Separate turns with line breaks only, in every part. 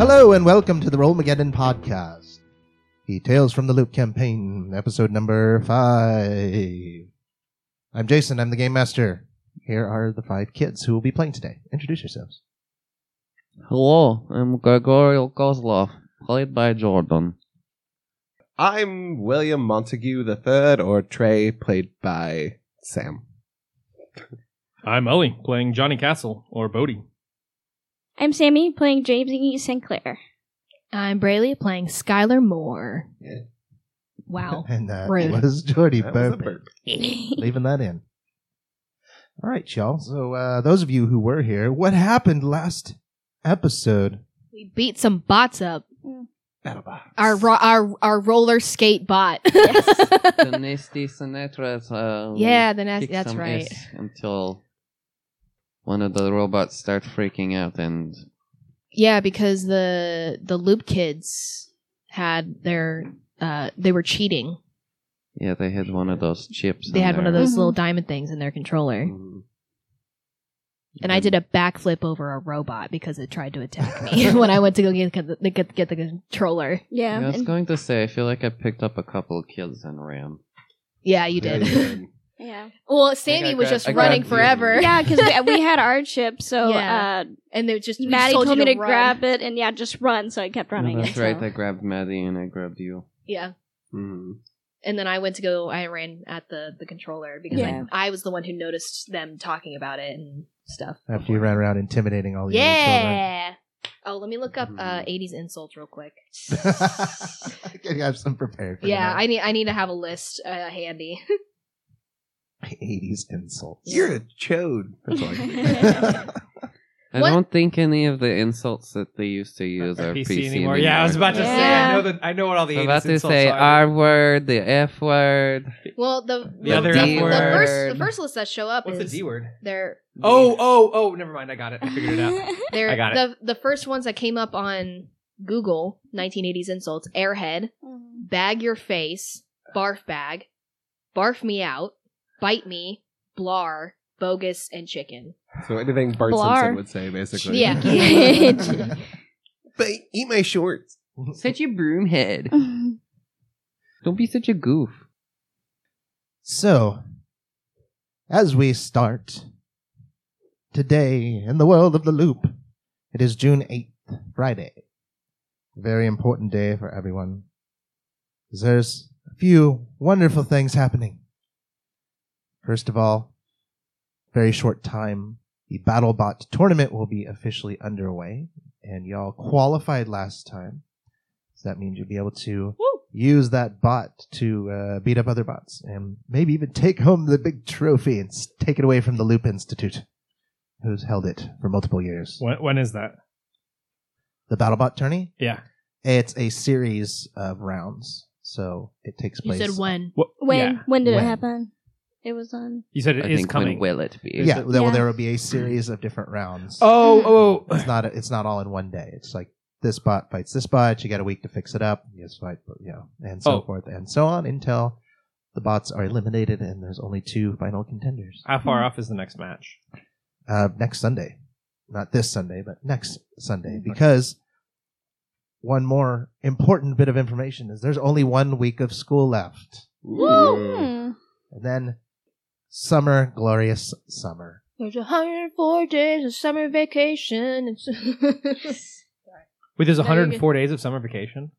Hello and welcome to the Rollmageddon podcast. Details from the Loop campaign, episode number five. I'm Jason. I'm the game master. Here are the five kids who will be playing today. Introduce yourselves.
Hello, I'm Gregorio Kozlov, played by Jordan.
I'm William Montague the Third, or Trey, played by Sam.
I'm Ellie, playing Johnny Castle or Bodie.
I'm Sammy playing Jamesy Sinclair.
I'm Braylee playing Skylar Moore.
Yeah.
Wow.
And that
Rude.
was Jordy
That was a
Burp.
burp.
Leaving that in. All right, y'all. So, uh, those of you who were here, what happened last episode?
we beat some bots up.
Battlebots.
Our ro- our our roller skate bot.
the nasty Sinatra's. Uh,
yeah, the nas-
kick
that's
some
right.
ass until one of the robots start freaking out and
Yeah, because the the loop kids had their uh they were cheating.
yeah, they had one of those chips.
They
in
had one of
there.
those
Mhm.
little diamond things in their controller.
Mhm.
And I did a backflip over a robot because it tried to attack me when I went to go get the get, get the controller.
Yeah.
Yeah, I was
and-
going to say, I feel like I picked up a couple of kills and ran.
Yeah, you
Yeah,
did.
yeah.
well, Sandy
I
was
got-
just
I got
running
you.
forever.
Yeah, because we, we had our chip, so
Yeah.
uh,
and they just we just
Maddie
told,
told,
you
me to,
run.
grab it, and yeah, just run. So I kept running.
No, that's
so.
right. I grabbed Maddie and I grabbed you.
Yeah.
Mhm.
and then I went to go. I ran at the the controller because
Yeah.
I, I was the one who noticed them talking about it and stuff.
After you ran around intimidating all the
Yeah. Oh, let me look up uh,
Mhm.
'80s insults real quick.
other children. I have some prepared. For
yeah,
tonight.
I need I need to have a list uh, handy.
80s insults.
You're a chode. That's all I can think.
I
What-
don't think any of the insults that they used to use are, PC, anymore.
Yeah, I was about to say.
Yeah.
I know that. I know what all the.
I was
anus
about to
insults
say
are.
R word, the F word.
well, the
The other
the,
F
the
word.
first the first list that show up
What's the
is
D word?
they're
Oh, oh, oh! Never mind. I got it. I figured it out.
they're
I got
the the first ones that came up on Google 1980s insults: airhead, bag your face, barf bag, barf me out, bite me, blar, bogus, and chicken.
So anything Bart
Blar.
Simpson would say, basically.
Yeah.
but eat my shorts.
Such a broom head.
Mhm.
Don't be such a goof.
So, as we start today in the world of the loop, it is June 8th, Friday. A very important day for everyone. 'Cause There's a few wonderful things happening. First of all, very short time, the BattleBot tournament will be officially underway, and y'all qualified last time. So that means you'll be able to use that bot to uh, beat up other bots and maybe even take home the big trophy and s- take it away from the Loop Institute, who's held it for multiple years.
When, when is that?
The BattleBot tourney,
Yeah.
it's a series of rounds, so it takes
You
place.
said when?
What,
When?
Yeah.
When did
When?
it happen? It was on.
You said it is
I think
coming.
when will it be?
Yeah, there,
Yeah.
there will be a series of different rounds.
Oh, oh,
Hmm.
oh.
It's not. It's not all in one day. It's like this bot fights this bot. You got a week to fix it up. You just fight, you know, and so
Oh.
forth and so on until the bots are eliminated and there's only two final contenders.
How far off is the next match?
uh, next Sunday, not this Sunday, but next Sunday, because one more important bit of information is there's only one week of school left,
Ooh.
Hmm.
and then summer, glorious summer.
There's 104 days of summer vacation. It's
Wait, there's
No, you're
104 days of summer vacation.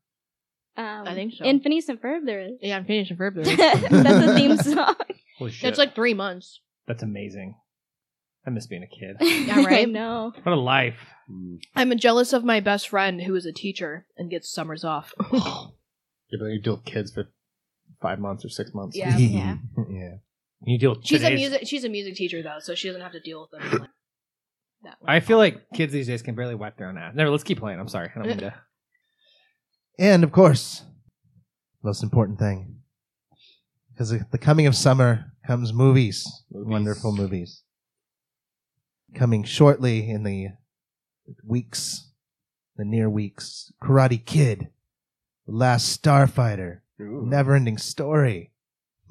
Um,
I think so.
In Phineas and Ferb, there is.
yeah, I'm finishing February.
That's the theme song.
Holy shit!
That's like three months.
that's amazing. I miss being a kid.
Yeah, I
right?
know.
What a life!
Hmm.
I'm jealous of my best friend who is a teacher and gets summers off.
Oh,
Yeah, but you deal with kids for five months or six months.
Yeah.
Yeah.
Yeah.
You deal. with
she's a
today's-
music she's a music teacher though, so she doesn't have to deal with them. Like, that way.
I feel like kids these days can barely wipe their own ass. Never. Let's keep playing. I'm sorry. I don't mean to.
And of course, most important thing, because the coming of summer comes movies,
Movies.
wonderful movies. Coming shortly in the weeks, the near weeks, Karate Kid, The Last Starfighter,
Ooh.
Never Ending Story,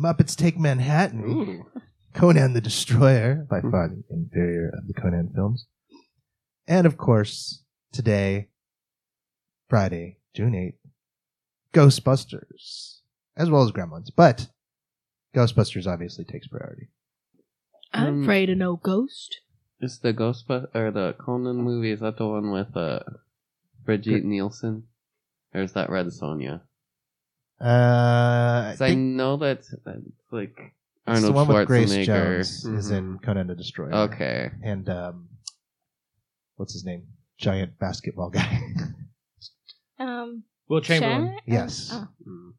Muppets Take Manhattan,
Ooh.
Conan the Destroyer, by far the inferior of the Conan films. And of course, today, Friday, June 8th, Ghostbusters, as well as Gremlins, but Ghostbusters obviously takes priority.
I'm
Um,
afraid of no ghost.
Is the Ghostbusters or the Conan movie? Is that the one with uh, Brigitte Nielsen, or is that Red Sonja?
Uh, I
'Cause I,
Uh, think
know that that's like
it's
Arnold
the one
Schwarzenegger. Mm-hmm.
with Grace Jones is
Mhm.
in Conan the Destroyer.
Okay,
And, um, what's his name? Giant basketball guy.
Um,
Will Chamberlain.
Shaq?
yes.
Oh.
Hmm.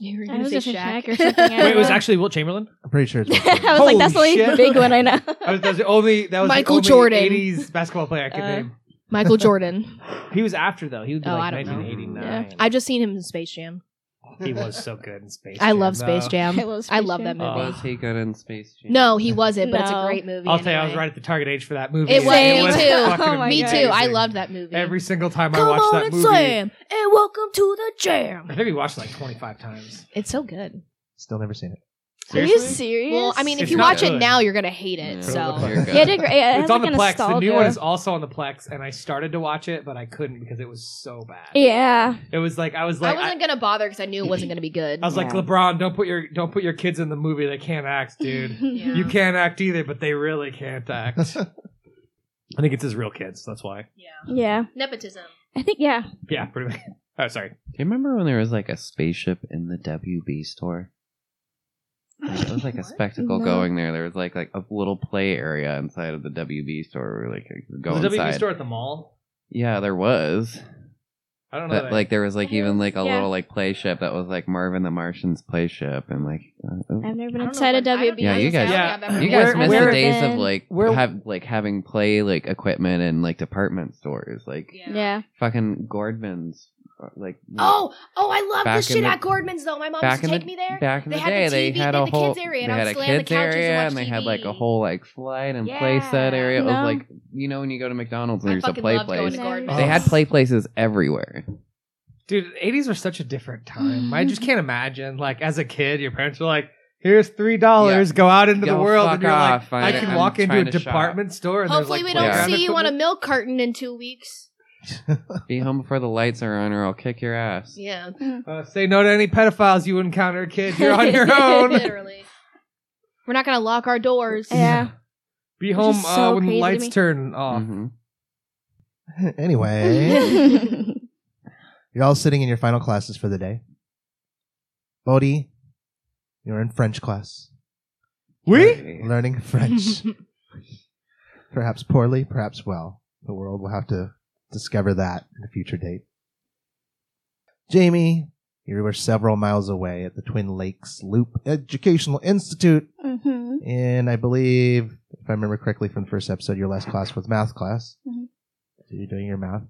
You were
I
gonna
was
say
just a
Shaq.
Shaq or something.
Wait, it was actually Will Chamberlain.
I'm pretty sure it's. Will
I was
Chamberlain.
like, that's the
Holy shit.
only big one I know.
I was, that was the only that was
Michael
the only
Jordan.
80s basketball player I could
Uh,
name.
Michael Jordan.
He was after though. He would be
Oh, I
like
don't know.
1989.
I've just seen him in Space Jam.
he was so good in Space.
I love
Jam,
Space
though.
Jam.
I love
I
Space
love
Jam.
that movie.
was he good in Space Jam?
No, he wasn't, but it's a
No.
great movie.
I'll tell you, I was
anyway.
right at the target age for that movie.
It
and
was-
Same.
me
fucking
too.
Oh my
Me
God.
too. I
amazing.
loved that movie.
Every single time I
Come
watched
on
that
and
movie,
slam, and welcome to the
I
jam.
think we watched it like 25 times.
It's so good.
Still never seen it.
Are you serious?
Well, I mean, if
It's
you
not
watch it
good.
now, you're gonna hate it.
Yeah.
So
You're good.
yeah, it, did great. it has
it's on
like
the
a
Plex. The new
nostalgia.
one is also on the Plex, and I started to watch it, but I couldn't because it was so bad.
Yeah.
It was like I was
I
like I,
wasn't gonna bother because I knew it wasn't gonna be good.
I was like
Yeah.
LeBron, don't put your don't put your kids in the movie. They can't act, dude.
Yeah.
You can't act either, but they really can't act. I think it's his real kids. That's why.
yeah.
yeah.
Nepotism.
I think, yeah.
Yeah, pretty much. Oh, sorry.
Do you remember when there was like a spaceship in the WB store? Like, it was like a
What?
spectacle
No.
going there. There was like like a little play area inside of the WB store where like you could go
the
inside.
WB store at the mall.
Yeah, there was.
I don't know.
That,
that-
like there was like even like a
Yeah.
little like play ship that was like Marvin the Martian's play ship and like uh, uh,
I've never been
I don't know
inside a
if I- I
WB.
don't know
Yeah, you
if
guys-
Yeah.
I've ever
you
where-
guys miss
where-
the days
then-
of like
where-
have like having play like equipment in like department stores like
Yeah.
fucking Gordman's uh, like
Oh, oh, I love
Back
the
in
shit
the-
at Gordman's though. My mom used
back
to
in the
take me there.
back in
They
the
had
day
the
they
TV
had
and
a
the
whole
kids area, and
they
I
had
would
a
lay on the
kids
couches and
area
watch
and they had like a
TV.
whole like slide and play set
Yeah.
area. It
No.
was like you know when you go to McDonald's and
I
there's a
fucking
play
loved going
place.
to
place.
Gordman's.
They had
Oh.
play places everywhere.
Dude, eighties were such a different time. I
Mm-hmm.
just can't imagine. Like as a kid, your parents were like, "Here's three dollars, go out into the
Yo,
world,"
fuck
and you're
off,
like, "I
I-
can
I'm
walk into a
trying to shop."
department store." And there's,
Hopefully,
like,
we don't
Yeah.
playground
see you on a
equipment.
milk carton in two weeks.
Be home before the lights are on or I'll kick your ass.
Yeah,
Uh, say no to any pedophiles you encounter, kid. You're on your own.
literally. We're not gonna lock our doors.
Yeah.
Be home
is
uh,
so
when the
crazy to
lights
me.
turn
Oh.
off.
hmm
anyway, you're all sitting in your final classes for the day. Bodhi, you're in French class. learning French. perhaps poorly, perhaps well. The world will have to discover that in a future date. Jamie, you were several miles away at the Twin Lakes Loop Educational Institute
mm-hmm.
in, I believe, if I remember correctly from the first episode, your last class was math class.
Mhm.
So you're doing your math,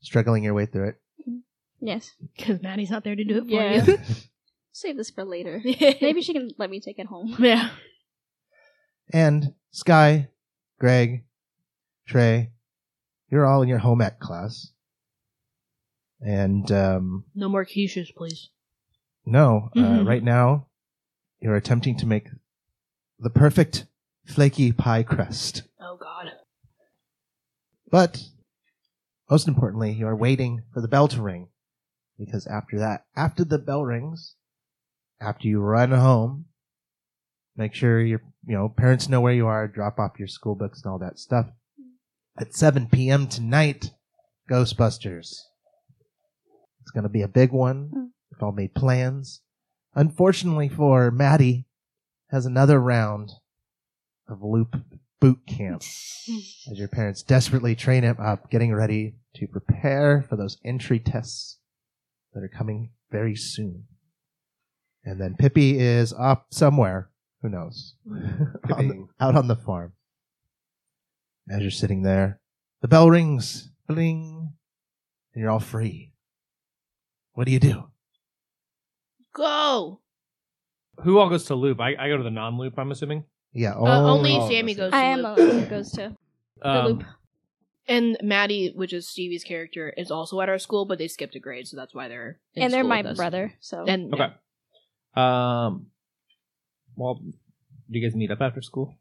struggling your way through it.
Yes.
because Maddie's not there to do it for
Yeah.
you.
Save this for later.
Maybe.
Maybe she can let me take it home.
Yeah.
And Sky, Greg, Trey, you're all in your home ec class. And um,
No more quiches, please.
no, uh,
Mhm.
right now you're attempting to make the perfect flaky pie crust.
Oh God.
But most importantly, you are waiting for the bell to ring. Because after that, after the bell rings, after you run home, make sure your you know parents know where you are, drop off your school books and all that stuff. At 7 p.m. tonight, Ghostbusters. It's going to be a big one. We've all made plans. Unfortunately for Maddie, has another round of loop boot camp as your parents desperately train him up, getting ready to prepare for those entry tests that are coming very soon. And then Pippi is up somewhere, who knows, on the- out on the farm. As you're sitting there, the bell rings, bling, and you're all free. What do you do?
Go.
Who all goes to loop? I, I go to the non-loop. I'm assuming.
Yeah, oh,
Uh, only
all of
Sammy
us.
goes. To
Oh, I am
Luke.
a who goes to the loop.
And Maddie, which is Stevie's character, is also at our school, but they skipped a grade, so that's why they're in
And they're
school
my
with us.
brother, so
And
Okay. Um. Well, do you guys meet up after school?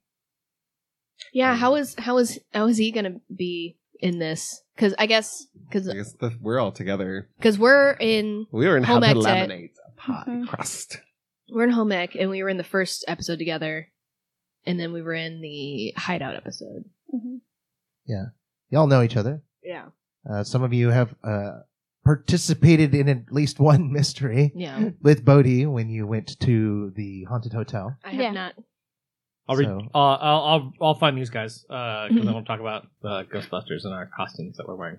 yeah, how is how is how is he gonna be in this because I guess because
I guess the, we're all together.
because we're in
We were in
Home Mm-hmm.
how to
ec tech.
laminate a pie
Mhm.
crust.
we're in home ec and we were in the first episode together, and then we were in the hideout episode.
Mhm.
Y'all know each other.
Yeah,
Uh, some of you have uh, participated in at least one mystery
yeah.
with Bodhi when you went to the haunted hotel.
I have
Yeah.
not.
I'll read.
So-
I'll, I'll I'll I'll find these guys because I want to talk about the Ghostbusters and our costumes that we're wearing.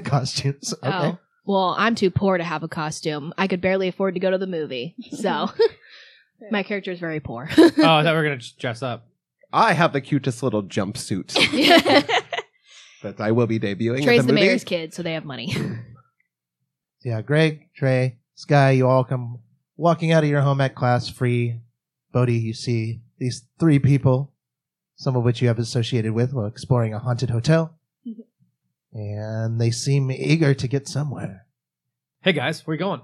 Costumes. Okay.
Oh. Well, I'm too poor to have a costume. I could barely afford to go to the movie, so my character is very poor.
oh, I thought we were gonna just dress up.
I have the cutest little jumpsuit that I will be debuting.
Trey's
at
the,
the, movie.
mayor's kid, so they have money.
Yeah, Greg, Trey, Sky, you all come walking out of your home at class free. Bodhi, you see these three people, some of which you have associated with while exploring a haunted hotel.
Mm-hmm.
And they seem eager to get somewhere.
Hey guys, where you going?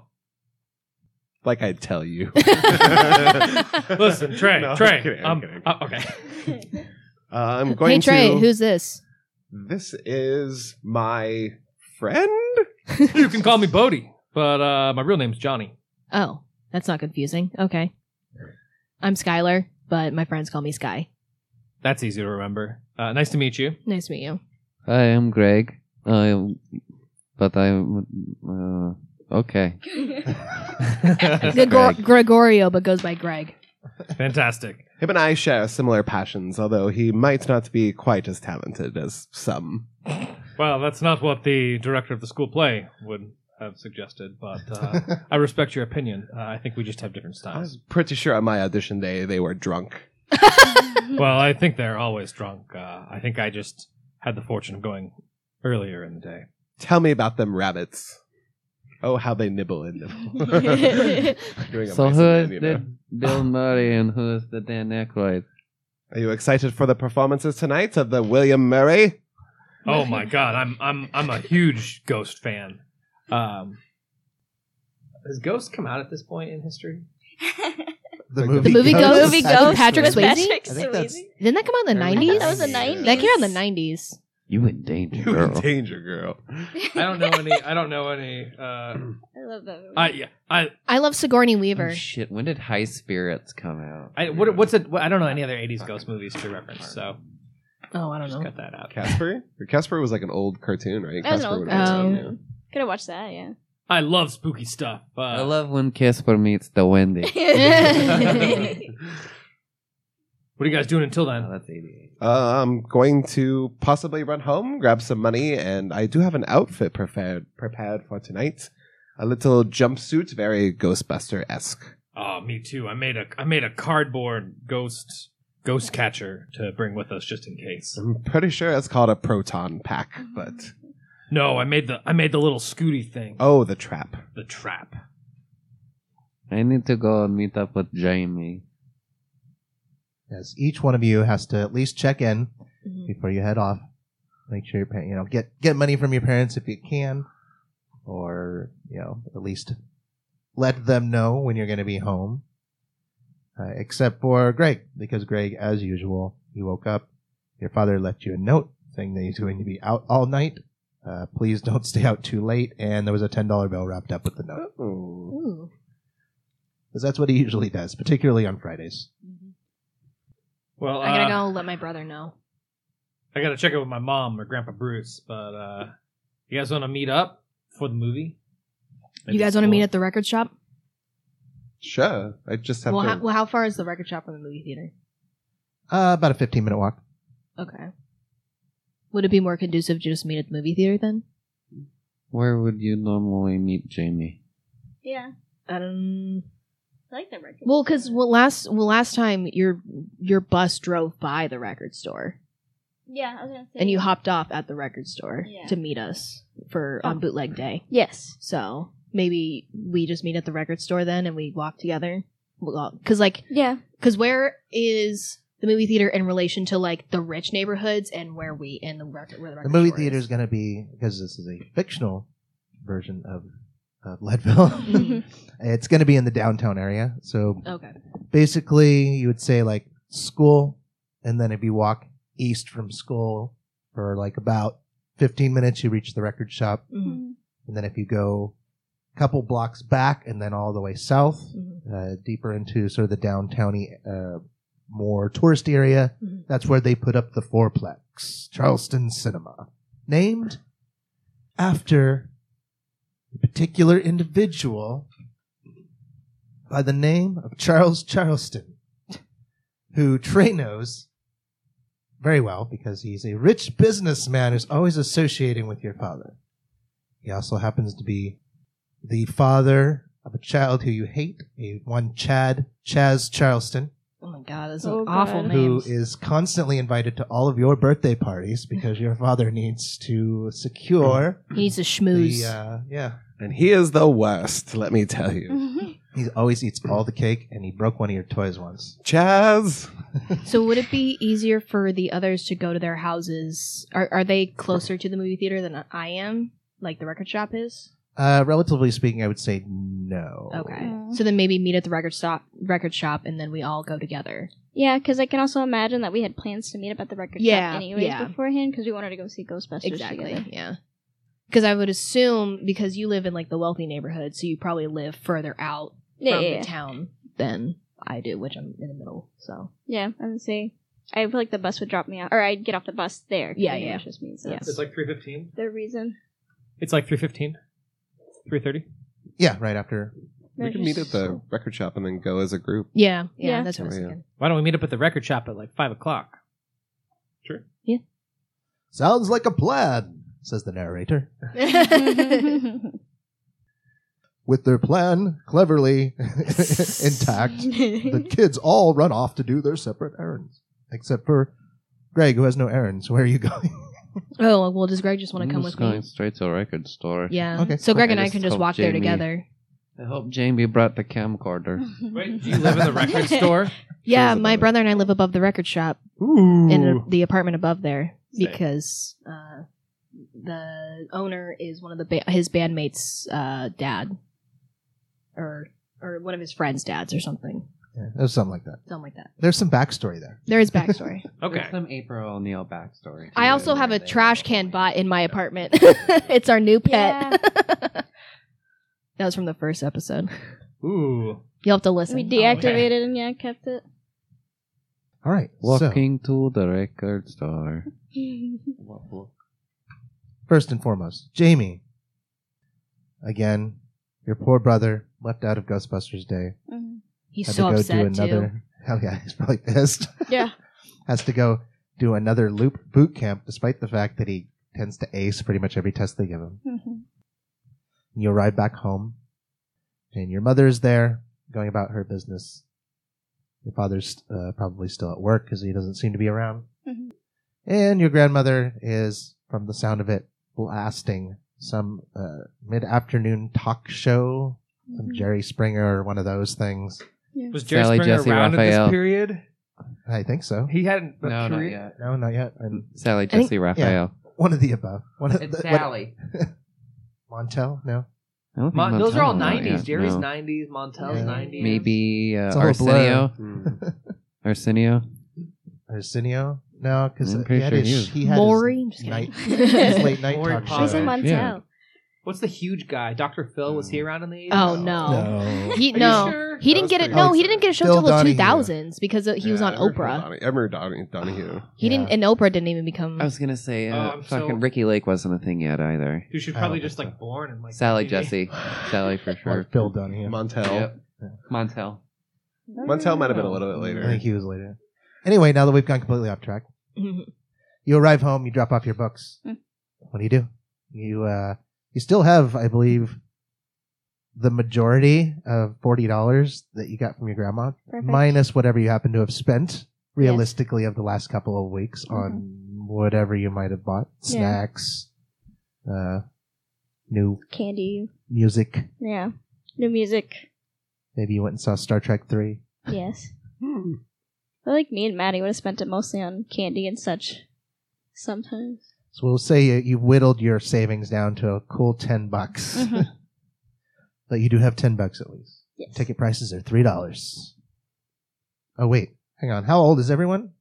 Like I tell you.
Listen, Trey,
No, I'm
Trey.
kidding, I'm
um,
kidding.
uh, okay.
Uh, I'm
hey
going
Trey,
to.
who's this?
This is my friend.
you can call me Bodie, but uh, my real name's Johnny.
Oh, that's not confusing. Okay, I'm Skylar, but my friends call me Sky.
That's easy to remember. Uh, nice to meet you.
Nice to meet you.
Hi, I'm Greg. I, but I'm uh, okay.
Gregor-
Greg.
Gregorio, but goes by Greg.
Fantastic.
Him and I share similar passions, although he might not be quite as talented as some.
Well, that's not what the director of the school play would have suggested, but uh, I respect your opinion. Uh, I think we just have different
I
styles.
was pretty sure on my audition day they were drunk.
Well, I think they're always drunk. Uh, I think I just had the fortune of going earlier in the day.
Tell me about them rabbits. Oh, how they nibble and nibble. Doing a
So
Bison
who is
Man, you know.
the Bill Murray and who is the Dan Aykroyd?
Are you excited for the performances tonight of the William Murray?
Oh my god, I'm I'm I'm a huge Ghost fan. Um, has Ghost come out at this point in history?
The movie,
movie
The movie
goes.
Ghost? The movie Ghost? Patrick
with
Swayze?
Patrick
I think that's-
Swayze.
Didn't that come out in the
I
I
think
thought
nineties?
that was the
Yeah.
90s.
That came out in the nineties.
You in danger,
You in
girl.
danger, girl.
I don't know any. I don't know any. Uh,
I love that movie.
I yeah. I,
I love Sigourney
Oh,
Weaver.
shit, when did High Spirits come out?
I what, what's it? What, I don't know any other '80s Ghost movies to reference, so
Oh, I don't
just
know.
cut that out.
Casper? Casper was like an old cartoon, right?
That was an
Casper
old
would've been
cartoon.
yeah.
Could have watched that, yeah.
I love spooky stuff. Uh,
I love when Casper meets the Wendy.
What are you guys doing until
Oh,
then?
that's 88.
Uh, I'm going to possibly run home, grab some money, and I do have an outfit prepared prepared for tonight. A little jumpsuit, very Ghostbuster esque.
Oh, me too. I made a I made a cardboard ghost ghost catcher to bring with us just in case.
I'm pretty sure it's called a proton pack,
Mm-hmm.
but
No, I made the I made the little scooty thing.
oh, the trap.
The trap.
I need to go and meet up with Jamie.
Yes, each one of you has to at least check in
Mhm.
before you head off. Make sure your parents, you know, get get money from your parents if you can, or you know, at least let them know when you're going to be home. Uh, except for Greg, because Greg, as usual, you woke up. Your father left you a note saying that he's going to be out all night. Uh, please don't stay out too late. And there was a ten dollar bill wrapped up with the note,
Oh.
Ooh.
because that's what he usually does, particularly on Fridays.
Well,
I gotta
uh,
go let my brother know.
I gotta check it with my mom or Grandpa Bruce. But uh, you guys want to meet up for the movie?
you guys want to meet at the record shop?
Sure. I just have
Well
to.
how, well, how far is the record shop from the movie theater?
Uh, about a fifteen minute walk.
Okay. Would it be more conducive to just meet at the movie theater then?
Where would you normally meet Jamie?
yeah.
Um.
I like them records.
Well, because well last well last time your your bus drove by the record store
Yeah, I was gonna say.
and you hopped off at the record store
Yeah.
to meet us for on
Oh.
bootleg day.
Yes.
So maybe we just meet at the record store then and we walk together. Because like
Yeah.
Because where is the movie theater in relation to like the rich neighborhoods and where we and the record, where the,
The
record
movie
store
theater is
is?
going to be because this is a fictional version of uh, Leadville.
Mm-hmm.
Mhm.
it's going to be in the downtown area. So
Okay.
basically, you would say like school, and then if you walk east from school for like about 15 minutes. You reach the record shop.
Mm-hmm.
Mhm.
And then if you go a couple blocks back and then all the way south,
Mhm.
uh, deeper into sort of the downtowny, uh, more touristy area,
Mhm.
that's where they put up the fourplex, Charleston Cinema, named after a particular individual by the name of Charles Charleston, who Trey knows very well because he's a rich businessman who's always associating with your father. He also happens to be the father of a child who you hate, a one Chad Chaz Charleston,
Oh my god, that's
Oh
an awful
God.
who
name.
is constantly invited to all of your birthday parties because your father needs to secure
he needs a schmooze.
the uh, yeah.
And he is the worst, let me tell
Mm-hmm.
you.
Mm-hmm.
He always eats all the cake, and he broke one of your toys once.
Chaz!
uh,
So would it be easier for the others to go to their houses? Are are they closer to the movie theater than I am? Like the record shop is?
Uh, relatively speaking, I would say no.
Okay.
Mm.
So then maybe meet at the record shop record shop and then we all go together.
Yeah, because I can also imagine that we had plans to meet up at the record
Yeah,
shop anyways
yeah.
beforehand because we wanted to go see Ghostbusters together.
Yeah. Cuz I would assume because you live in like the wealthy neighborhood, so you probably live further out
Yeah,
from
yeah,
the
yeah.
town than I do, which I'm in the middle. So
yeah. I would say I feel like the bus would drop me off, or I'd get off the bus there. 'cause
Yeah,
I knew
yeah.
It was me, so
Yeah.
that's
It's like three fifteen.
the reason.
It's like three fifteen. Three thirty.
Yeah, right after.
We can meet at the record shop and then go as a group.
yeah, yeah,
Yeah.
that's what I was
Oh, yeah.
thinking.
Why don't we meet up at the record shop at like five o'clock?
Sounds like a plan, says the narrator. With their plan cleverly intact, the kids all run off to do their separate errands, except for Greg, who has no errands. Where are you going?
Oh well, does Greg just want
I'm
to come
just
with
going
me?
straight to a record store.
Yeah.
Okay,
So
cool.
Greg and
I
I
just
can just
helped
walk there
Jamie.
together.
I hope Jamie brought the camcorder.
Wait, do you live in the record store?
Yeah,
Shows
my
above it.
brother and I live above the record shop
Ooh.
in a, the apartment above there
Sick.
because uh, the owner is one of the ba- his bandmates' uh, dad, or or one of his friends' dads, or something,
Yeah, it was something like that.
something like that.
There's some backstory there.
There is backstory.
okay.
There's some April O'Neil backstory.
I
to
also
it,
have
where
a
they
trash
were
can
going.
bot in my apartment. it's our new pet. that was from the first episode.
Ooh.
You'll have to listen.
we
okay.
deactivated and yeah, kept it.
All right. So,
Walking to the record store. What book?
first and foremost, Jamie. Again, your poor brother left out of Ghostbusters Day.
Mhm.
He's
Had
so
to go
upset
do another.
too.
Hell yeah, he's probably pissed.
Yeah.
Has to go do another loop boot camp, despite the fact that he tends to ace pretty much every test they give him.
Mhm.
And you arrive back home, and your mother is there, going about her business. Your father's uh, probably still at work because he doesn't seem to be around.
Mhm.
And your grandmother is, from the sound of it, blasting some uh, mid afternoon talk show, some
Mm-hmm.
Jerry Springer or one of those things.
Was Jerry
Sally,
Springer
Jesse,
around in
Raphael.
this period?
I think so.
He hadn't. a
No, not
period?
yet.
No, not yet. And
Sally,
think-
Jesse, Raphael.
one of the above. One of the, what-
Sally.
Montel? No.
I don't think
Mon- those are all
Montel's out
nineties.
yet,
Jerry's
no.
nineties. Montel's
Yeah.
nineties.
Maybe uh,
It's all a blur.
Arsenio.
Hmm.
Arsenio.
Arsenio? No, because
I'm
he
pretty
had
sure
his,
he was.
he had
Maury?
his
I'm just kidding.
night, his
He's
late night
Maury
talk
I
Povich.
show.
said Montel.
Yeah.
What's the huge guy? Dr. Phil. Was he around in the 80s?
Oh, no.
No.
He
Are you
no.
sure?
He
That
didn't
was
get it.
pretty
No,
good.
he didn't get a show
Phil
until the
Donahue.
two thousands because uh, he was
Yeah,
on
I remember
Oprah.
Donahue- I remember Donahue. Donahue.
He
Yeah.
didn't, and Oprah didn't even become.
I was gonna say
Oh,
uh,
I'm so-
fucking Ricky Lake wasn't a thing yet either.
Who should
I
probably
don't
just
think
like born and like.
Sally,
maybe-
Jesse, Sally for
Or
sure.
Phil Donahue.
Montel.
Yep. Montel.
Montel might have been a little bit
I
later.
think he was later. Anyway, now that we've gone completely off track,
Mhm.
you arrive home, you drop off your books.
Hmm.
What do you do? You uh, you still have, I believe, the majority of forty dollars that you got from your grandma,
Perfect.
minus whatever you happen to have spent realistically of the last couple of weeks on whatever you might have bought,
Mm-hmm. Yeah.
snacks, uh, new
candy.
music.
Yeah, new music.
Maybe you went and saw Star Trek Three.
Yes. I feel like me and Maddie would have spent it mostly on candy and such. Sometimes.
So we'll say you, you whittled your savings down to a cool ten bucks,
Mhm.
but you do have ten bucks at least.
Yes.
Ticket prices are three dollars. Oh wait, hang on. How old is everyone?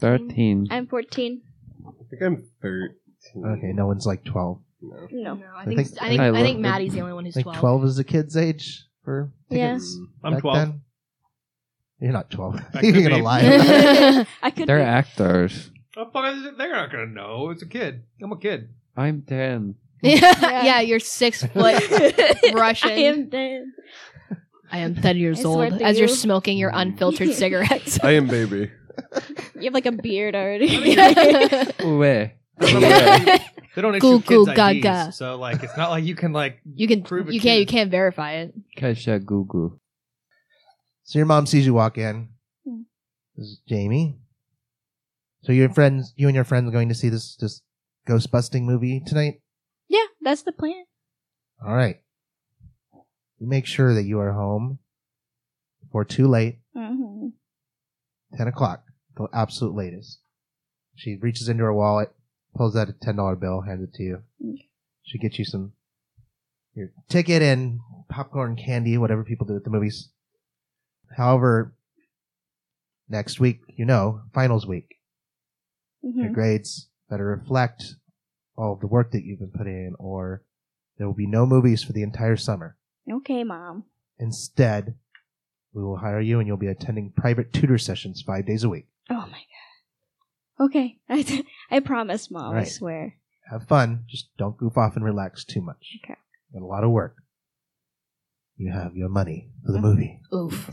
Thirteen.
I'm 14.
I think I'm 13.
Okay, no one's like 12.
No.
No.
I
I
think I think
think-
I think,
I love-
Maddie's the only one
I
who's
think
twelve.
12 is a kid's age for
Yeah.
tickets
Yes.
Hmm.
I'm
back
12.
then. You're not 12.
That
You're
could
going to
be.
lie.
I could.
They're
be.
actors.
Oh, fuck, is it- They're not gonna know. It's a kid. I'm a kid.
I'm ten.
yeah. you're six foot. Russian.
I am dead.
I am ten
I
years
swear
old.
to
As you're
you.
smoking your unfiltered cigarettes.
I am baby.
You have like a beard already.
Way.
They don't issue
Goo
kids
goo gaga.
IDs, so like it's not like you can like
you can
Prove it
you
to
can't
you.
you can't verify it.
Kesha Gugu.
so your mom sees you walk in.
Hmm.
This is Jamie. So your friends, you and your friends are going to see this, this ghost busting movie tonight?
yeah, that's the plan.
All right. You make sure that you are home before too late,
Mm-hmm.
10 o'clock, the absolute latest. She reaches into her wallet, pulls out a $10 bill, hands it to you. She gets you some your ticket and popcorn candy, whatever people do at the movies. However, next week, you know, finals week,
Mm-hmm.
your grades better reflect all of the work that you've been putting in, or there will be no movies for the entire summer.
Okay, mom.
Instead, we will hire you and you'll be attending private tutor sessions five days a week.
Oh my god. Okay, I, I promise, mom. I
Right.
swear.
Have fun. Just don't goof off and relax too much.
Okay.
Got a lot of work. You have your money for the
Mhm.
movie.
Oof.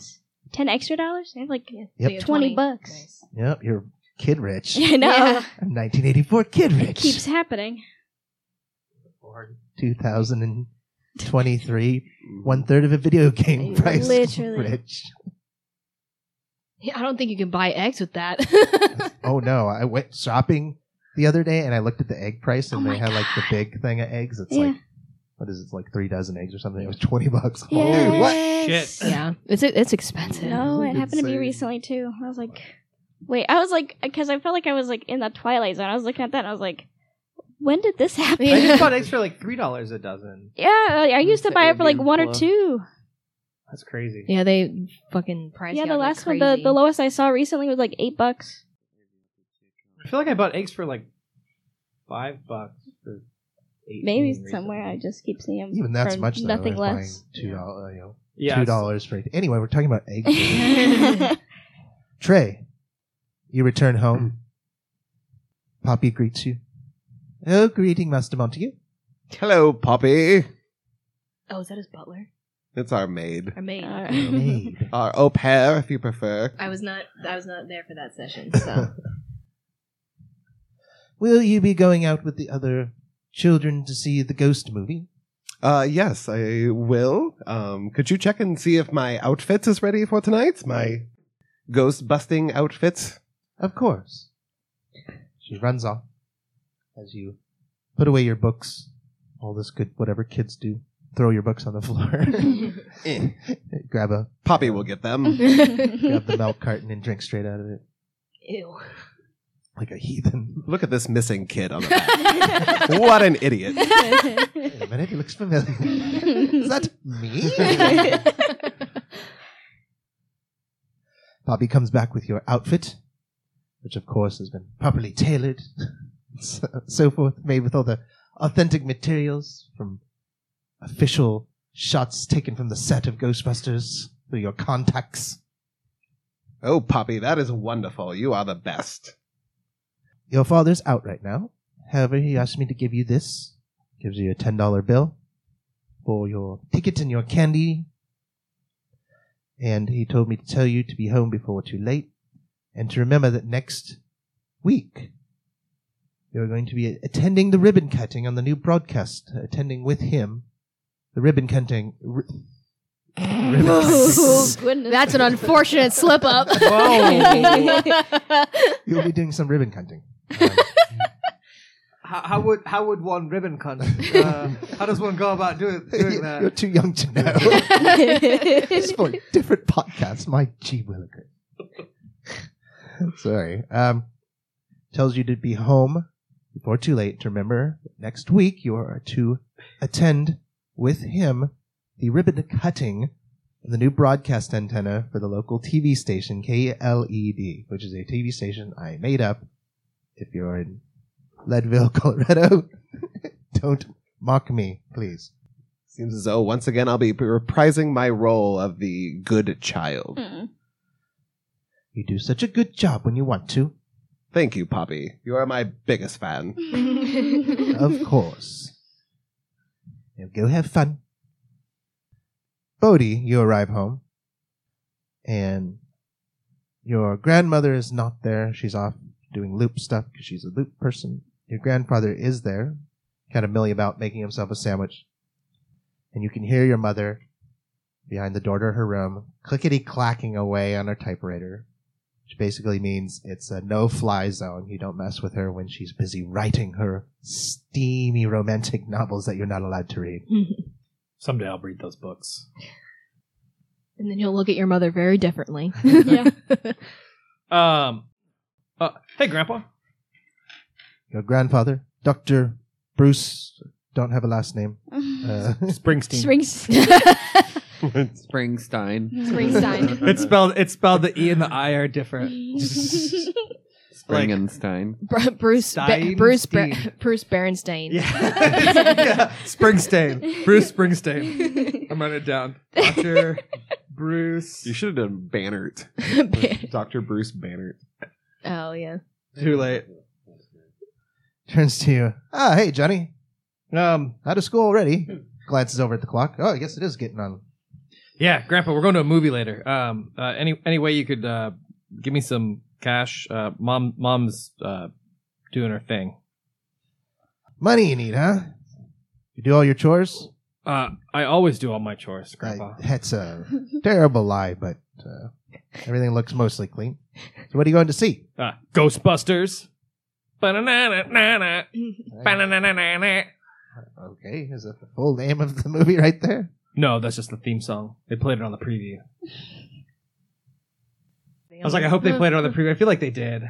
Ten extra dollars? I have like yeah,
So
Yep.
you're
20 bucks.
Nice.
Yep, you're kid rich.
I know.
Yeah.
I'm 1984 kid
It
rich.
keeps happening.
Or 2023, one third of a video game price.
Literally.
Rich.
Yeah, I don't think you can buy eggs with that.
Oh no, I went shopping the other day and I looked at the egg price and
Oh my
they had like the big thing of eggs. It's like, what is it, like three dozen eggs or something? It was 20 bucks.
Dude, what?
Yes.
Shit.
yeah, it's it's expensive.
No, it
That's
happened to me
insane.
recently too. I was like, wait, I was like, because I felt like I was like in the twilight zone. I was looking at that and I was like, when did this happen?
I
Yeah,
just bought eggs for like three dollars a dozen.
I I used to
The
buy it for like
Indian
one or
pillow.
two.
That's crazy.
Yeah, they fucking price.
yeah,
you
the
out like
last one, the,
crazy.
the lowest I saw recently was like eight bucks.
I feel like I bought eggs for like five bucks for eight.
Maybe somewhere I just keep seeing them.
Even that's
for
much though,
Nothing
they're
less.
buying Two dollars, you know,
yeah,
two dollars for anyway. We're talking about eggs. Trey, you return home. Poppy greets you. Oh, greeting, Master Montague.
Hello, Poppy.
oh, is that his butler?
It's our maid.
Or maid?
Uh,
Maid.
Our au pair, if you prefer.
I was not. I was not there for that session. So
Will you be going out with the other children to see the ghost movie?
Uh, yes, I will. Um, could you check and see if my outfit is ready for tonight? My ghost busting outfit?
Of course. She runs off as you put away your books. All this good, whatever kids do. Throw your books on the floor.
Eh.
grab a
Poppy will get
Mm.
them.
grab the milk carton and drink straight out of it
ew.
like a heathen.
Look at this missing kid on the back. what an idiot.
Wait a minute, he looks familiar. Is that me? Bobby comes back with your outfit, which of course has been properly tailored, so, so forth, made with all the authentic materials from official shots taken from the set of Ghostbusters through your contacts.
Oh, Poppy, that is wonderful. You are the best.
Your father's out right now. However, he asked me to give you this. Gives you a ten dollar bill for your ticket and your candy. And he told me to tell you to be home before we're too late, and to remember that next week you're going to be attending the ribbon cutting on the new broadcast. Attending with him, the ribbon cutting. ri- ribbon
oh,
cutting.
goodness.
That's an unfortunate slip up.
Whoa.
You'll be doing some ribbon cutting. Um,
How, how would how would one ribbon cut? Uh, how does one go about doing doing
You're
that?
too young to know. It's for a different podcast. My G Williker. Sorry. Um, tells you to be home before too late. To remember, next week you are to attend with him the ribbon cutting of the new broadcast antenna for the local TV E station KLED, which is a TV station I made up. If you're in Leadville, Colorado. Don't mock me, please.
Seems as though once again I'll be reprising my role of the good child.
Mm.
You do such a good job when you want to.
Thank you, Poppy. You are my biggest fan.
Of course. Now go have fun. Bodhi, you arrive home. And your grandmother is not there. She's off doing loop stuff because she's a loop person. Your grandfather is there, kind of milling about, making himself a sandwich. And you can hear your mother behind the door to her room, clickety clacking away on her typewriter, which basically means it's a no fly zone. You don't mess with her when she's busy writing her steamy romantic novels that you're not allowed to read.
Someday I'll read those books.
and then you'll look at your mother very differently.
Yeah.
Um. Uh, hey, Grandpa.
Your grandfather, Dr. Bruce, don't have a last name. Uh,
Springsteen.
Springs.
Springstein.
Springstein.
It's spelled. It's spelled. The e and the i are different. Like-
Springenstein.
Bru- Bruce Be-
Stein-
Bruce Ber-
Steen.
Bruce Berenstain.
Yeah. yeah. Springsteen. Bruce Springsteen. I'm writing it down. Doctor Bruce.
You should have done Bannert. Dr. Bruce Bannert.
oh yeah.
Too late.
turns to you. Ah, hey, Johnny.
Um.
Out of school already. Glances over at the clock. Oh, I guess it is getting on.
Yeah, Grandpa, we're going to a movie later. Um. Uh, any any way you could uh, give me some cash? Uh, mom. Mom's uh, doing her thing.
Money you need, huh? You do all your chores?
Uh, I always do all my chores, Grandpa.
I- that's a terrible lie, but uh, everything looks mostly clean. So, what are you going to see?
Uh, Ghostbusters. Ba-na-na-na-na-na. Ba-na-na-na-na-na.
Okay, is that the full name of the movie right there?
No, that's just the theme song. They played it on the preview. I was like, I hope they played it on the preview. I feel like they did.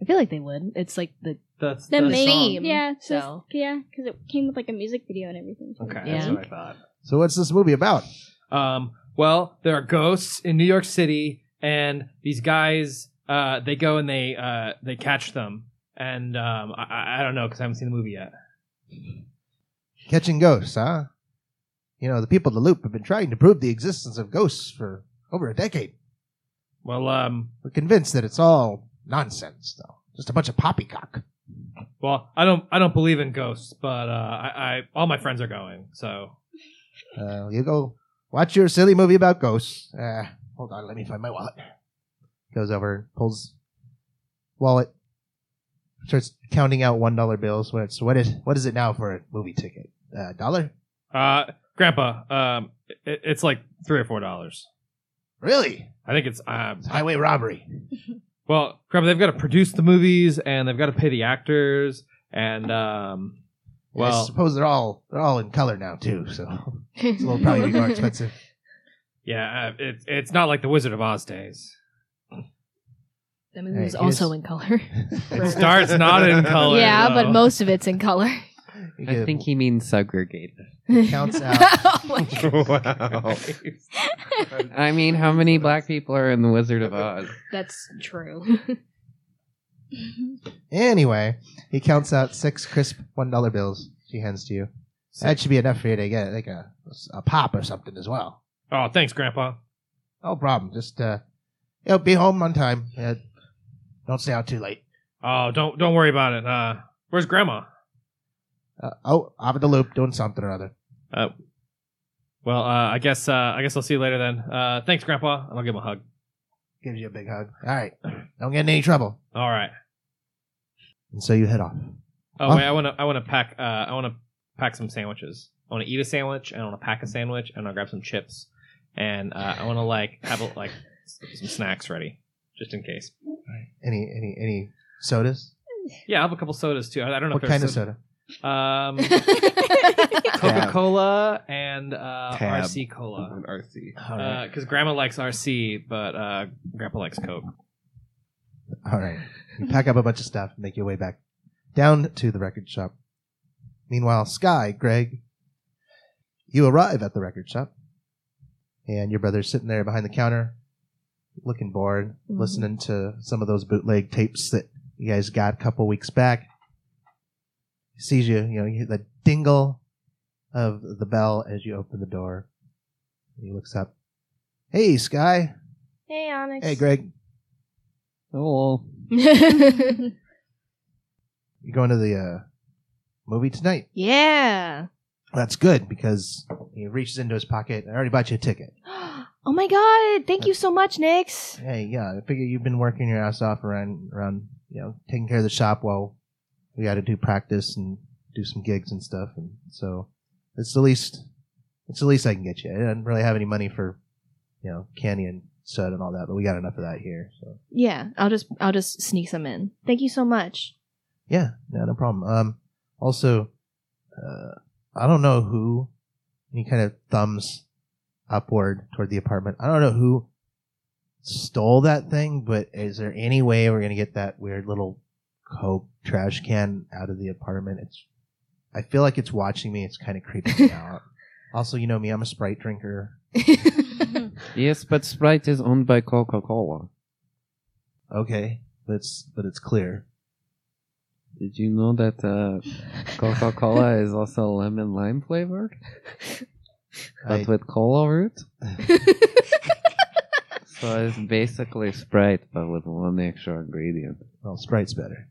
I feel like they would. It's like the
That's
the
that's
main
song.
theme.
Yeah, it's just-
So.
yeah, because it came with like a music video and everything.
Okay,
Yeah.
that's what I
So, what's this movie about?
thought. Um, well, there are ghosts in New York City, and these guys, uh, they go and they uh, they catch them, and um, I- I, I don't know because I haven't seen the movie yet.
Catching ghosts, huh? You know, the people of the Loop have been trying to prove the existence of ghosts for over a decade.
Well, um,
We're convinced that it's all nonsense, though. Just a bunch of poppycock.
well, I don't I don't believe in ghosts, but uh, I, I all my friends are going, so
Uh, you go watch your silly movie about ghosts. Uh, hold on, let me find my wallet. Goes over, pulls wallet, starts counting out one dollar bills. What it's what is what is it now for a movie ticket? A dollar?
Uh, Grandpa, um, it, it's like three or four dollars.
Really?
I think it's um,
It's highway robbery.
well, Grandpa, they've got to produce the movies and they've got to pay the actors and um,
I
well,
suppose they're all they're all in color now too, so so it'll probably be more expensive.
yeah, uh, it's it's not like the Wizard of Oz days.
That movie was
Right,
also
here's-
in color.
It starts not in color.
yeah, but
though.
most of it's in color.
You
I
get-
think he means segregated.
Counts out.
oh my God.
wow.
I mean, how many black people are in The Wizard of Oz?
That's true.
Anyway, he counts out six crisp one dollar bills she hands to you. That should be enough for you to get like a a pop or something as well.
Oh, thanks, Grandpa.
No problem. Just uh, you know, be home on time. Uh, don't stay out too late.
Oh, don't don't worry about it. Uh, where's Grandma?
Uh, oh, I'm at the loop doing something or other.
Well, uh, I guess uh, I guess I'll see you later then. Uh, thanks, Grandpa, and I'll give him a hug.
Gives you a big hug. All right, don't get in any trouble.
All right.
And so you head off.
Oh
Huh?
wait, I want to. I want to pack. Uh, I want to pack some sandwiches. I want to eat a sandwich, and I want to pack a sandwich, and I'll grab some chips, and uh, I want to like have a, like s- some snacks ready, just in case.
Any any any sodas?
Yeah, I will have a couple sodas too. I, I don't know
What
if
kind of
there's
soda?
soda. Um, Coca
Tab.
Cola and uh,
Tab.
RC Cola.
An RC.
All right.
Because Uh, Grandma likes RC, but uh, Grandpa likes Coke.
All right. You pack up a bunch of stuff and make your way back down to the record shop. Meanwhile, Sky, Greg, you arrive at the record shop, and your brother's sitting there behind the counter, looking bored,
Mhm.
listening to some of those bootleg tapes that you guys got a couple weeks back. sees you. You know, you hear the dingle of the bell as you open the door. He looks up. Hey, Sky.
Hey, Onyx.
Hey, Greg.
Oh,
You going to the uh, movie tonight?
yeah.
That's good because he reaches into his pocket. I already bought you a ticket.
Oh my god! Thank you so much, Nix.
Hey, yeah, I figure you've been working your ass off around around you know taking care of the shop while we got to do practice and do some gigs and stuff, and so it's the least it's the least I can get you. I didn't really have any money for you know candy and soda and all that, but we got enough of that here. So
Yeah, I'll just I'll just sneak some in. Thank you so much.
yeah, no, no problem. Um, also, uh, I don't know who. And he kind of thumbs upward toward the apartment. I don't know who stole that thing, but is there any way we're gonna get that weird little coke trash can out of the apartment? It's I feel like it's watching me. It's kind of creeping me out. Also, you know me. I'm a Sprite drinker.
yes, but Sprite is owned by Coca Cola.
Okay, but it's but it's clear.
Did you know that uh, Coca Cola is also lemon lime flavored, but
I,
with cola root? So it's basically Sprite, but with one extra ingredient.
well, Sprite's better.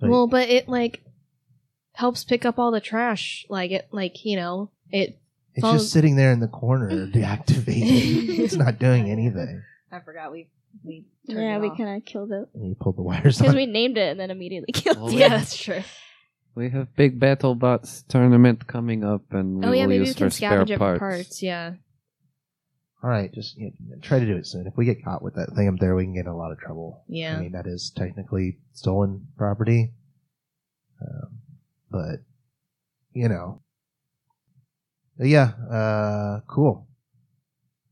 Like-
well, but it like helps pick up all the trash. Like it, like you know, it.
It's
Follow-
just sitting there in the corner, deactivated. it's not doing anything.
I forgot we we. Turned
Yeah,
it
we
off.
kind of killed it
And you pulled the wires
because
on.
we named it and then immediately killed
Well,
it.
we-
Yeah, that's true.
We have big BattleBots tournament coming up, and we
oh yeah,
will
maybe
use
we can
for spare
scavenge it for
parts.
parts. Yeah.
All right, just you know, try to do it soon. If we get caught with that thing up there, we can get in a lot of trouble.
Yeah.
I mean that is technically stolen property, um, but you know, But yeah, uh, cool.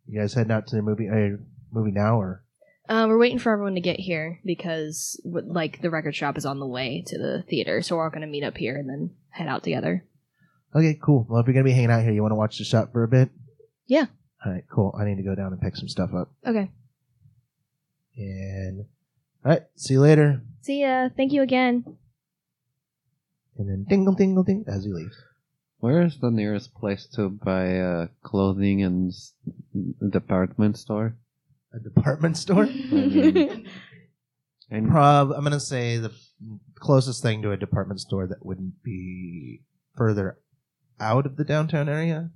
You guys heading out to the movie? Uh, movie now or
Uh, we're waiting for everyone to get here because, w- like, the record shop is on the way to the theater, so we're all going to meet up here and then head out together.
okay, cool. Well, if you're gonna be hanging out here, you want to watch the shop for a bit?
Yeah.
All right, cool. I need to go down and pick some stuff up.
Okay.
And all right, see you later.
See ya. Thank you again.
And then dingle, dingle, ding as he leaves.
Where is the nearest place to buy uh, clothing and s- department store?
A department store.
And
Prob. I'm gonna say the closest thing to a department store that wouldn't be further out of the downtown area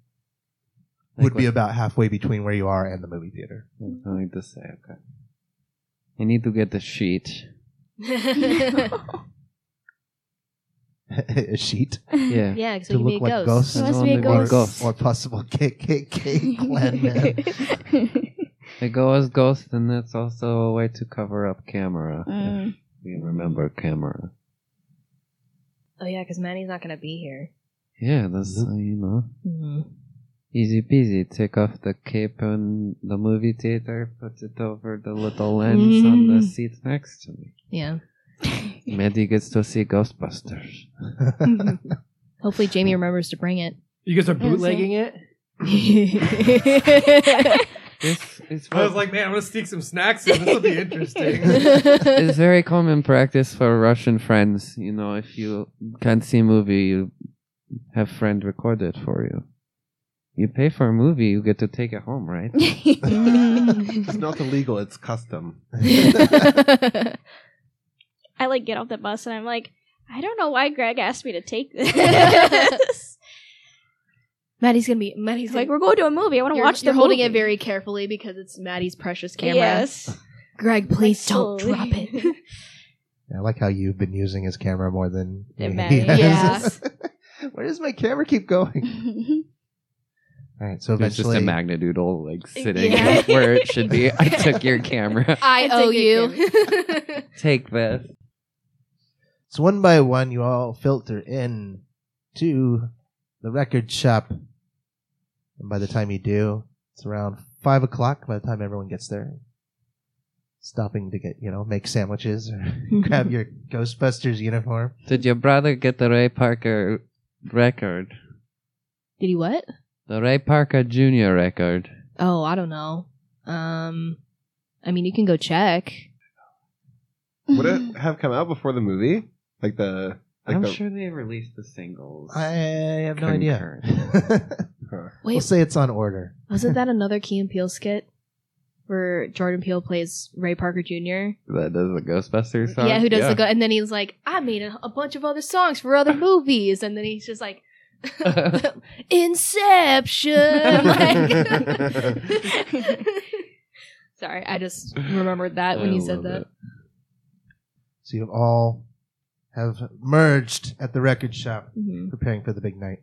like
would be
what-
about halfway between where you are and the movie theater.
I need to say okay. I need to get the sheet.
a sheet
Yeah.
yeah, because
to
we can be
look
a
like
ghost.
ghosts,
It
must
Someone
be a
make one
ghost.
or possible KKK clan men.
They go as ghost, and that's also a way to cover up camera.
Mm.
If we remember camera.
Oh, yeah, because Manny's not going to be here.
Yeah, that's uh, you know
Mm-hmm.
easy peasy. Take off the cape in the movie theater, put it over the little lens on the
Mm.
seat next to me.
Yeah.
Mm.
Maddie gets to see Ghostbusters.
Hopefully, Jamie remembers to bring it.
You guys are
Yeah,
bootlegging it?
It's it's
I was
what-
like, man, I'm going to sneak some snacks in. This will be interesting.
it's very common practice for Russian friends. You know, if you can't see a movie, you have friend record it for you. You pay for a movie, you get to take it home, right?
It's not illegal. It's custom.
I like get off the bus and I'm like, I don't know why Greg asked me to take this.
Maddie's going to be. Maddie's
He's like, we're going to a movie. I want to
You're-
watch the
you're holding it
movie."
very carefully because it's Maddie's precious camera.
Yes.
Greg, please
Like,
don't
slowly.
drop it.
I like how you've been using his camera more than
Than
he
Maddie.
has.
Yes.
Where does my camera keep going? All right, so
It's just
eventually,
a magnadoodle like sitting
Yeah.
where it should be. I took your camera.
I
It's
owe
okay,
you.
Take this.
So one by one, you all filter in to the record shop. And by the time you do, it's around five o'clock by the time everyone gets there. Stopping to get, you know, make sandwiches or grab your Ghostbusters uniform.
Did your brother get the Ray Parker record?
Did he what?
The Ray Parker Jr. record.
Oh, I don't know. Um, I mean, you can go check.
Would it have come out before the movie? Like the Like
I'm
the-
sure they released the singles.
I have no
Concurrent.
idea.
Wait,
we'll say it's on order.
wasn't that another Key and Peele skit where Jordan Peele plays Ray Parker Jr.?
that does the Ghostbusters song.
yeah, who does the go? And then he's like, I made a, a bunch of other songs for other movies, and then he's just like, Inception. like- Sorry, I just remembered that when
I
you said
love
that.
it.
So you all have merged at the record shop,
Mhm.
preparing for the big night.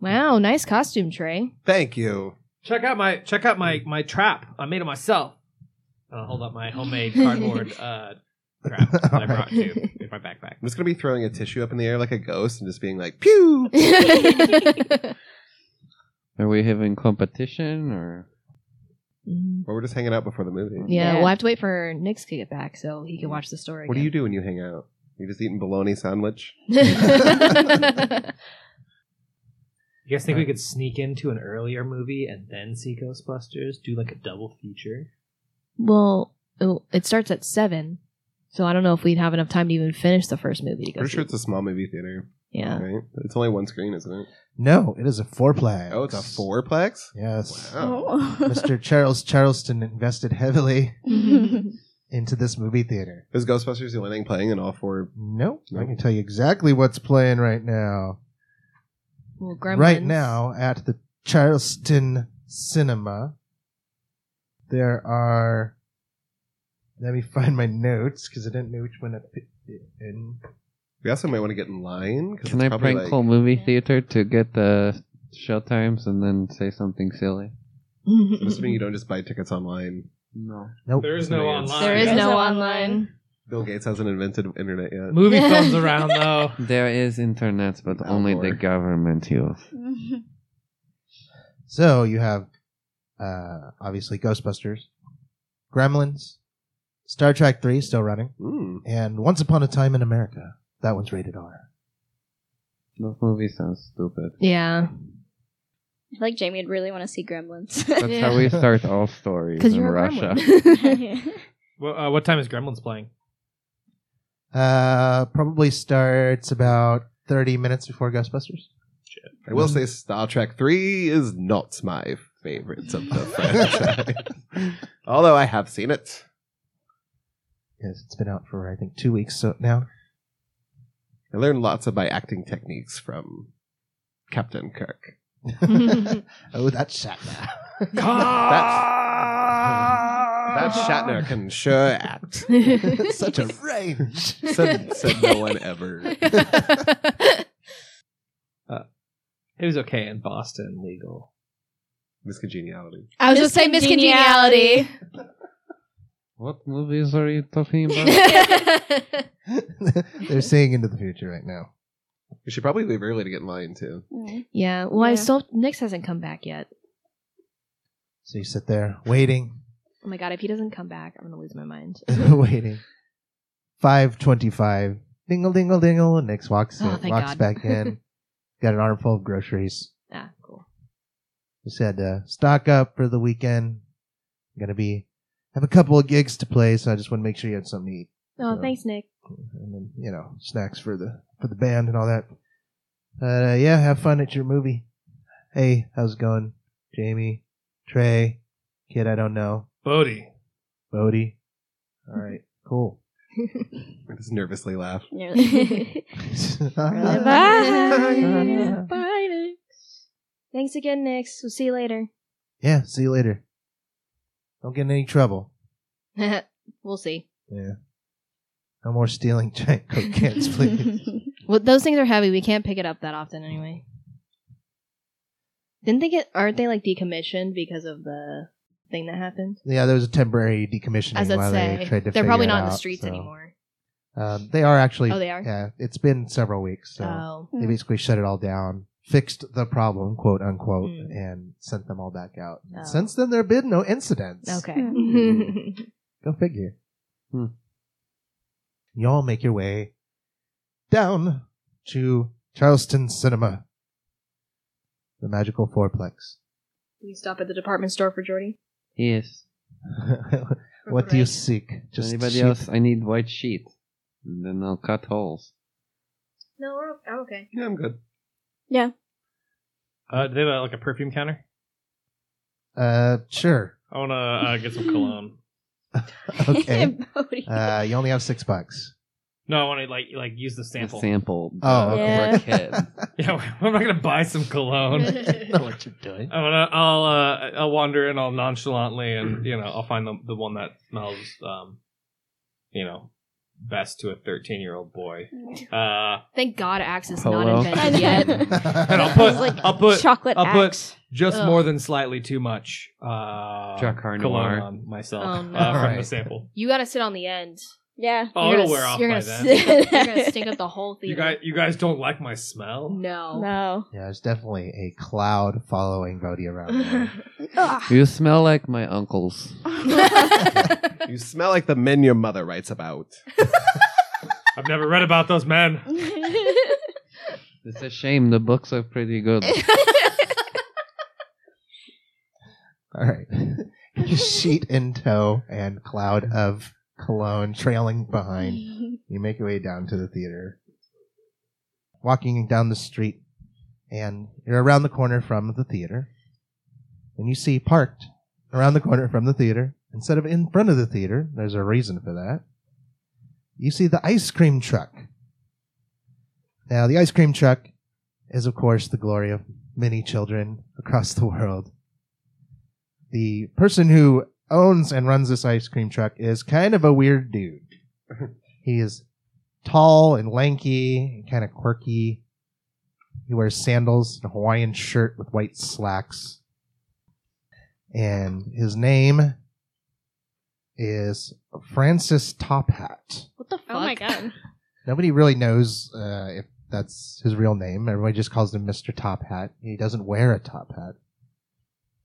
Wow, nice costume, Trey.
Thank you.
Check out my check out my my trap. I made it myself. And I'll hold up my homemade cardboard uh, trap that I brought to in my backpack.
I'm just gonna be throwing a tissue up in the air like a ghost and just being like, pew.
Mm-hmm.
Are we having competition or?
Mhm.
Or we're just hanging out before the movie.
yeah,
Yeah.
we'll have to wait for Nick's to get back so he can watch the story.
What do you do when you hang out? You just eating bologna sandwich?
again.
You guys think we could sneak into an earlier movie and then see Ghostbusters? Do like a double feature?
well, it- it starts at seven, so I don't know if we'd have enough time to even finish the first movie to go.
Pretty sure
see.
it's a small movie theater,
yeah.
right? It's only one screen, isn't it?
No, it is a fourplex.
Oh, it's a fourplex.
Yes.
Oh.
Wow.
Mr. Charles Charleston invested heavily
Mhm.
into this movie theater.
Is Ghostbusters the only thing playing in all four?
Nope. I
Nope.
can tell you exactly what's playing right now.
Well, Gremlins.
Right now at the Charleston Cinema, there are. Let me find my notes because I didn't know which one to put it in.
We also might want to get in line. 'cause
Can
it's
I
probably
prank
like-
call movie theater to get the show times and then say something silly?
I'm assuming you don't just buy tickets online.
No.
Nope.
There is no online.
there is
There's
no
no
online.
Bill Gates hasn't invented internet yet.
Movie films around though.
There is internet, but
Oh,
only the
Lord.
government use.
So you have, uh, obviously Ghostbusters, Gremlins, Star Trek Three still running,
Mm.
and Once Upon a Time in America. That one's rated R.
Those movies sound stupid.
I
Yeah,
feel like Jamie would really want to see Gremlins.
That's
Yeah.
how we start all stories
because
in
you're a
Russia.
Gremlin.
Well, uh, what time is Gremlins playing?
Uh, probably starts about thirty minutes before Ghostbusters.
I will say Star Trek 3 is not my favorite of the franchise. Although I have seen it.
Yes, it's been out for I think two weeks so now.
I learned lots of my acting techniques from Captain Kirk.
oh, that's Shatner.
Ah!
That Shatner can sure act.
Such a range.
Said, said no one ever.
It was okay in Boston legal.
Miscongeniality.
I was just saying miscongeniality.
What movies are you talking about?
yeah,
They're seeing into the future right now.
We should probably leave early to get in line, too.
well, I
Yeah.
still Nick's hasn't come back yet.
So you sit there waiting,
Oh my god, if he doesn't come back, I'm gonna lose my mind.
waiting. Five twenty-five. Dingle, dingle, dingle. And Nix walks
Oh,
in,
thank
walks
God.
back in. Got an armful of groceries.
Ah, cool.
He said, uh, stock up for the weekend. I'm gonna be have a couple of gigs to play, so I just want to make sure you had something to eat.
Oh,
Yeah.
thanks, Nick.
and then you know snacks for the for the band and all that. Uh, yeah, have fun at your movie. Hey, how's it going, Jamie, Trey, kid? I don't know,
Bodie.
Bodie. All right, cool.
I just nervously laugh.
Bye. Bye. Nick.
Thanks again, Nix. We'll see you later.
yeah, see you later. Don't get in any trouble.
we'll see.
Yeah. No more stealing giant coke cans, please.
Well, those things are heavy. We can't pick it up that often anyway. Didn't they get? Aren't they like decommissioned because of the thing that happened?
yeah, there was a temporary decommissioning
As I'd
while
say,
they tried to
they're probably
figure it
not in the
out,
streets
so-
anymore.
Um, they are actually.
Oh, they are?
Yeah, it's been several weeks. So.
Oh,
they
Mm.
basically shut it all down, fixed the problem, quote unquote,
Mm.
and sent them all back out.
Oh.
Since then, there have been no incidents.
okay.
Go figure.
Hmm.
Y'all make your way down to Charleston Cinema, the magical fourplex.
we stop at the department store for Jordy?
yes.
what do you
Right.
seek?
Anybody
cheap-
else? I need white sheet. And then I'll cut holes.
No, we're okay. I'm okay.
Yeah, I'm good.
Uh, do they have uh, like a perfume counter?
Uh, sure.
I want to uh, get some cologne.
Okay.
Bodhi.
uh, you only have six bucks.
No, I want to like like use the sample.
A sample.
Oh,
uh,
okay.
for a kid.
yeah, I'm not gonna buy some cologne.
what you're doing.
I wanna, I'll uh, I'll wander in all nonchalantly, and you know I'll find the the one that smells, um, you know, best to a 13 year old boy. Uh,
Thank God Axe is
Hello?
not
I
invented yet.
know.
and I'll
It was
put
like
I'll put
chocolate
I'll put-
axe.
just
Ugh.
more than slightly too much uh,
Drakkar
cologne
Noir.
on myself
Oh, no.
uh, from the
Alright.
sample.
You gotta sit on the end.
Yeah.
Oh,
You're
it'll
gonna
wear
s-
off
you're
by
gonna
then.
s- You're gonna stink up the whole theater.
You guys, you guys don't like my smell.
no.
No.
Yeah, there's definitely a cloud following Rhodey around. there.
You smell like my uncles.
You smell like the men your mother writes about.
I've never read about those men.
It's a shame. The books are pretty good.
All right. Sheet in tow and cloud of cologne trailing behind. You make your way down to the theater. Walking down the street, and you're around the corner from the theater. And you see parked around the corner from the theater, instead of in front of the theater, there's a reason for that. You see the ice cream truck. Now, the ice cream truck is, of course, the glory of many children across the world. The person who owns and runs this ice cream truck is kind of a weird dude. He is tall and lanky and kind of quirky. He wears sandals and a Hawaiian shirt with white slacks. And his name is Francis Top Hat.
what the fuck?
Oh my God.
Nobody really knows uh, if that's his real name. Everybody just calls him Mr. Top Hat. He doesn't wear a top hat.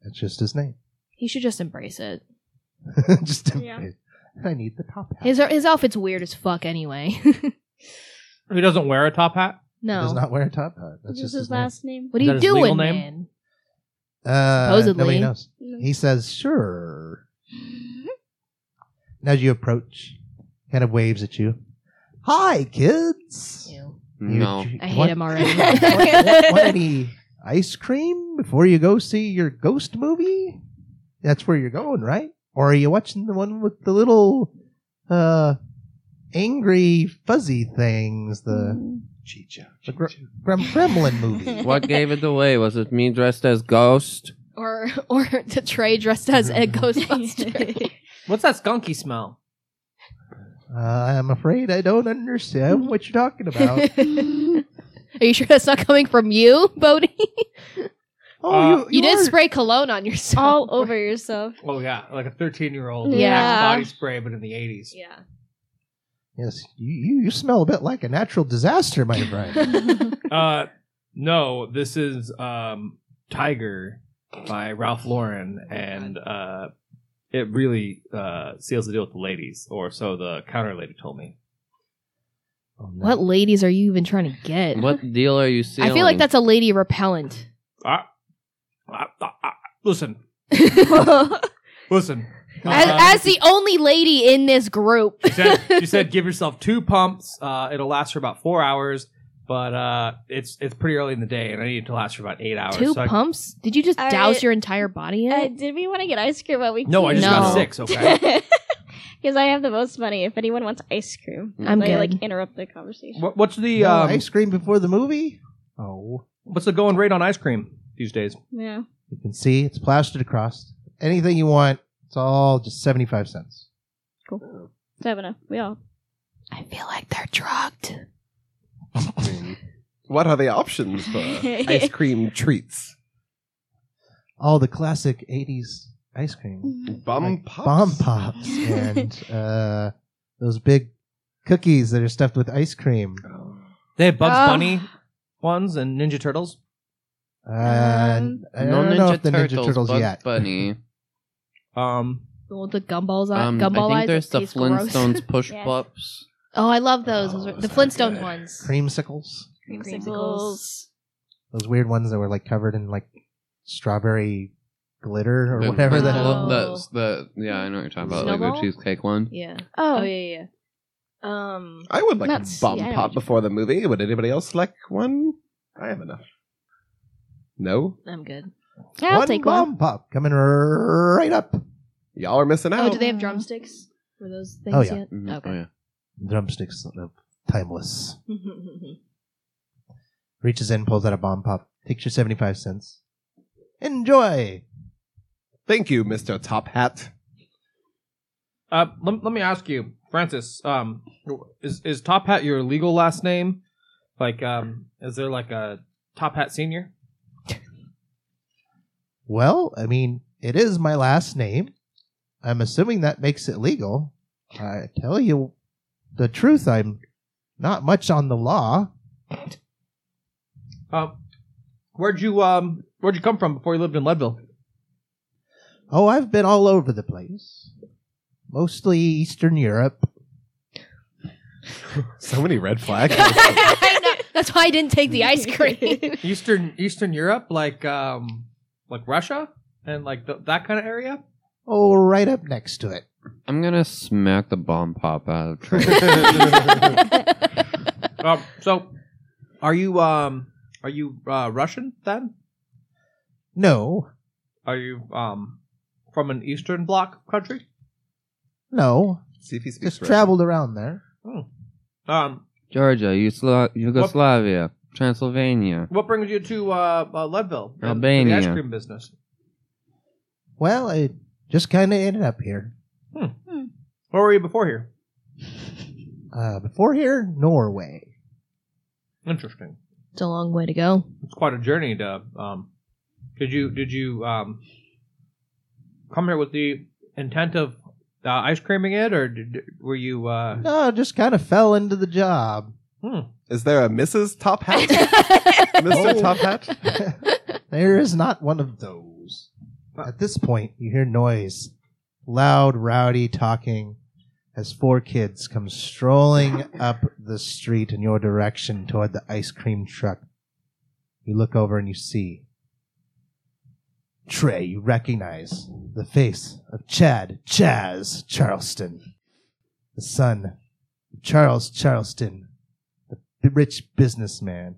That's just his name.
He should just embrace it.
just
Yeah.
I need the top hat.
His his outfit's weird as fuck anyway.
Who doesn't wear a top hat?
He
no.
does not wear a top hat. That's
This is
just
his last name.
what are
Is that
you
his legal
doing,
name?
man?
Name. Uh,
Supposedly.
nobody knows.
No.
He says, "Sure." And as you approach, kind of waves at you. Hi, kids.
Ew.
You-
No.
you
I hate
want-
him already.
want, want- want any ice cream before you go see your ghost movie? That's where you're going, right? Or are you watching the one with the little uh angry fuzzy things, the
Chicha.
The gr- Grem- Gremlin movie?
What gave it away? Was it me dressed as ghost?
or or the Trey dressed as a Ghostbuster.
What's that skunky smell?
Uh, I'm afraid I don't understand what you're talking about.
Are you sure that's not coming from you, Bodhi?
Oh,
Uh,
You did
are-
spray cologne on yourself.
All over yourself.
Oh yeah, like a 13 year old.
Yeah.
body spray, but in the 80s.
Yeah.
Yes, you, you you smell a bit like a natural disaster, my friend.
Uh, no, this is um, Tiger by Ralph Lauren,
Oh
and uh, it really uh, seals the deal with the ladies, or so the counter lady told me.
Oh, no.
What ladies are you even trying to get?
What deal are you seeing?
I feel like that's a lady repellent.
Ah, ah, ah, listen,
Um,
as,
listen. Um,
as the only lady in this group.
she, said, she said, give yourself two pumps. Uh, it'll last for about four hours, but uh, it's it's pretty early in the day, and I need it to last for about eight hours.
Two
so I-
pumps? Did you just
I-
douse your entire body in?
Uh,
it?
did we want to get ice cream while we
no, I just
No.
got six. Okay.
Because I have the most money. If anyone wants ice cream,
I'm
they like
good.
interrupt the conversation.
what, what's the
No
um,
ice cream before the movie? Oh,
what's the going rate on ice cream these days?
Yeah.
you can see it's plastered across. Anything you want, it's all just seventy-five cents.
So I have enough. We all.
I feel like they're drugged.
I mean, Hmm. what are the options for ice cream treats?
All the classic '80s ice cream,
Bum pops.
bomb pops, and uh, those big cookies that are stuffed with ice cream.
They have Bugs
Oh.
Bunny ones and Ninja Turtles.
Uh,
Um,
I don't know if the Ninja Turtles
Bugs
yet.
Bunny.
Um,
Well, the gumballs
Um,
on gumball
I
eyes.
think there's
that
the
taste gross.
Flintstones push
Yes.
pups.
Oh, I love those.
Oh,
those are
those
the
are
Flintstone
good.
ones.
Creamsicles.
Creamsicles.
those weird ones that were like covered in like strawberry glitter or
The-
whatever the hell.
Oh.
the- the- yeah, I know what you're talking about. Like
Snowball?
the cheesecake one.
Yeah.
Oh,
yeah, yeah. Um,
I would like
Let's
a
see,
bomb
I know
pop
what you-
before the movie. Would anybody else like one? I have enough. No?
I'm good.
I'll
one
take
bomb
one.
pop coming right up.
Y'all are missing
Oh,
out.
do they
mm.
have drumsticks? Were those things
Oh, yeah.
yet?
Mm,
Okay.
oh, yeah.
Drumsticks of timeless. Reaches in, pulls out a bomb pop, takes your 75 cents. Enjoy!
Thank you, Mr. Top Hat.
Uh, let, let me ask you, Francis. Um, is is Top Hat your legal last name? Like, um, is there like a Top Hat Senior?
Well, I mean, it is my last name. I'm assuming that makes it legal. I tell you the truth, I'm not much on the law.
Um, where'd you um where'd you come from before you lived in Leadville?
Oh, I've been all over the place. Mostly Eastern Europe.
So many red flags.
I know. That's why I didn't take the ice cream.
Eastern Eastern Europe, like um like Russia and like th- that kind of area.
Oh, right up next to it.
I'm gonna smack the bomb pop out of Trey.
Um, so are you um are you uh, Russian then?
No,
Are you um from an Eastern Bloc country?
no.
See if he speaks
Just
Russian.
traveled around there.
Um,
Georgia, Yugosla- Yugoslavia, Transylvania.
what brings you to uh, uh Leadville? and to
Albania.
The ice cream business.
Well, I just kind of ended up here.
Where were you before here?
Uh, before here, Norway.
Interesting.
it's a long way to go.
It's quite a journey to um did you did you um come here with the intent of uh, ice creaming it or did, were you uh
No, just kind of fell into the job.
Is there a Mrs. Top Hat? Mr. Top Hat?
Oh. there is not one of those. At this point, you hear noise. Loud, rowdy talking as four kids come strolling up the street in your direction toward the ice cream truck. You look over and you see Trey, you recognize the face of Chad Chaz Charleston, the son of Charles Charleston, the rich businessman.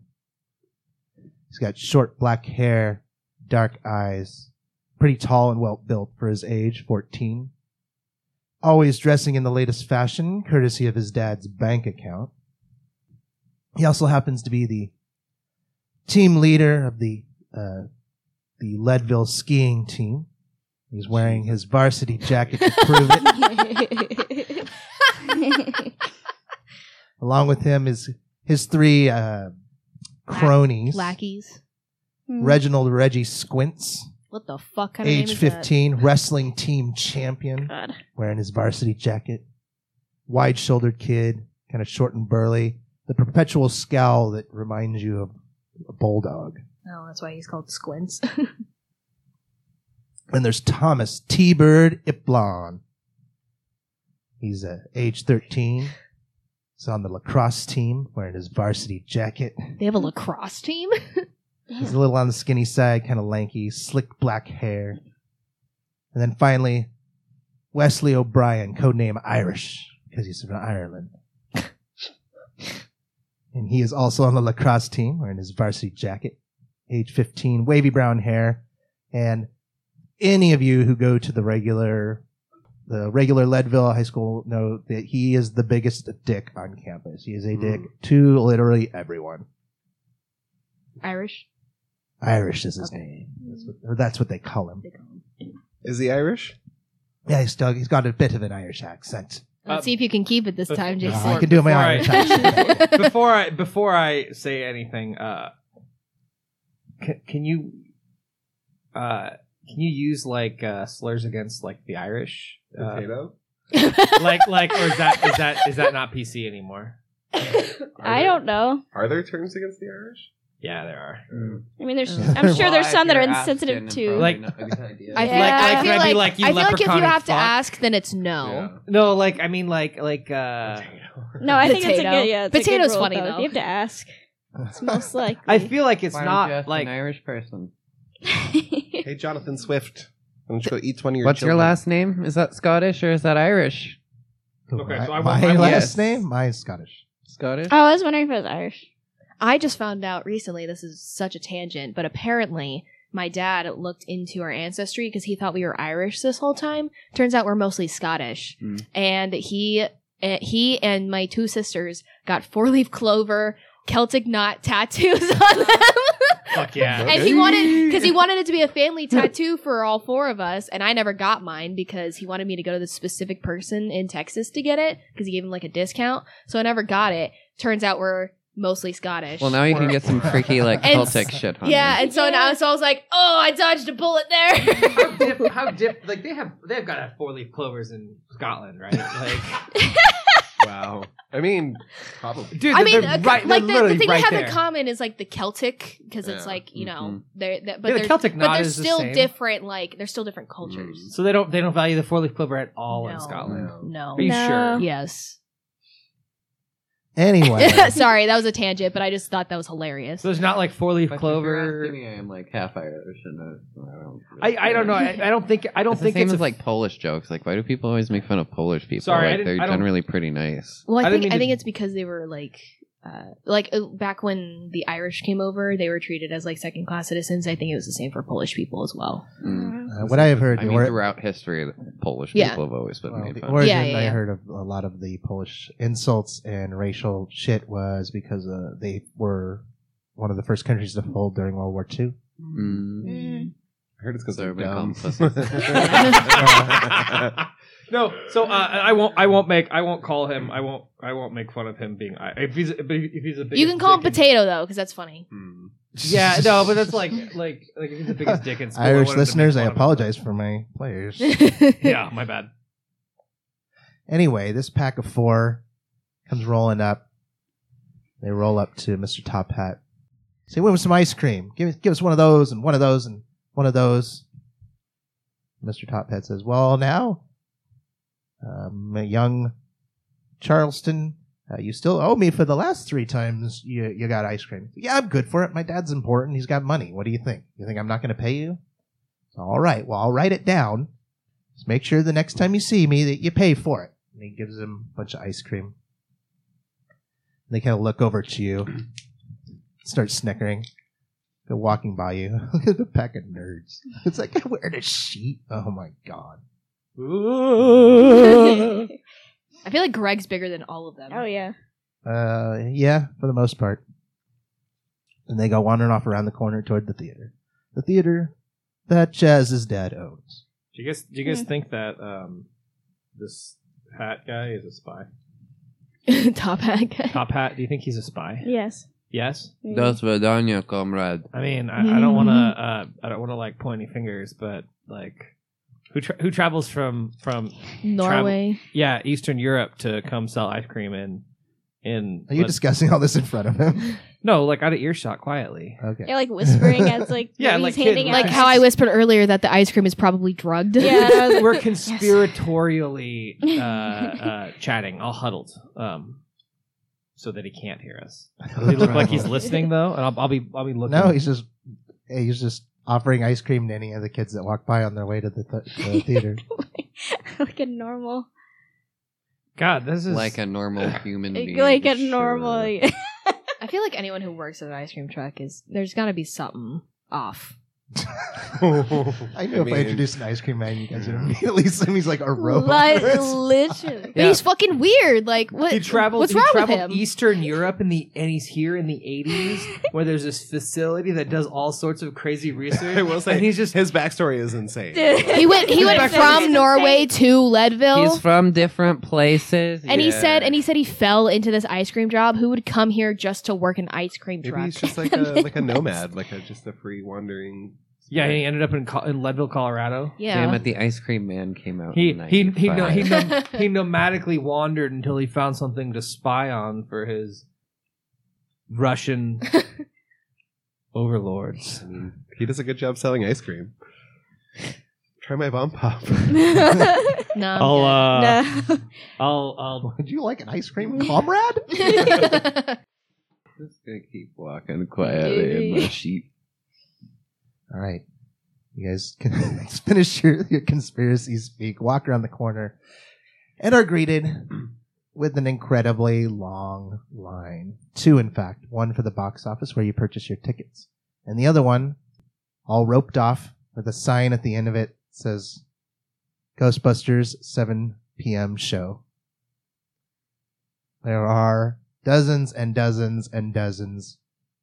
He's got short black hair, dark eyes, pretty tall and well built for his age, 14. Always dressing in the latest fashion, courtesy of his dad's bank account. He also happens to be the team leader of the uh, the Leadville skiing team. He's wearing his varsity jacket to prove it. Along with him is his three uh, cronies.
Lackeys.
Reginald Reggie Squints,
What the fuck kind of name
age
is uh, that?
15, wrestling team champion,
God.
wearing his varsity jacket. Wide shouldered kid, kind of short and burly. The perpetual scowl that reminds you of a bulldog.
Oh, that's why he's called Squints.
And there's Thomas T Bird Iplon. He's uh, age 13. He's on the lacrosse team, wearing his varsity jacket.
they have a lacrosse team.
He's a little on the skinny side, kind of lanky, slick black hair. And then finally, Wesley O'Brien, codename Irish, because he's from Ireland. and he is also on the lacrosse team, wearing his varsity jacket, age 15, wavy brown hair. And any of you who go to the regular, the regular Leadville High School know that he is the biggest dick on campus. He is a dick to literally everyone.
Irish.
Irish is his
Okay.
name. That's what, or that's what they call him.
Is he Irish?
Yeah, he's still, he's got a bit of an Irish accent.
Let's
Uh,
see if you can keep it this
bef-
time,
Yeah,
Jason.
I can do my
before I-
Irish accent.
before I before I say anything, uh, can, can you uh, can you use like uh, slurs against like the Irish? Uh,
Potato?
like like or is that is that is that not PC anymore?
Are
I
there-
don't know.
Are there terms against the Irish?
Yeah, there are.
I mean, there's.
Uh,
I'm sure there's
Why,
some that
if
are
you're Afghan
insensitive
and
to.
probably
Like-
not a good idea.
I feel
Yeah. Like,
like, I
can
feel
I
be
like,
like, you
I feel like if you
leprechaun
have to
fuck?
ask, then it's no.
No, like I mean, like like uh,
no, I think it's a
Potato.
good. Yeah, it's a good
Potato's
rule,
funny, though.
You have to ask. It's most likely.
I feel like it's
Why don't you
not
ask
like
an Irish person.
Oh,
Hey, Jonathan Swift. Why don't you go eat one of your
What's your
children?
last name? Is that Scottish or is that Irish?
Okay,
my,
so I-
my
I-
last
yes.
name, my Scottish.
Scottish?
Oh, I was wondering if it was Irish.
I just found out recently, this is such a tangent, but apparently my dad looked into our ancestry because he thought we were Irish this whole time. Turns out we're mostly Scottish.
Hmm.
And he eh, he and my two sisters got four leaf clover Celtic knot tattoos on them.
Fuck yeah.
and he wanted because he wanted it to be a family tattoo for all four of us and i never got mine because he wanted me to go to this specific person in texas to get it because he gave him like a discount so i never got it turns out we're mostly scottish
Well, now you can get some freaky, like,
And-
Celtic shit, huh?
yeah and so now so i was like oh i dodged a bullet there
dip, how dip? Like they have, they've got to have four leaf clovers in Scotland, right? Like,
wow. I mean, probably.
dude,
I mean,
they're
uh,
right,
like the,
they're literally
the thing
right
they have
there. mm-hmm.
in common is like the Celtic, because it's
Yeah.
like you know
Mhm.
they're, they but
Yeah, the
they're
Celtic
but
knot
they're
is the
still
same.
different. Like they're still different cultures.
So they don't, they don't value the four leaf clover at Mm-hmm. all in
No.
Scotland.
No.
Are you
No.
sure?
Yes.
Anyway,
Sorry, that was a tangent, but I just thought that was hilarious.
So there's not like four leaf
But if you're
clover.
asking me, I am, like, half Irish, and uh, I don't...
I, I don't know. I, I don't think. I don't
It's the
think
same
it's
as
a-
like Polish jokes. Like, why do people always make fun of Polish people?
Sorry, I
like,
didn't-
they're
I don't-
generally pretty nice.
Well, I,
I didn't
think
mean
I
to-
think it's because they were like, uh, like uh, back when the Irish came over, they were treated as like second class citizens. I think it was the same for Polish people as well.
Mm.
uh, what I have heard,
I mean,
or-
throughout history, Polish
Yeah.
people have always been
well,
made
the
fun. of.
origin
Yeah, yeah,
I
yeah.
heard of a lot of the Polish insults and racial shit was because uh, they were one of the first countries to fold during World War II.
Mm.
I heard it's because
So
they're
everybody
dumb.
calls
no, so uh, I won't. I won't make. I won't call him. I won't. I won't make fun of him being. I- If he's if he's a big.
You can call him potato though, because that's funny.
Hmm.
Yeah, no, but that's like like like if he's the biggest dick in school. I
Irish
wanted to make
listeners, I
fun of him.
apologize for my players.
Yeah, my bad.
Anyway, this pack of four comes rolling up. They roll up to Mr. Top Hat. Say, we want some ice cream. Give, give us one of those and one of those and one of those. Mr. Top Hat says, well, now, um, young Charleston, uh, you still owe me for the last three times you, you got ice cream. Yeah, I'm good for it. My dad's important. He's got money. What do you think? You think I'm not going to pay you? All right. Well, I'll write it down. Just make sure the next time you see me that you pay for it. And he gives him a bunch of ice cream. And they kind of look over to you, start snickering. They're walking by you. Look at the pack of nerds. It's like I wearing a sheet. Oh my god.
oh
I feel like Greg's bigger than all of them.
yeah.
Uh, yeah, for the most part. And they go wandering off around the corner toward the theater. The theater that Chaz's dad owns.
Do you guys do you
Mm-hmm.
guys think that um this hat guy is a spy?
yeah. Top hat guy.
Top hat. Do you think he's a spy?
Yes.
Yes.
Mm.
Das Vedanya, comrade.
I mean, I, I don't want to. Uh, I don't want to like point any fingers, but like, who tra- who travels from from
Norway.
yeah Eastern Europe to come sell ice cream in in
Are you
like-
discussing all this in front of him?
no like out of earshot quietly.
Okay.
Yeah, like whispering as like
Yeah,
he's
like
handing
hidden.
out
Like how I whispered earlier that the ice cream is probably drugged.
Yeah, that was-
We're conspiratorially uh, uh, chatting, all huddled, um, so that he can't hear us. Does he look like he's listening though? And I'll, I'll be I'll be looking.
No, he's just he's just offering ice cream to any of the kids that walk by on their way to the, th- the theater.
like a normal,
God, this is
Like a normal human being.
like a
sure.
normal.
I feel like anyone who works at an ice cream truck is there's got to be something off.
I knew if
mean-
I introduced an ice cream man, you guys would immediately assume he's like a
Like,
robot.
literally.
But he's fucking weird. Like what?
he traveled.
what's
he
wrong with
traveled
him?
Eastern Europe in the and he's here in the eighties, where there's this facility that does all sorts of crazy research.
I will say,
and he's just
His backstory is insane.
He went. He went
Back then,
from
it's
Norway
insane.
to Leadville,
He's from different places.
and he
Yeah.
said, and he said he fell into this ice cream job. Who would come here just to work an ice cream
Maybe
truck?
he's just like a like a nomad, like a, just a free wandering.
yeah. He ended up in Co- in Leadville, Colorado.
Damn
yeah.
it, the ice cream man came out.
He
in
he he, no,
95.
he, nom- he nomadically wandered until he found something to spy on for his Russian overlords.
I mean, he does a good job selling ice cream. Try my bomb pop.
No. I'm
I'll uh,
no.
I'll I'll
Would you like an ice cream, comrade?
good.
Just gonna keep walking quietly in my sheep.
All right. You guys can finish your, your conspiracy speak. Walk around the corner. and are greeted with an incredibly long line. Two, in fact, one for the box office where you purchase your tickets, and the other one, all roped off with a sign at the end of it says Ghostbusters 7 p.m. show. There are dozens and dozens and dozens,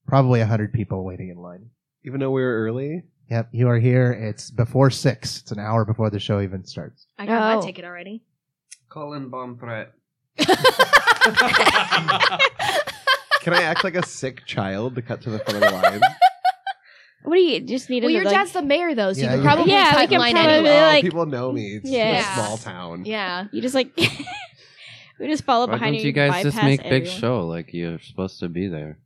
probably a hundred people waiting in line.
Even though we were early,
Yep, you are here. It's before six. It's an hour before the show even starts.
I got
Oh.
my ticket already.
Call in bomb threat.
can I act like a sick child to cut to the front of the line?
What do you just need?
well,
another,
your
like-
dad's the mayor though, so
Yeah,
you
yeah.
can probably
Yeah, we
cut
can
line
probably-
anyway.
Well,
like-
people know me. It's
Yeah.
a small town.
Yeah.
You just like we just follow
Why
behind
don't
you.
you guys just
bypass
make big
everyone.
show like you're supposed to be there?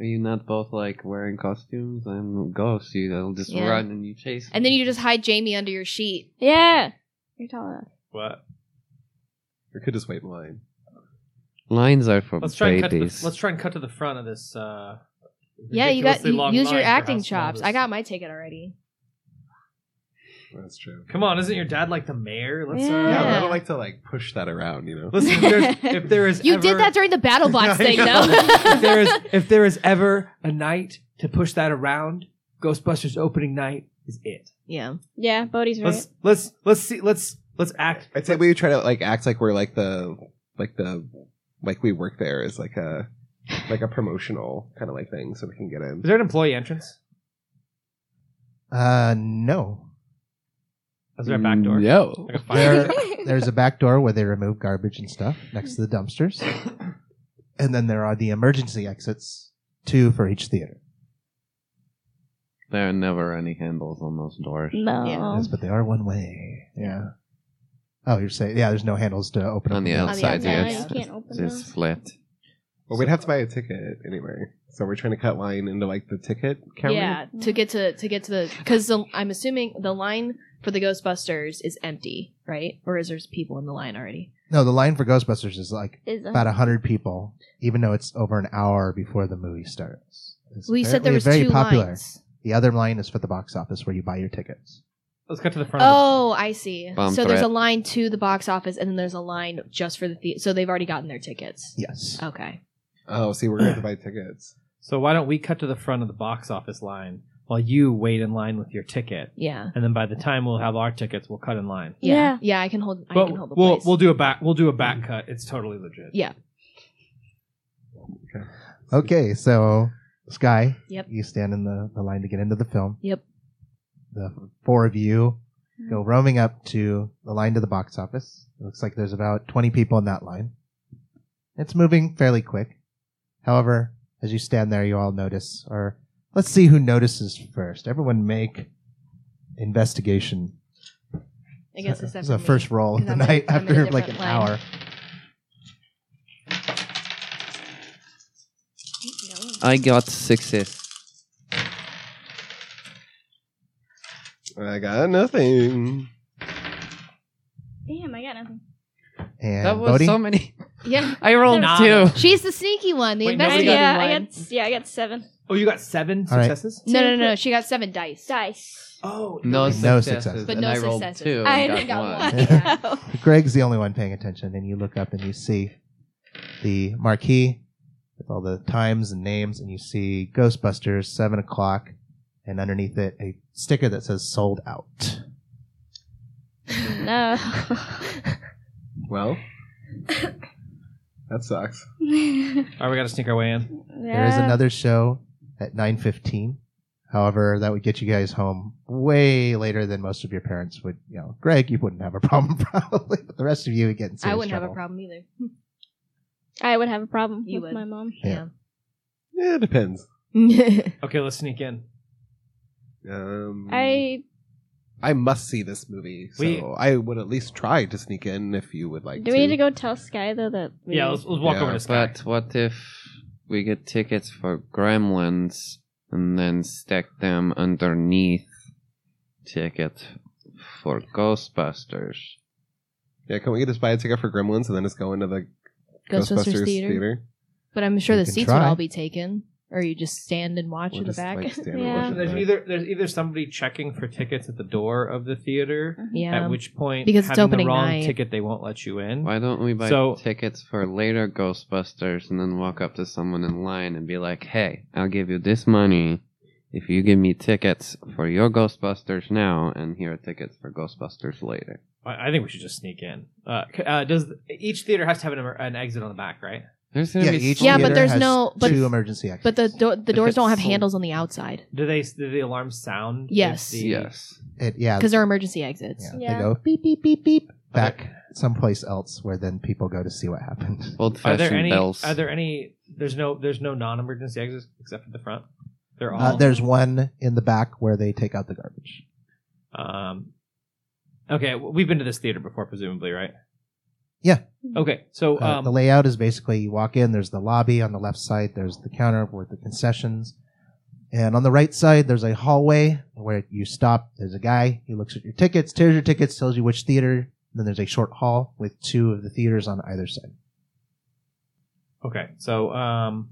Are you not both like wearing costumes? I'm ghosts. You will just
Yeah.
run and you chase.
And then you just hide Jamie under your sheet.
Yeah, you're tall enough.
What?
We could just wait in line.
lines are for
Let's try and cut. To the,
babies.
let's try and cut to the front of this. Uh,
Yeah, you got
ridiculously
you,
long
use your
line for
acting
how small
chops.
this-
I got my ticket already.
That's true.
Come on, isn't your dad like the mayor? Let's. Uh,
Yeah, but I
Yeah.
don't like to like push that around. You know.
Listen, if, there's, if there is
You
ever,
did that during the battle box
I
thing
know. if
though.
there is if there is ever a night to push that around, Ghostbusters opening night is it.
yeah.
Yeah, Bodhi's right.
Let's let's let's see let's let's act.
I'd say we try to like act like we're like the like the like we work there is like a like a promotional kind of like thing, so we can get in.
Is there an employee entrance?
Uh, no.
Is there a
Mm,
back door?
No.
Like a fire.
Mm, There, there's a back door where they remove garbage and stuff next to the dumpsters, and then there are the emergency exits, two for each theater.
There are never any handles on those doors.
No.
Yeah.
Yes, but they are one way. Yeah. Oh, you're saying yeah? There's no handles to open
On
up
the
door.
outside,
outside,
yes.
you can't open
It's
those.
flat.
Well, we'd have to buy a ticket anyway, so we're trying to cut line into like the ticket counter.
Yeah, to get to to get to the because I'm assuming the line for the Ghostbusters is empty, right? Or is there's people in the line already?
No, the line for Ghostbusters is like
Is uh, a-
about a hundred people, even though it's over an hour before the movie starts. It's
Well, you said there
apparently
was
very
two
popular.
lines.
The other line is for the box office where you buy your tickets.
Let's cut to the front.
Oh, I see.
Bomb
so there's a
threat.
line to the box office, and then there's a line just for the theater. So they've already gotten their tickets.
Yes.
Okay.
Oh, see, we're gonna have to buy tickets.
Of the, so why don't we cut to the front of the box office line while you wait in line with your ticket,
Yeah.
and then by the time we'll have our tickets, we'll cut in line.
Yeah.
Yeah.
Yeah. I can hold. I
But
can hold the
we'll
place. Mm.
we'll do a back we'll do a back cut. It's totally legit.
Yeah.
Okay, so Sky,
Yep.
you stand in the, the line to get into the film.
Yep.
The four of you go roaming up to the line to the box office. It looks like there's about 20 people in that line. It's moving fairly quick. However, as you stand there, you all notice, or let's see who notices first. Everyone make investigation.
I guess it's
This is the
definitely-
first roll of
'cause
the
I'm in-
night
I'm in a
after like an
different line.
hour.
I got sixes.
I got nothing.
Damn, I got nothing.
And
That was
Bodhi?
so many.
Yeah.
I rolled
Nah.
two.
She's the sneaky one. The
Wait, nobody
investigating
yeah, I
one.
got yeah, I got seven
Oh, you got seven
All right.
successes.
no, no, no, no. She got seven dice.
dice.
Oh
No
successes. No
successes.
But
and
no
I rolled
successes.
two.
I
and
got
one.
one.
Yeah.
No.
Greg's the only one paying attention, and you look up and you see the marquee with all the times and names, and you see Ghostbusters, 7 o'clock, and underneath it, a sticker that says sold out.
No.
Well, that sucks.
All right, we got to sneak our way in.
There is
Yeah.
another show at 9.15. However, that would get you guys home way later than most of your parents would. You know, Greg, you wouldn't have a problem probably, but the rest of you would get in serious
I wouldn't have
trouble.
a problem either.
I would have a problem
You
with
would.
my mom.
Yeah.
Yeah, it depends.
Yeah.
Okay, let's sneak in.
Mm.
Um,
I
I must see this movie, so
We-
I would at least try to sneak in if you would like.
do we need to go tell Sky though that we,
Yeah, let's, let's walk
Yeah,
over to Sky.
But what if we get tickets for Gremlins and then stack them underneath tickets for Ghostbusters?
Yeah, can we just buy a ticket for Gremlins and then just go into the
Ghostbusters,
Ghostbusters,
Theater.
theater?
But I'm sure
You
the
can
seats
try.
would all be taken. Or you just stand and watch
We'll
in the
just,
back?
like, stand and
Yeah.
watch it
There's
back.
either there's either somebody checking for tickets at the door of the theater,
yeah.
at which point
Because it's
having
opening
the wrong
night.
ticket they won't let you in.
Why don't we buy
So-
tickets for later Ghostbusters and then walk up to someone in line and be like, hey, I'll give you this money if you give me tickets for your Ghostbusters now, and here are tickets for Ghostbusters later.
I I think we should just sneak in. Uh, c- uh, does each theater has to have an, emer- an exit on the back, right?
There's gonna
Yeah,
be
each
so
Yeah, but
theater
many-
there's
has
no- but-
two emergency exits.
But the do- the
If
doors don't have
it's sold-
handles on the outside
Do they do the alarms sound? if
Yes.
the-
yes.
It- yeah,
because they're emergency exits.
yeah,
Yeah.
they go beep beep beep beep back someplace else where then people go to see what happened.
Old
Are there
fashioned
any?
bells.
Are there any? There's no. There's no non-emergency exits except for the front. They're all.
Uh, there's one in the back where they take out the garbage.
Um, okay, w- we've been to this theater before, presumably, right?
Yeah.
Okay, so
Uh,
um,
the layout is basically you walk in, there's the lobby on the left side, there's the counter with the concessions. And on the right side, there's a hallway where you stop. There's a guy. He looks at your tickets, tears your tickets, tells you which theater. Then there's a short hall with two of the theaters on either side.
okay, so um,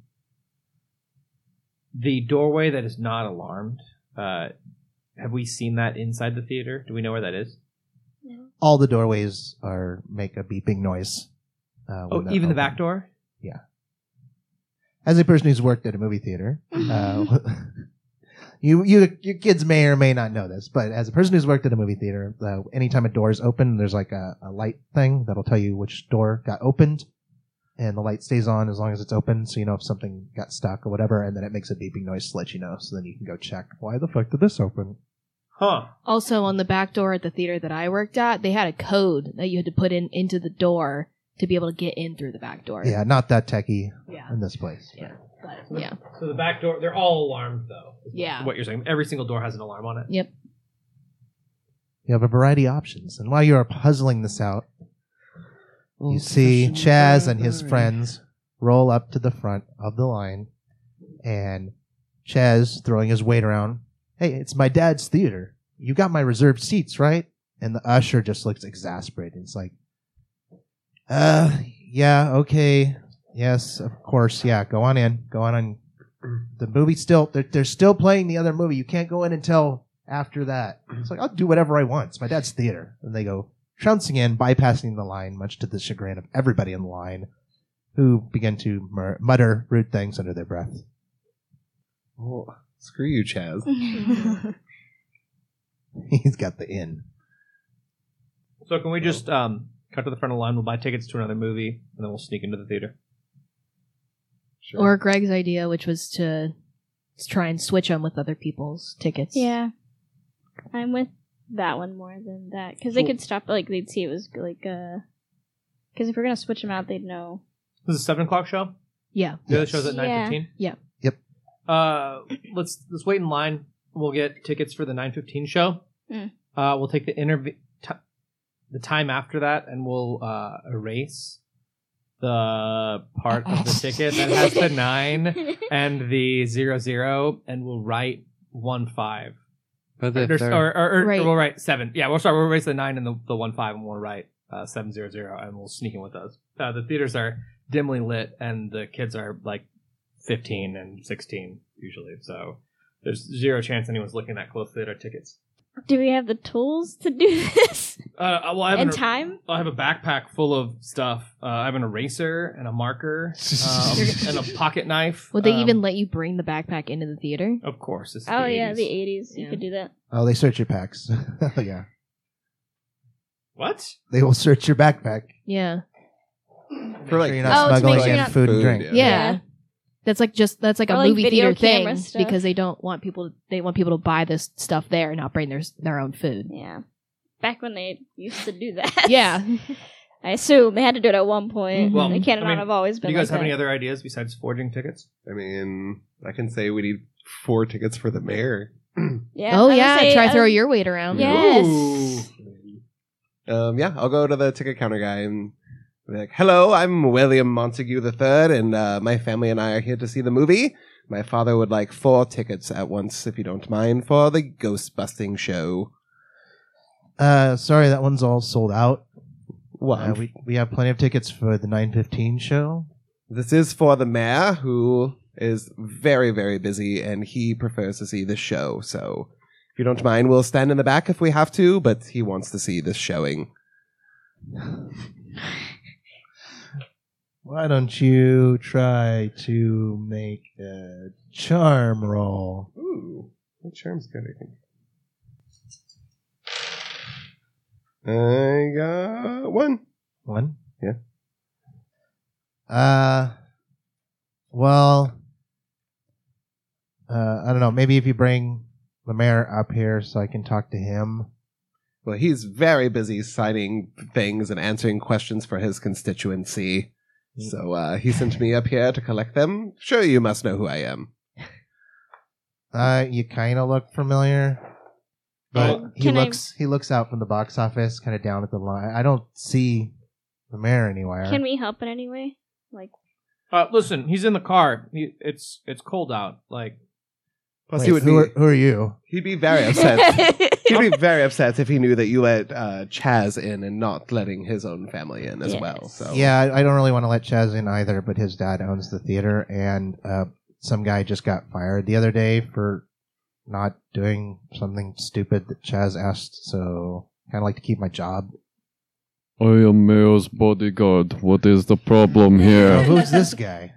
the doorway that is not alarmed. Uh, have we seen that inside the theater? Do we know where that is?
All the doorways are make a beeping noise. Uh, when
Oh,
they're
even the
open.
back door.
As a person who's worked at a movie theater, uh, you you your kids may or may not know this, but as a person who's worked at a movie theater, uh, anytime a door is open, there's like a, a light thing that'll tell you which door got opened, and the light stays on as long as it's open, so you know if something got stuck or whatever, and then it makes a beeping noise to let you know, so then you can go check why the fuck did this open?
Huh.
Also, on the back door at the theater that I worked at, they had a code that you had to put in into the door to be able to get in through the back door.
Yeah, not that techie
yeah,
in this place.
Yeah. But, yeah.
So the back door, they're all alarmed though. is
Yeah.
What you're saying? Every single door has an alarm on it.
You have a variety of options, and while you are puzzling this out,
Oh,
You see Chaz and his friends roll up to the front of the line, and Chaz throwing his weight around. Hey, it's my dad's theater. You got my reserved seats, right? And the usher just looks exasperated. It's like, uh, yeah, okay, yes, of course, yeah. Go on in, go on in. The movie's still they're, they're still playing the other movie. You can't go in until after that. It's like I'll do whatever I want. It's my dad's theater. And they go, trouncing in, bypassing the line, much to the chagrin of everybody in line, who begin to mur- mutter rude things under their breath.
Oh, screw you, Chaz.
He's got the in.
So can we just um, cut to the front of the line? We'll buy tickets to another movie, and then we'll sneak into the theater.
Sure.
Or Greg's idea, which was to s- try and switch them with other people's tickets.
yeah, I'm with that one more than that because they could stop. Like they'd see it was like uh, because if we're gonna switch them out, they'd know.
This is a seven o'clock show.
Yeah.
The other
Yes.
show's at nine
Yeah.
fifteen.
Yeah.
Yep.
Uh, let's let's wait in line. We'll get tickets for the nine fifteen show.
Mm.
Uh, we'll take the interview the time after that, and we'll uh, erase the part of the ticket that has the nine and the zero zero, and we'll write one five.
But
Or,
if they're-
or, or, or
Right.
we'll write seven. Yeah, we'll sorry, we'll erase the nine and the, the one five, and we'll write uh, seven zero zero, and we'll sneak in with those. Uh, the theaters are dimly lit, and the kids are like fifteen and sixteen usually, so there's zero chance anyone's looking that closely at our tickets.
Do we have the tools to do this
Uh, well, I have
in
an-
time?
I have a backpack full of stuff. Uh, I have an eraser and a marker um, and a pocket knife.
Would they
Um,
even let you bring the backpack into the theater?
Of course. It's
Oh
the
yeah,
80s.
the '80s. You
Yeah.
could do that.
Oh, they search your packs. oh, yeah.
what?
They will search your backpack.
Yeah.
For like
Sure you're
Oh,
not
to make
smuggling in
sure you're not-
food and
Food,
drink.
yeah.
Yeah. That's like just that's like
Or
a
like
movie
video
theater
camera
thing
stuff.
because they don't want people to they want people to buy this stuff there and not bring their s- their own food.
Yeah, back when they used to do that.
Yeah.
I assume they had to do it at one point.
Mhm. Well,
they can't
Mm-hmm. I mean,
have always
Do
been.
you guys
like
have any
that.
other ideas besides forging tickets?
I mean, I can say we need four tickets for the mayor.
Yeah.
oh
I would
yeah,
say,
try
uh,
throw your weight around.
Yeah. Yes.
Um, yeah, I'll go to the ticket counter guy and be like, "Hello, I'm William Montague the Third, and uh, my family and I are here to see the movie. My father would like four tickets at once, if you don't mind, for the ghost busting show.
Uh, sorry, that one's all sold out.
Well,
Uh, we we have plenty of tickets for the 9:15 show.
this is for the mayor, who is very, very busy and he prefers to see this show. So if you don't mind, we'll stand in the back if we have to, but he wants to see this showing.
Why don't you try to make a charm roll?
Ooh, that charm's good, I think. I got one.
One?
Yeah.
Uh, well, uh, I don't know. Maybe if you bring the mayor up here so I can talk to him.
Well, he's very busy citing things and answering questions for his constituency.
Mm.
So uh, he sent me up here to collect them. Sure, you must know who I am.
Uh, you kind of look familiar, but
Well,
he
can I-
looks he looks out from the box office, kind of down at the line. I don't see the mayor anywhere.
Can we help in any way? Like,
Uh, listen, he's in the car. He, it's it's cold out. Like
Plus,
Wait,
he would
who, are,
be,
who are you?
he'd be very upset. he'd be very upset if he knew that you let uh, Chaz in and not letting his own family in as
Yes.
well. So
Yeah, I, I don't really want to let Chaz in either, but his dad owns the theater, and uh, some guy just got fired the other day for not doing something stupid that Chaz asked. So, kind of like to keep my job.
I am Mayor's bodyguard. What is the problem
Oh,
here?
who's this guy?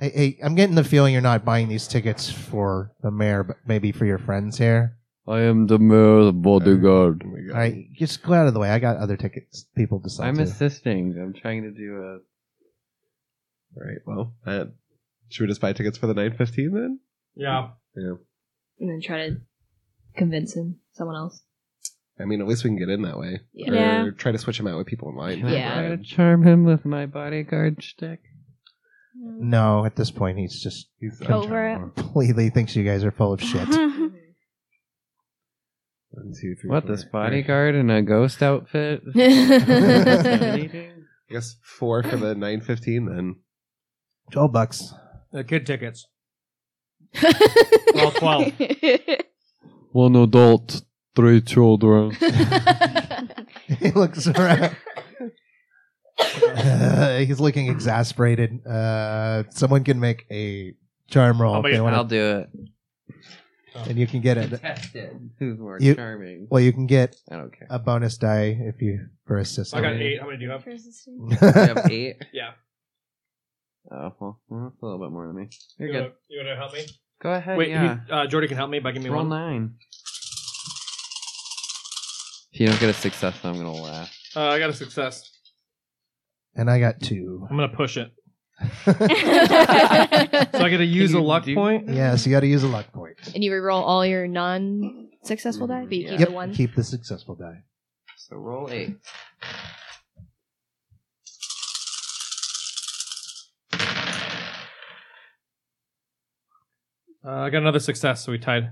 Hey, hey, I'm getting the feeling you're not buying these tickets for the mayor, but maybe for your friends here.
I am the Mayor's bodyguard.
Here we go.
All right, just go out of the way. I got other tickets. People to sell
I'm
to.
assisting. I'm trying to do a.
All right, Well, uh, should we just buy tickets for the nine fifteen then?
yeah,
and then try to convince him someone else.
I mean, at least we can get in that way.
Yeah.
Yeah.
Or try to switch him out with people in line.
Can
Yeah.
I try to charm him with my bodyguard shtick.
no, at this point, he's just
He's
Over it. Uh-huh.
completely thinks you guys are full of shit.
One, two, three,
What
four.
this bodyguard in a ghost outfit? Intimidating?
I guess four for the nine fifteen then.
Twelve bucks.
the kid tickets.
All
12.
One adult, three children.
he looks around. Uh, he's looking exasperated. Uh, someone can make a charm roll
I'll
if
be-
they
I'll
want
do it.
to, and you can get it.
Test it. Who's more
You-
charming?
Well, you can get
I don't care.
a bonus die if you for
I
assistance.
got eight. How many do you have?
You have eight.
Yeah.
Oh well, well, that's a little bit more than me. You're
You
good.
wanna, you wanna help me?
Go ahead.
Wait,
yeah.
he, uh, Jordy can help me by giving me
Roll
one.
nine. If you don't get a success, I'm gonna laugh.
Uh, I got a success.
and I got two.
I'm gonna push it. So
and
I get to use a
you
luck
do-
point.
Yes, you got to use a luck point.
you reroll all your non-successful die, but you keep
yep,
the one.
keep the successful die.
So roll eight.
Uh, I got another success, so we tied.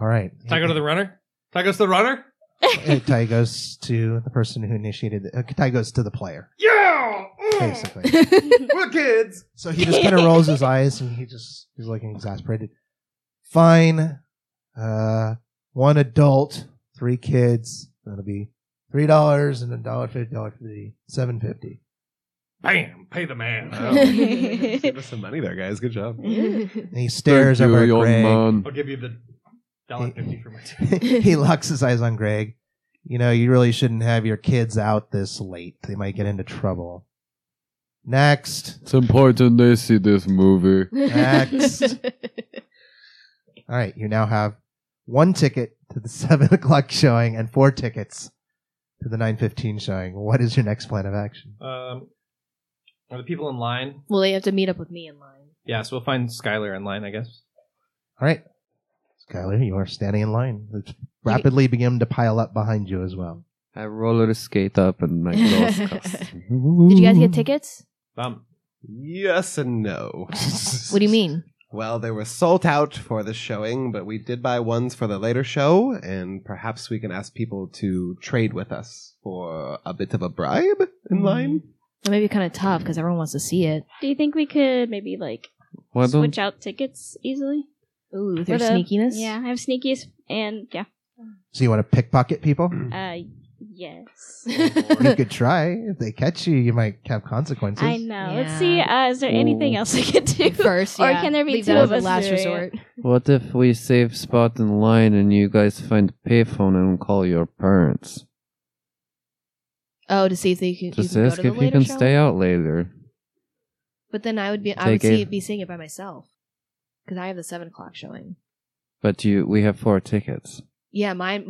All right.
Tiger to the runner. Tiger goes to the runner.
Uh, tie goes to the person who initiated the uh, tie goes to the player
Yeah.
basically
We're kids.
so he just kind of rolls his eyes and he just is looking exasperated fine uh one adult three kids that'll be three dollars and a dollar fifty dollar fifty seven fifty
Bam. Pay the man. Oh.
Wow. Save us some money there, guys. Good job.
and he stares
Thank
over
you,
at Greg.
young
I'll give you the dollar fifty for my.
he locks his eyes on Greg. You know, you really shouldn't have your kids out this late. They might get into trouble. Next.
It's important they see this movie.
Next. All right, you now have one ticket to the seven o'clock showing and four tickets to the nine fifteen showing. What is your next plan of action?
Um, are the people in line?
well, they have to meet up with me in line.
Yeah, so we'll find Skylar in line, I guess.
All right, Skylar, you are standing in line. It's rapidly begin to pile up behind you as well.
I roller skate up and my clothes cost.
Did you guys get tickets?
Um,
Yes and no.
What do you mean?
Well, they were sold out for the showing, but we did buy ones for the later show, and perhaps we can ask people to trade with us for a bit of a bribe
Mm.
in line.
It may be kind of tough because everyone wants to see it.
Do you think we could maybe like
Why don't
switch out tickets easily?
Ooh, with your
What up?
sneakiness.
Yeah, I have sneakies and yeah.
So you want to pickpocket people?
Uh, Yes.
you could try. If they catch you, you might have consequences.
I know. Let's see.
Yeah.
Uh, is there anything
Ooh.
else I can do?
First,
Or
yeah.
can there be
Leave
two
that
of
as a
us
last
doing it?
resort?
What if we save spot in line and you guys find a payphone and call your parents?
Oh, to see if they can
Just
even go
ask
to the
if you
later
can
show.
stay out later.
But then I would be I would
Take a-
see be seeing it by myself because I have the seven o'clock showing.
But you, we have four tickets.
Yeah, my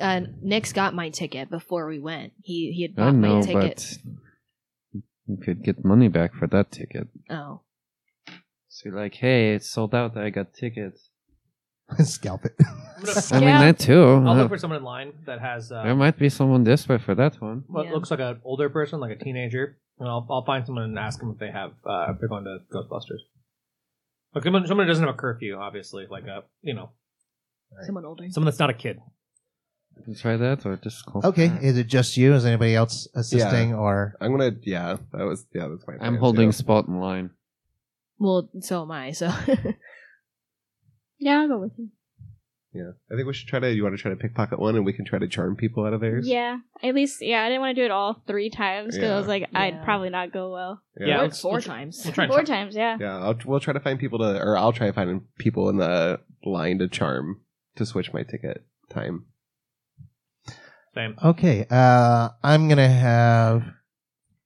uh, Nick's got my ticket before we went. He he had
I
bought
know,
my ticket.
but you could get money back for that ticket.
Oh,
So you're like, hey, it's sold out. I got tickets.
Scalp it.
I'm gonna-
I mean that too.
I'll
Uh,
look for someone in line that has uh,
there might be someone desperate for that one.
what
Yeah.
looks like an older person, like a teenager, and I'll, I'll find someone and ask them if they have uh, if they're going to Ghostbusters. Like someone, someone who doesn't have a curfew, obviously, like a you know
someone older.
someone that's not a kid.
You can try that or just call.
Okay, is it just you? Is anybody else assisting or
I'm gonna. Yeah, that was. Yeah, that's my.
I'm
plan,
holding
too.
spot in line.
Well, so am I. So
Yeah, I'll go with you.
Yeah, I think we should try to. You want to try to pickpocket one, and we can try to charm people out of theirs.
Yeah, at least yeah. I didn't want to do it all three times because I was
Yeah.
like,
Yeah.
I'd probably not go well.
Yeah,
Or
let's-
four
let's-
times.
We'll try and
Four
check-
times, yeah.
Yeah, I'll, we'll try to find people to, or I'll try finding people in the line to charm to switch my ticket time.
Same.
Okay, uh I'm gonna have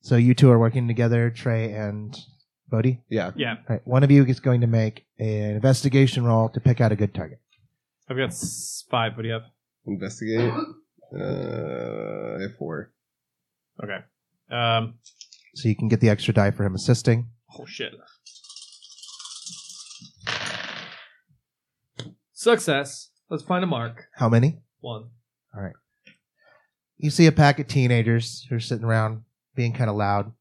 so you two are working together, Trey and Bodhi.
Yeah,
Yeah,
All right, one of you is going to make an investigation roll to pick out a good target.
I've got s- five. What do you have?
investigate. Uh, I have four.
Okay. Um.
So you can get the extra die for him assisting.
Oh shit. Success. Let's find a mark.
How many?
One.
You see a pack of teenagers who are sitting around being kind of loud,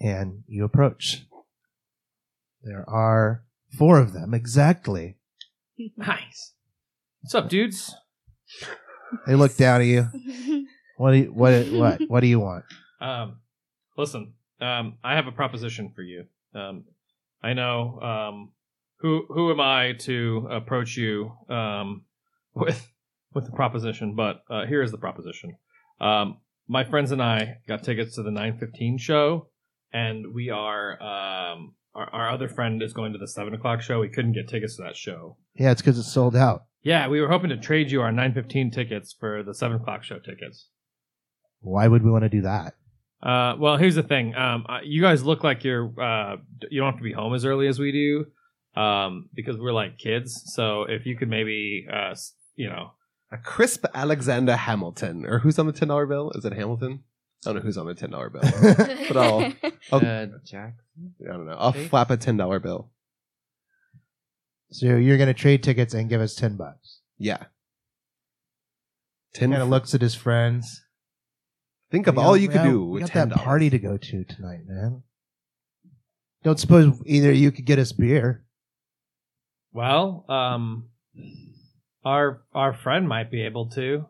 and you approach. There are four of them exactly.
Nice. What's up, dudes?
They look down at you. What? Do you, what? What? What do you want?
Um, listen, um, I have a proposition for you. Um, I know. Um, who who am I to approach you um, with with the proposition? But uh, here is the proposition. Um, my friends and I got tickets to the 9:15 show, and we are um, our, our other friend is going to the seven o'clock show. We couldn't get tickets to that show.
Yeah, it's because it's sold out.
Yeah, we were hoping to trade you our 9:15 tickets for the seven o'clock show tickets.
Why would we want to do that?
Uh, well, here's the thing. Um, uh, you guys look like you're. Uh, d- you don't have to be home as early as we do, um, because we're like kids. So if you could maybe, uh, s- you know,
A crisp Alexander Hamilton, or who's on the ten dollar bill? Is it Hamilton? I don't know who's on the ten dollar bill. I But I'll- I'll-
Uh, Jack.
don't know. I'll
Okay.
flap a ten dollar bill.
so you're going to trade tickets and give us ten bucks.
Yeah. Ten.
Kind of looks at his friends.
Think of
We
all
got-
you
we
could
got-
do
We
with
got
ten
that party to go to tonight, man. Don't suppose either of you could get us beer.
well, um, our our friend might be able to.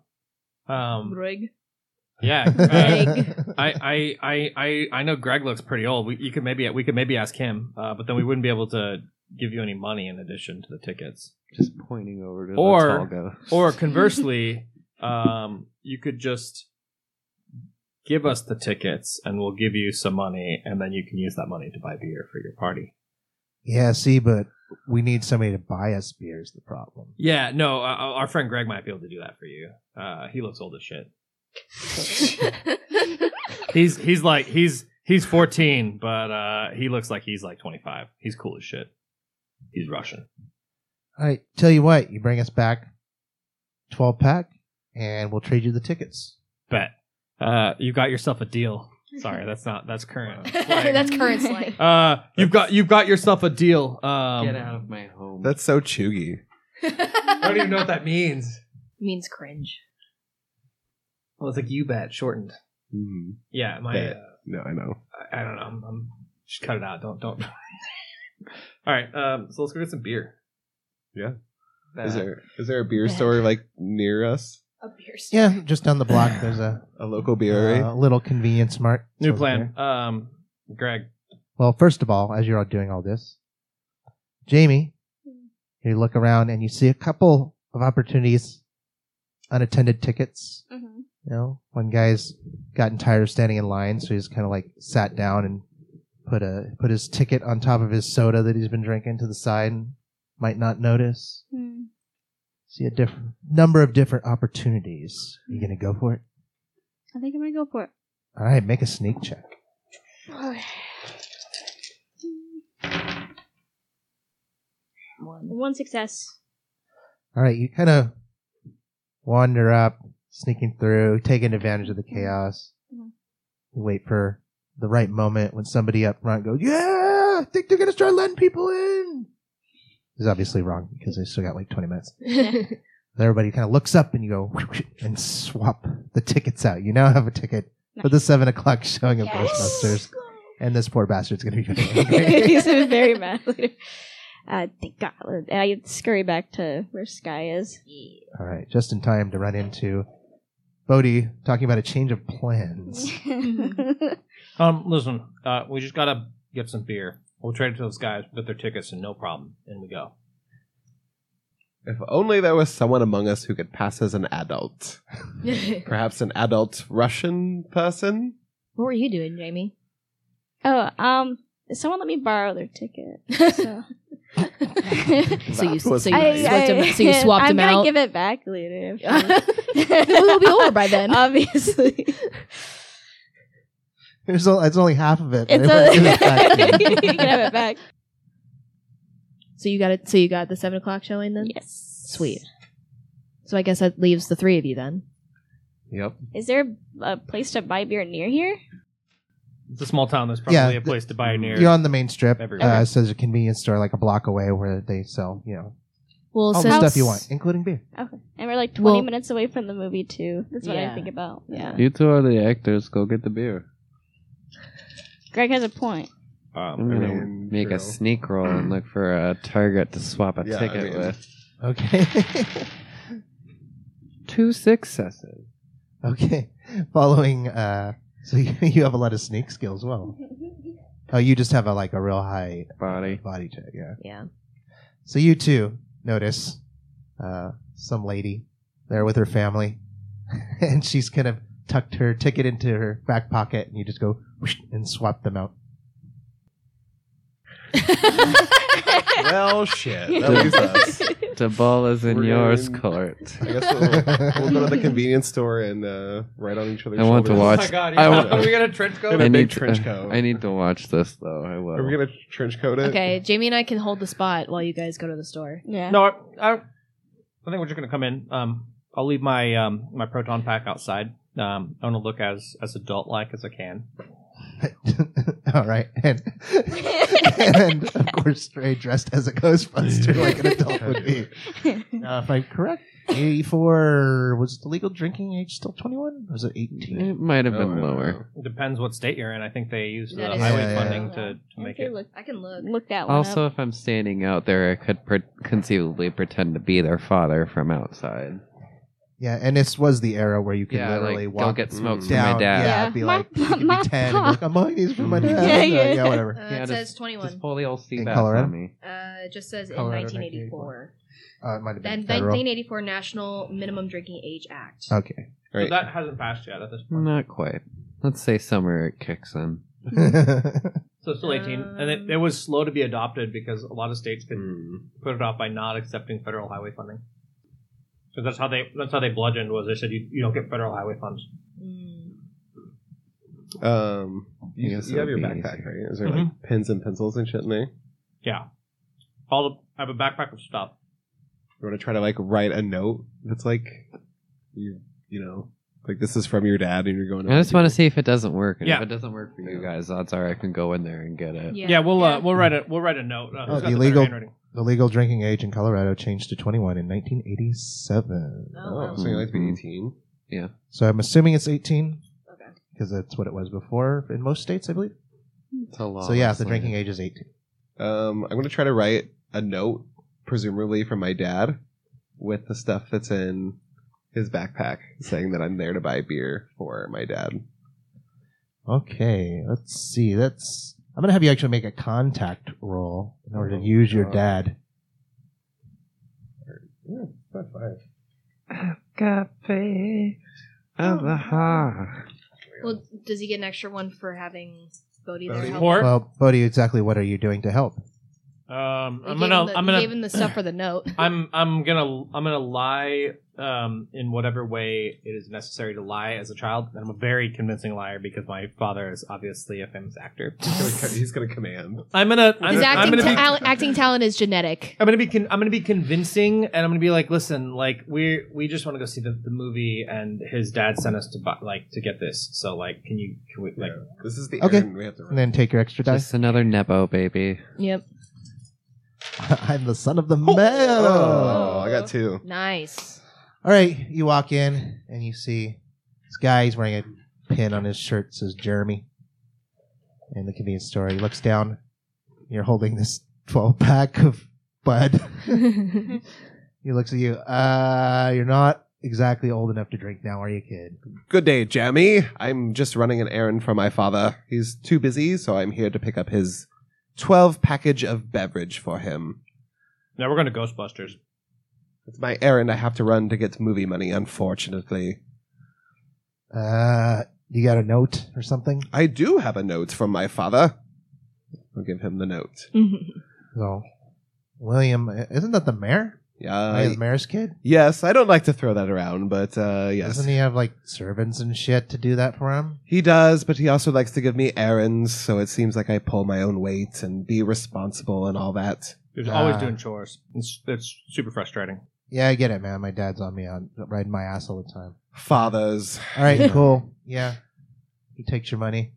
Um,
Rig.
yeah. uh, I, I I I I know Greg looks pretty old. We, you could maybe we could maybe ask him, uh, but then we wouldn't be able to give you any money in addition to the tickets.
Just pointing over to
Or-
the tall guy.
Or conversely, um, you could just give us the tickets and we'll give you some money and then you can use that money to buy beer for your party.
yeah, see, but we need somebody to buy us beer is the problem.
Yeah, no, uh, our friend Greg might be able to do that for you. Uh, he looks old as shit. He's he's like he's he's 14, but uh, he looks like he's like 25. He's cool as shit. He's Russian.
All right, tell you what, you bring us back twelve pack, and we'll trade you the tickets.
Bet. Uh, you got yourself a deal. Sorry, that's not that's current.
That's current slang.
uh, you've got you've got yourself a deal. Um,
Get out of my home.
That's so chuggy.
I don't even know what that means.
means cringe.
Well, it's like you bet, shortened.
Mhm.
Yeah, my.
Bet.
Uh,
No, I know.
I I don't know. I'm, I'm just cut it out. Don't don't. All right. Um. So let's go get some beer.
Is there is there a beer store like near us?
A beer store.
Yeah, just down the block, there's a
A local eh? brewery?
uh, little convenience mart.
New
sells beer.
plan. Um. Greg.
Well, first of all, as you're all doing all this, Jamie, you look around and you see a couple of opportunities, unattended tickets.
Mhm.
You know, one guy's gotten tired of standing in line, so he's kind of like sat down and put a put his ticket on top of his soda that he's been drinking to the side and might not notice.
Hmm.
See a different number of different opportunities. you gonna go for it?
I think I'm gonna go for it.
All right, make a sneak check.
One.
One success.
All right, you kind of wander up, sneaking through, taking advantage of the chaos.
Mhm.
You wait for the right moment when somebody up front goes, "Yeah, I think they're gonna start letting people in." Is obviously wrong because they still got like twenty minutes. Then everybody kind of looks up and you go and swap the tickets out. You now have a ticket for the seven o'clock showing of Ghostbusters, and this poor bastard's gonna be very angry.
He's gonna be very mad later. Uh, thank God. And I scurry back to where Sky is.
All right, just in time to run into Bodhi talking about a change of plans.
Um, listen, uh, we just gotta get some beer. We'll trade it to those guys, get their tickets, and no problem. In we go.
If only there was someone among us who could pass as an adult. Perhaps an adult Russian person?
what were you doing, Jamie?
oh, um, someone let me borrow their ticket. So,
So you,
That
so you,
was
swapped
nice.
I-
him, so you
I-
swapped
I'm
him
gonna
out.
give it back later. if
Well, it'll be over by then.
Obviously.
There's o- it's only half of it. but
It's
everyone
a,
give it back to you.
you can have it back.
so you got it. So you got the seven o'clock showing then.
Yes.
Sweet. So I guess that leaves the three of you then.
Yep.
Is there a place to buy beer near here?
It's a small town. There's probably
Yeah,
a place to buy near.
You're on the main strip.
Everywhere.
Uh, so there's a convenience store like a block away where they sell, you know,
Well,
all the
since
stuff you want, including beer.
Okay. And we're like 20
Well-
minutes away from the movie, too. That's what I
Yeah.
think about. Yeah.
You two are the actors. Go get the beer.
Greg has a point.
I'm
Um,
gonna Mm. make a sneak roll and look for a target to swap a
Yeah, I
ticket
mean-
with.
Okay.
Two successes.
okay. Following, uh, so you, you have a lot of sneak skill as well. Oh, you just have a like a real high
Body.
body check, yeah.
Yeah.
So you too notice uh, some lady there with her family, and she's kind of tucked her ticket into her back pocket, and you just go whoosh, and swap them out.
well, shit. That leaves us.
The ball is in
We're
yours
going-
court.
I guess we'll, we'll go to the convenience store and uh, write on each other's
I want to
shoulders.
watch-
Oh god!
I
want-
Are we gonna trench
And
coat?
a
I
big
need
trench
to,
coat.
I need to watch this though. I will.
Are we gonna trench coat it?
Okay, Jamie and I can hold the spot while you guys go to the store.
Yeah.
No, I, I, I think we're just gonna come in. Um, I'll leave my um my proton pack outside. Um, I want to look as as adult like as I can.
All right, and and of course, Stray dressed as a Ghostbuster like an adult would be. Uh, if I'm correct, eighty-four was the legal drinking age still twenty-one? Was it eighteen?
It might have
Oh,
been
I don't know.
lower.
Depends what state you're in. I think they use the
That is
highway
true.
funding
Yeah.
to, to make it.
Look,
I can look.
look that one
Also,
up.
if I'm standing out there, I could pre- conceivably pretend to be their father from outside.
Yeah, and this was the era where you could
Yeah,
literally
like,
walk
go
mm,
get smoked from
down.
my dad.
Yeah,
Yeah.
it'd be
My-
like you could be
my
ten. And
pa.
be like, I'm buying these for my
Mhm.
dad.
Yeah,
yeah,
yeah.
yeah, whatever.
Uh,
Yeah,
it
just-
says
Just
21.
pull the old Steve
In
Bass
Colorado?
on me.
Uh, it just says in
Colorado,
1984.
Uh, it might have
That
been federal.
1984 National Minimum Drinking Age Act.
Okay.
So
Right.
that hasn't passed yet at this point.
Not quite. Let's say summer it kicks in.
So it's still 18. and it, it was slow to be adopted because a lot of states could put it off by not accepting federal highway funding. So that's how they that's how they bludgeoned was they said you, you don't get federal highway funds.
Mm.
Um, you,
I guess
you
it
have
would
your
be
backpack,
easier.
right? Is there like pens and pencils and shit in there?
Yeah. All the, I have a backpack of stuff.
You want to try to like write a note that's like, you, you know, like this is from your dad and you're going.
I just want to see if it doesn't work. And
Yeah.
If it doesn't work for you guys, odds are I can go in there and get it.
Yeah, we'll Uh, we'll write a we'll write a note. Uh,
Oh,
who's got
the
better
legal-
handwriting?
the legal drinking age in Colorado changed to 21 in 1987.
Oh, so you like to be
Mhm.
18?
So I'm assuming it's 18
Okay.
because that's what it was before in most states, I believe.
It's a long
so yeah, the drinking age is 18.
Um, I'm going to try to write a note, presumably from my dad, with the stuff that's in his backpack, saying that I'm there to buy beer for my dad.
Okay, let's see. That's I'm gonna have you actually make a contact roll in order
Oh,
to use your
God.
dad.
Yeah, five.
Agape. Ah, ah, ah.
Well, does he get an extra one for having Bodhi there?
Bodhi.
help?
Or
Well, Bodhi, exactly what are you doing to help?
um,
We
I'm
gave
gonna
him the-
I'm
we
gonna
gave him the stuff for the note.
I'm I'm gonna I'm gonna lie um, in whatever way it is necessary to lie as a child. And I'm a very convincing liar because my father is obviously a famous actor.
He's gonna, he's gonna command.
I'm gonna I'm,
His
I'm
acting,
gonna be
ta- acting talent is genetic.
I'm gonna be con- I'm gonna be convincing, and I'm gonna be like, listen, like we we just want to go see the, the movie, and his dad sent us to buy, like to get this. So like, can you can we like?
This is the
Okay.
errand we have to run.
And then take your extra dice.
Just another Nebo baby.
Yep.
I'm the son of the
Oh,
mayor.
oh, I got two.
Nice.
All right, you walk in and you see this guy. He's wearing a pin on his shirt says Jeremy. In the convenience store, he looks down. You're holding this 12 pack of Bud. he looks at you. Uh, you're not exactly old enough to drink now, are you, kid?
Good day, Jammy. I'm just running an errand for my father. He's too busy, so I'm here to pick up his 12 package of beverage for him.
Now we're going to Ghostbusters.
It's my errand I have to run to get movie money, unfortunately.
Uh, you got a note or something?
I do have a note from my father. I'll give him the note.
So, William, isn't that the mayor?
Yeah.
Like, the mayor's kid?
yes, I don't like to throw that around, but uh, yes.
Doesn't he have like servants and shit to do that for him?
He does, but he also likes to give me errands, so it seems like I pull my own weight and be responsible and all that.
There's always
Ah.
doing chores. It's, it's super frustrating.
Yeah, I get it, man. My dad's on me on riding my ass all the time.
Fathers.
All right, cool. Yeah. He takes your money.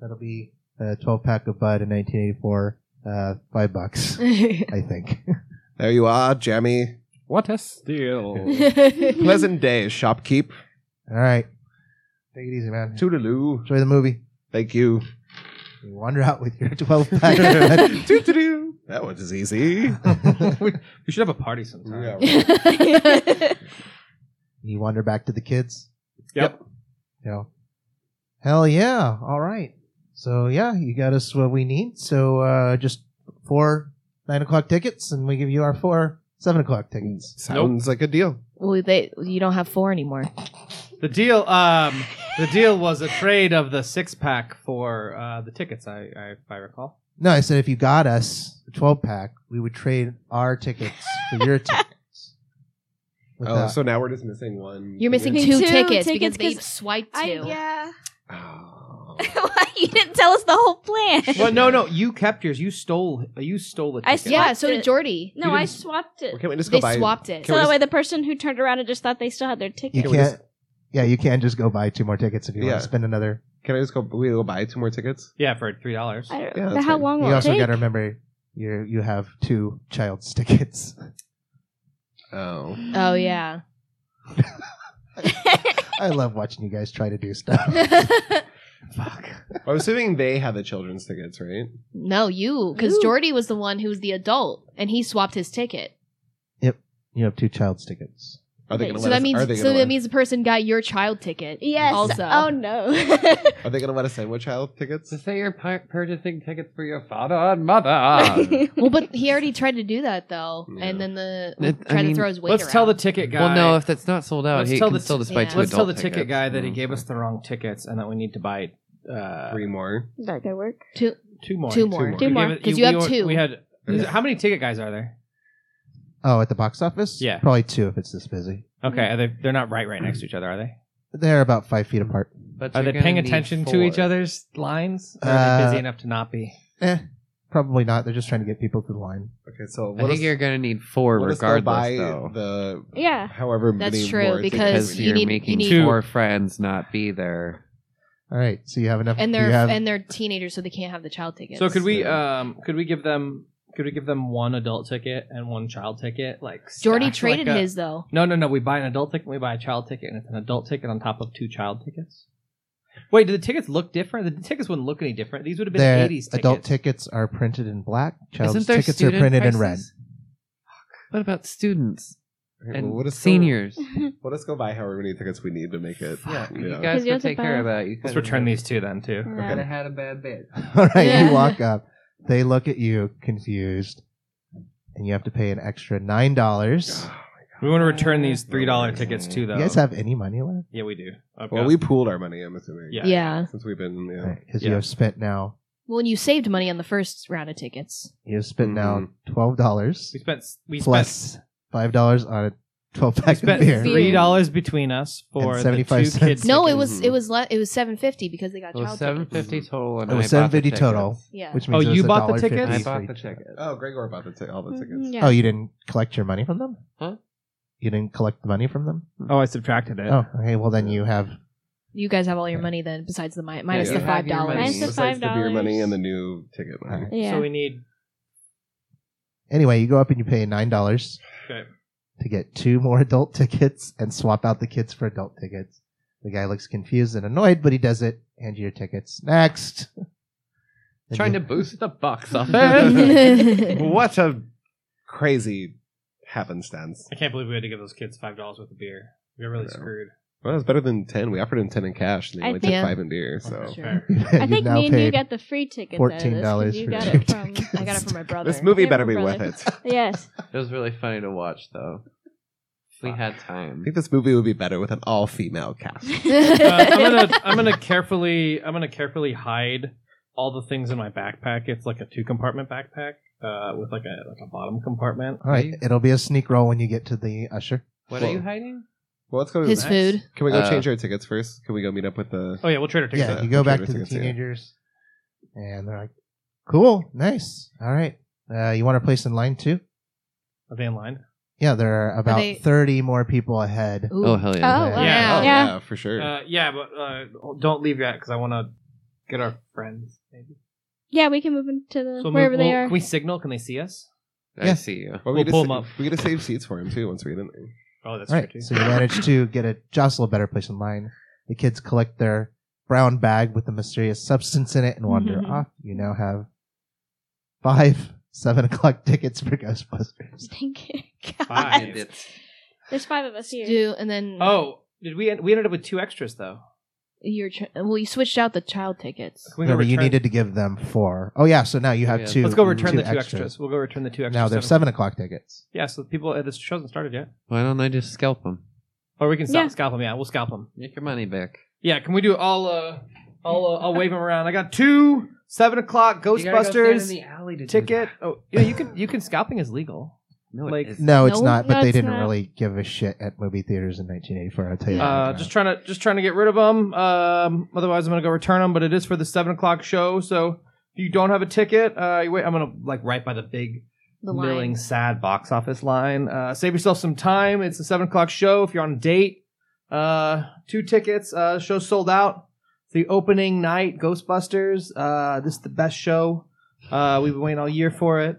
That'll be a 12 pack of Bud in 1984. Uh, five bucks, I think.
There you are, Jammy.
What a steal!
Pleasant day, shopkeep.
All right. Take it easy, man.
Toodaloo.
Enjoy the movie.
Thank you.
You wander out with your 12 pack of Bud.
Toot-a-doo. that one is easy.
we, we should have a party sometime.
Yeah,
You wander back to the kids.
Yep.
You know. Hell yeah. All right. So yeah, you got us what we need. So uh, just four nine o'clock tickets, and we give you our four seven o'clock tickets.
Sounds like a deal.
well, they, you don't have four anymore.
The deal, um, the deal was a trade of the six pack for uh, the tickets. I, I if I recall.
No, I said if you got us a twelve pack, we would trade our tickets for your tickets. With
Oh,
that-
so now we're just missing one.
You're missing two,
Two
tickets,
tickets
because they
'cause
swiped two.
I yeah.
Oh.
you didn't tell us the whole plan.
Well, no, no, you kept yours. You stole. You stole the.
I
Ticket.
Yeah,
Swapped
so did
it.
Jordy.
No,
You
I
didn't-
swapped it.
Well, can't we just
They
go buy?
swapped it.
So
Can we
that
just-
way, the person who turned around and just thought they still had their
you
ticket.
Can
can't.
we just-
yeah, you can just go buy two more tickets if you
Yeah.
want to spend another.
Can I just go? We go buy two more tickets.
Yeah, for three dollars.
I don't,
Yeah,
know
that's
how
fine.
long
You
will it
also
take?
got to remember you you have two child's tickets.
Oh,
Oh yeah.
I love watching you guys try to do
Oh,
stuff. Fuck.
I'm assuming they have the children's tickets, right?
no, you, because
You.
Jordy was the one who was the adult, and he swapped his ticket.
You have two child's tickets.
Are they
Wait,
going to
So
let
that
us?
means
are they
so
gonna
that
let-
means the person got your child ticket.
Yes.
Also.
Oh no.
Are they going to let us in with child tickets?
To say you're pu- purchasing tickets for your father and
Um,
mother.
Um, Well, but he already tried to do that though,
Yeah.
and then the
It- I
tried to
mean,
throw his weight.
Let's
around.
tell the ticket guy.
well, no, if that's not sold out,
Let's
he
tell
can
the-
still just buy
Yeah.
two
Let's tell the
adult
ticket
tickets.
guy that he
Mm.
gave us the wrong tickets and that we need to buy uh,
Three more.
that could work.
two,
two more.
two
You
more.
more.
Two
gave
more,
it-
'cause you have
we-
two.
We had. is-
Yeah.
How many ticket guys are there?
Oh, at the box office?
Yeah.
Probably two if it's this busy.
Okay, are they, they're not right right next to each other, are they?
They're about five feet apart.
But
Are
you're
they
gonna
paying
need
attention to each
four.
other's lines? Or are they busy
Uh,
enough to not be?
Eh, probably not. They're just trying to get people to the line.
Okay,
I
so let us,
think you're gonna need four
let us go buy
regardless, though,
the
Yeah.
however
That's
many
true
more
because
because
tickets we
you
you're
need you
making
need
Two.
four friends not be there.
All right. So you have enough.
and
do
they're
you have-
and they're teenagers, so they can't have the child tickets.
So could we um could we give them could we give them one adult ticket and one child ticket like stacked
Jordy
like
traded
a-
his though.
No, no, no. We buy an adult ticket, and we buy a child ticket, and it's an adult ticket on top of two child tickets. Wait, do the tickets look different? The tickets wouldn't look any different. These would have been
their
80s tickets.
adult tickets are printed in black. Child's
Isn't there
tickets are printed in red.
What about students
Alright, well,
and
let us go-
seniors?
Let us go buy however many tickets we need to make it.
Yeah, you
Yeah.
guys
'Cause you
can
have to
take care
buy-
of that. You
Let's
could've-
return these two then too.
Yeah.
could've had a bad bit.
All right.
Yeah.
You walk up. They look at you confused, and you have to pay an extra nine dollars.
Oh,
We want to return these three dollar tickets too, though.
You guys have any money left?
yeah, we do. I've
Well,
got-
we pooled our money, I'm assuming.
Yeah.
Yeah.
Since we've been, yeah.
Because you
Yeah.
have spent now,
Well, and you saved money on the first round of tickets.
you have spent now twelve dollars
we spent we spent,
plus five dollars on a twelve
we
pack of
spent
beer.
three dollars between us for the two
75
kids.
cents.
No, it
tickets.
was it was le- it was seven fifty because they got
It was
child
seven
tickets.
Mm-hmm.
fifty total. And
It was
I bought
750
the
Oh, total.
tickets.
Yeah.
Which
Oh,
means it was
you bought the
$1.50
tickets?
I
for
bought
each
the ticket.
Oh, Gregor bought the t- all the tickets.
Mhm, yeah.
Oh, you didn't collect your money from them?
Huh?
You didn't collect the money from them?
Oh, I subtracted it.
Oh, okay. Well, then you have.
You guys have all your money then, besides the mi- minus
you
the
have
five
your money.
dollars.
Mine's the
Besides the beer
$5.
money and the new ticket money.
Yeah.
So we need
Anyway, you go up and you pay nine dollars
Okay.
to get two more adult tickets and swap out the kids for adult tickets. The guy looks confused and annoyed, but he does it. Hand you your tickets. Next. Then
Trying
you-
to boost the box office.
yeah.
what a crazy happenstance.
I can't believe we had to give those kids five dollars worth of beer. We got really
Yeah.
screwed.
Well, it's better than 10. We offered him 10 in cash, and he
I
only
think-
took 5 in beer, so.
Sure.
Fair.
I
You've
think
now
me and you
paid-
got the free ticket.
$14
You
for
got
two
it from. I got it from my brother.
This movie
Yeah,
better
my
be worth
brother.
it. I
Yes.
it was really funny to watch, though. If we had time.
think this movie would be better with an all female cast.
Uh, I'm gonna I'm gonna carefully I'm gonna carefully hide all the things in my backpack. It's like a two compartment backpack uh, with like a like a bottom compartment.
All right. It'll be a sneak roll when you get to the usher.
What
Well-
are you hiding?
Well, let's go to
His
the
food.
Can we go
Uh,
change our tickets first? Can we go meet up with the.
Oh yeah, we'll trade our tickets.
Yeah,
that.
you go back
Computer
to the
tickets, yeah.
teenagers, and they're like, "Cool, nice, all right. Uh, you want to place in line too?
Are they in line?
Yeah, there are about
they-
thirty more people ahead.
Ooh.
Oh hell yeah!
Oh,
Yeah.
wow.
Yeah.
Oh,
Yeah.
yeah, for sure.
Uh, yeah, but uh, don't leave yet because I want to get our friends. Maybe.
Yeah, we can move into the
So
wherever they
we'll-
are.
Can we signal? Can they see us?
I
Yeah.
see you.
Well,
We'll
gotta
pull
sa-
'em up.
We gotta save seats for him too once we get in there.
Oh, that's
All right,
true too.
so you manage to get a jostle a better place in line. The kids collect their brown bag with the mysterious substance in it and wander
Mhm.
off. You now have five seven o'clock tickets for Ghostbusters.
Thank you.
Five.
I did.
There's five of us here.
Do and then
Oh, did we? End, we ended up with two extras though.
your ch- well, you switched out the child tickets.
Can we go
Remember, you
return-
needed to give them four. Oh yeah, so now you have
Yeah.
two.
Let's go return
two
the two extras. We'll go return the two extras.
Now they're seven o'clock tickets.
Yeah, so people uh, this show hasn't started yet.
Why don't I just scalp him?
Or we can stop,
Yeah.
scalp them. Yeah, we'll scalp them.
Make your money back.
Yeah, can we do? I'll uh, I'll uh, I'll wave them around. I got two seven o'clock Ghostbusters ticket. Oh, yeah, you can you can scalping is legal.
No,
Like-
like
No, it's
No?
not. But
No,
they
it's
didn't
not.
really give a shit at movie theaters in 1984. I'll tell you.
Uh,
that.
just trying to just trying to get rid of them. Um, otherwise I'm gonna go return them. But it is for the seven o'clock show, so if you don't have a ticket, uh, you wait. I'm gonna like right by the big
The
milling
line.
sad box office line. Uh, save yourself some time. It's a seven o'clock show. If you're on a date, uh, two tickets. Uh, show sold out. It's the opening night, Ghostbusters. Uh, this is the best show. Uh, we've been waiting all year for it.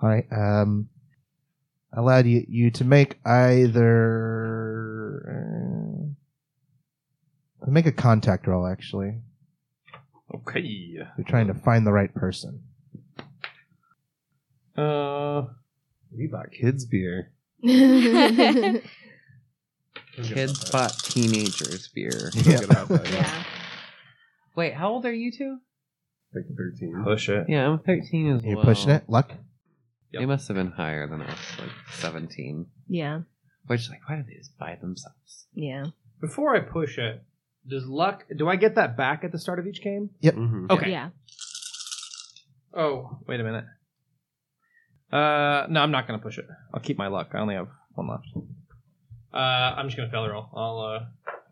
all right. Um, allowed you, you to make either uh, make a contact roll. Actually,
Okay.
you're trying to find the right person.
Uh,
We bought kids beer.
kids bought teenagers beer.
Yeah.
yeah.
Wait, how old are you two?
Like thirteen.
push it.
Yeah, I'm 13 as
You're
well.
pushing it. Luck.
They must have been higher than us, like 17.
Yeah.
Which, like, why do they just buy themselves?
Yeah.
Before I push it, does luck? Do I get that back at the start of each game?
Mm-hmm.
Okay.
Yeah.
Oh, wait a minute. Uh, no, I'm not gonna push it. I'll keep my luck. I only have one left. Uh, I'm just gonna fail the roll. I'll.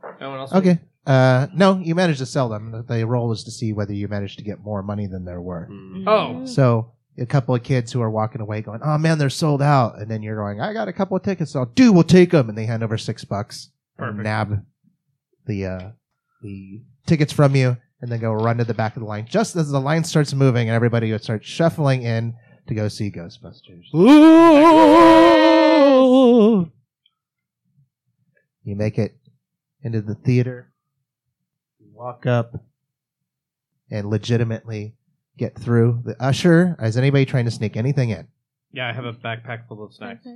Uh, no one else.
Okay. Uh, no, you managed to sell them. The roll was to see whether you managed to get more money than there were.
Mm-hmm. Mm.
Oh.
So a couple of kids who are walking away going, "Oh man, they're sold out," and then you're going, "I got a couple of tickets. I'll do. We'll take them." And they hand over six bucks and
Perfect.
nab the uh, the tickets from you, and then go run to the back of the line. Just as the line starts moving, and everybody would start shuffling in to go see Ghostbusters. You make it into the theater, you walk up, and legitimately get through. The usher, is anybody trying to sneak anything in?
Yeah, I have a backpack full of
Mm.
snacks.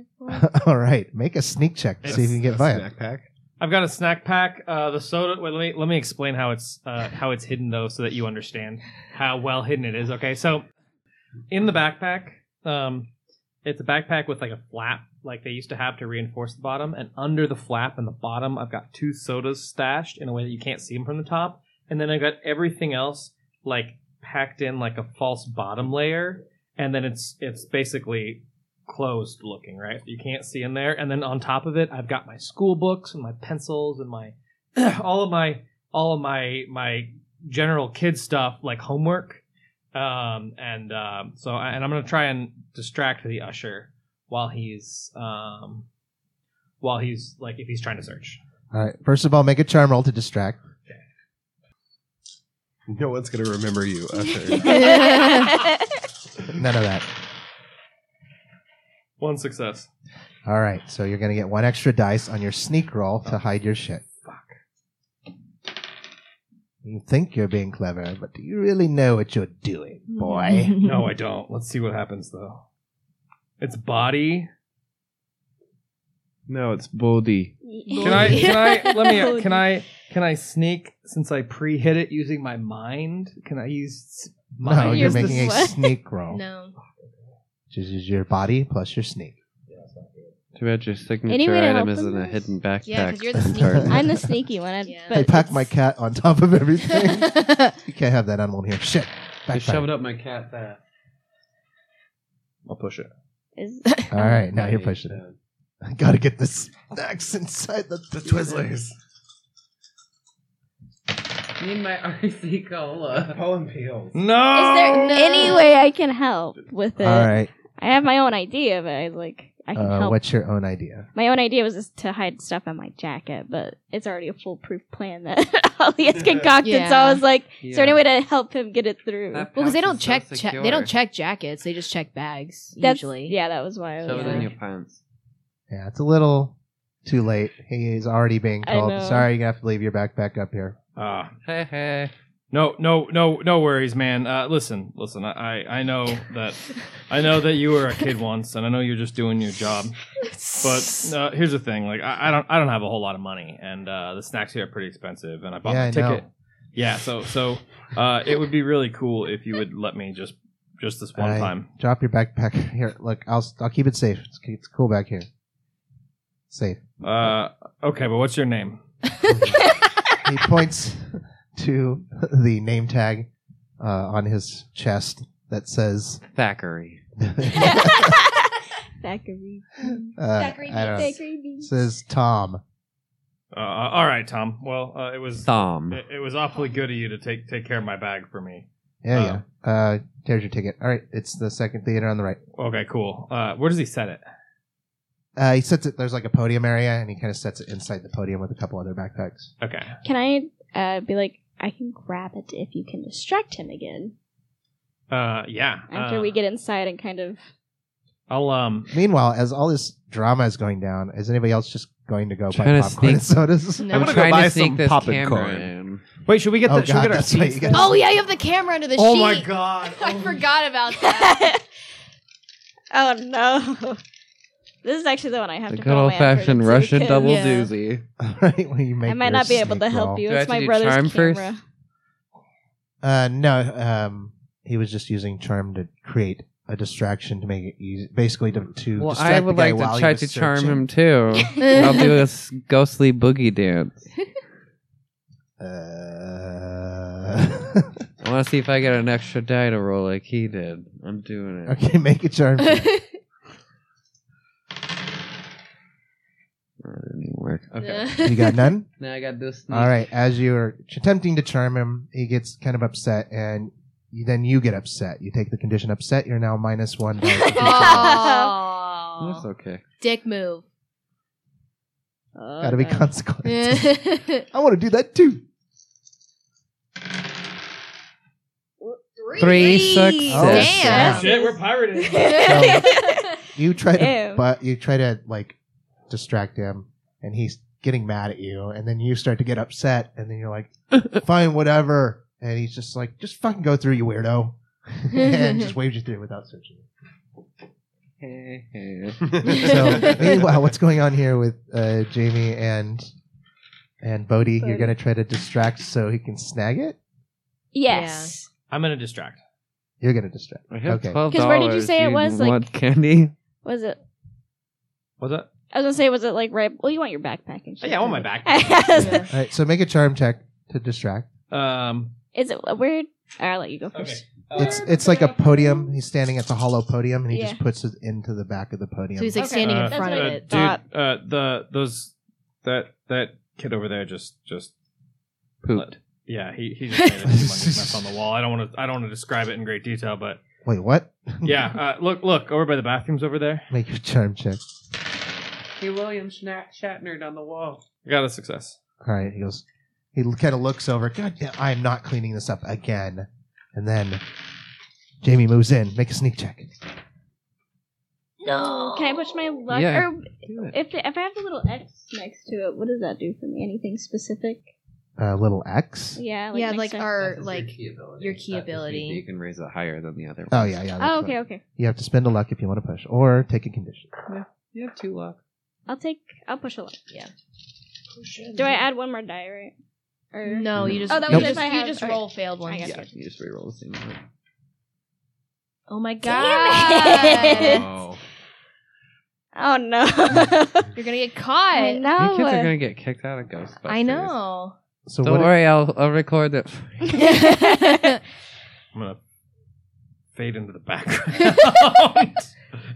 All right, make a sneak check to see if you can get by it.
Snack pack.
I've got a snack pack. Uh, the soda. Wait, let me let me explain how it's uh, how it's hidden though, so that you understand how well hidden it is. Okay, so in the backpack, um, It's a backpack with like a flap, like they used to have to reinforce the bottom. And under the flap and the bottom, I've got two sodas stashed in a way that you can't see them from the top. And then I've got everything else like packed in like a false bottom layer. And then it's it's basically closed looking, right? You can't see in there. And then on top of it, I've got my school books and my pencils and my all of my all of my my general kid stuff like homework um, and um, so I, and I'm gonna try and distract the usher while he's um, while he's like if he's trying to search.
All right. First of all, make a charm roll to distract.
No one's gonna remember you, Usher.
None of that.
One success.
All right. So you're gonna get one extra dice on your sneak roll to hide your shit.
fuck.
You think you're being clever, but do you really know what you're doing, boy?
No, I don't. Let's see what happens though. It's body.
No, it's Bodhi.
Can I? Can I? Let
Oh,
me. Can I? Can I sneak since I pre-hit it using my mind? Can I use s- mind?
no, you're
is the
making a
sweat.
sneak roll.
No.
Which is your body plus your sneak.
Too bad your
Any
signature
way to
item
help
is
him
in a
this?
hidden backpack.
Yeah, 'cause you're the
That's
sneaky
hard.
one.
I'm the sneaky one. I,
Yeah.
but
I pack
it's-
my cat on top of everything. you can't have that animal in here. Shit.
I
Backpack.
shoved up my cat there.
I'll push it.
is-
All right, now you're pushing it. I gotta get the snacks inside the, the Twizzlers.
Need my RC cola.
Paul and Peels.
Oh, No.
Is there
No.
any way I can help with it?
All right,
I have my own idea, but I like I can
uh,
help.
what's your own idea?
My own idea was just to hide stuff in my jacket, but it's already a foolproof plan that Ali has concocted. So
Yeah.
I was like, is there any
Yeah.
way to help him get it through?
That
Well, because they
pouch
don't
is so
check. che- they
secure.
don't check jackets. They just check bags
That's-
usually.
yeah, that was why I
Shove
was
it in
like,
your pants.
Yeah, it's a little too late. He is already being
I
told.
know.
Sorry, you're gonna have to leave your backpack up here.
Ah.
Hey, hey.
No, no, no, no worries, man. Uh, listen, listen. I, I I know that I know that you were a kid once, and I know you're just doing your job. But uh, here's the thing: like, I, I don't, I don't have a whole lot of money, and uh, the snacks here are pretty expensive. And I bought
Yeah,
my
I know.
ticket. Yeah, so, so uh, it would be really cool if you would let me just, just this one
I-
time.
Drop your backpack here. Look, I'll I'll keep it safe. It's, it's cool back here. Safe.
Uh, okay, but what's your name?
he points to the name tag uh, on his chest that says.
Thackeray.
Thackeray.
Uh, I don't know. Says Tom.
Uh, all right, Tom. Well, uh, it was
Thom.
it, it was awfully good of you to take take care of my bag for me.
Yeah, yeah. Uh, there's your ticket. All right, it's the second theater on the right.
Okay, cool. Uh, where does he set it?
Uh, he sets it. There's like a podium area, and he kind of sets it inside the podium with a couple other backpacks.
Okay.
Can I uh, be like, I can grab it if you can distract him again
Uh, yeah.
after
uh,
we get inside and kind of.
I'll um.
Meanwhile, as all this drama is going down, is anybody else just going to go buy
Trying to
popcorn and sodas?
No.
I'm
I'm gonna go
trying
buy
to sneak
some
this
poppin'
camera
corn.
in.
Wait, should we get
Oh
the? should
God,
we get our
that's right,
seats
you
then?
got-
Oh yeah, you have the camera under the
Oh
sheet.
my god!
I
Oh,
forgot about that.
oh no! This is actually the one I have
The
to.
good old fashioned Russian double
Yeah.
doozy.
all right, well, you make
I might
your
not be able to
sneak
help
roll.
you.
Do I have
it's
to
my
do
brother's
charm
camera.
first?
Uh, no, um, he was just using charm to create a distraction to make it easy, basically to, to
Well,
distract
I would
the guy
like
while
to
he
try
was
to charm
searching.
him too. I'll do a s- ghostly boogie dance.
Uh,
I want to see if I get an extra die to roll like he did. I'm doing it.
okay, make a charm. check.
Oh, it didn't work. Okay.
you got none.
Now I got this.
All right, as you're attempting to charm him, he gets kind of upset, and you, then you get upset. You take the condition upset. You're now minus one. die if you charm.
Aw.
That's okay.
Dick move.
Gotta be consequences.
Three.
I want to do that too.
Three successes.
Oh,
Damn.
Shit, we're pirating.
You try to,
Ew.
but you try to like distract him, and he's getting mad at you, and then you start to get upset, and then you're like, "Fine, whatever," and he's just like, "Just fucking go through, you weirdo," and just waves you through without searching.
Hey, hey.
So meanwhile, what's going on here with uh, Jamie and and Bodhi? You're
Bodhi.
gonna try to distract so he can snag it.
yes.
I'm gonna distract.
You're gonna distract.
I have
Okay.
twelve
Because where did you say it was, like-
want candy?
Was it?
What's that?
I was gonna say, was it like right? Well, you want your backpack and shit.
Oh, Yeah, I want my
right?
back.
Yeah.
All right, so make a charm check to distract.
um, uh,
Is it a weird? I'll let you go first.
okay.
It's it's like a podium. He's standing at the hollow podium, and he
Uh, Yeah.
just puts it into the back of the podium.
So he's like
Okay.
standing in
Uh,
front of
That's what I
it.
thought.
dude, uh, the those that that kid over there just just
Pooped.
yeah he he just made a humongous mess on the wall. I don't want to I don't want to describe it in great detail, but
Wait, what?
yeah, uh, look look over by the bathrooms over there.
Make your charm check.
Hey, William Shatner on the wall.
I got a success.
All right, he goes. He kind of looks over. God, damn, I am not cleaning this up again. And then Jamie moves in. Make a sneak check.
No. Can I push my luck?
Yeah.
Or if the, if I have the little X next to it, what does that do for me? Anything specific?
Uh, little X.
Yeah. Like
yeah,
next
like
to-
our like
ability.
your
That
key
just means
ability.
that You can raise it higher than the other.
Oh
one.
yeah, yeah. that's
Oh,
right.
okay, okay.
You have to spend a luck if you want to push, or take a condition.
You have two luck.
I'll take. I'll push a luck.
Yeah.
Mm-hmm.
Do I add one more die, right? Or
No, you just
Oh, that
you
was
just,
if I
you
have-
just
okay.
roll failed one.
I got
Yeah,
you.
you just reroll the same one.
Oh my
Damn
god.
it.
Oh.
Oh no. I
You're gonna get caught.
You kids are
know.
gonna get kicked out of Ghostbusters.
Oh, uh, I know.
So
Don't
what?
worry, I'll, I'll record it. for you.
I'm gonna fade into the background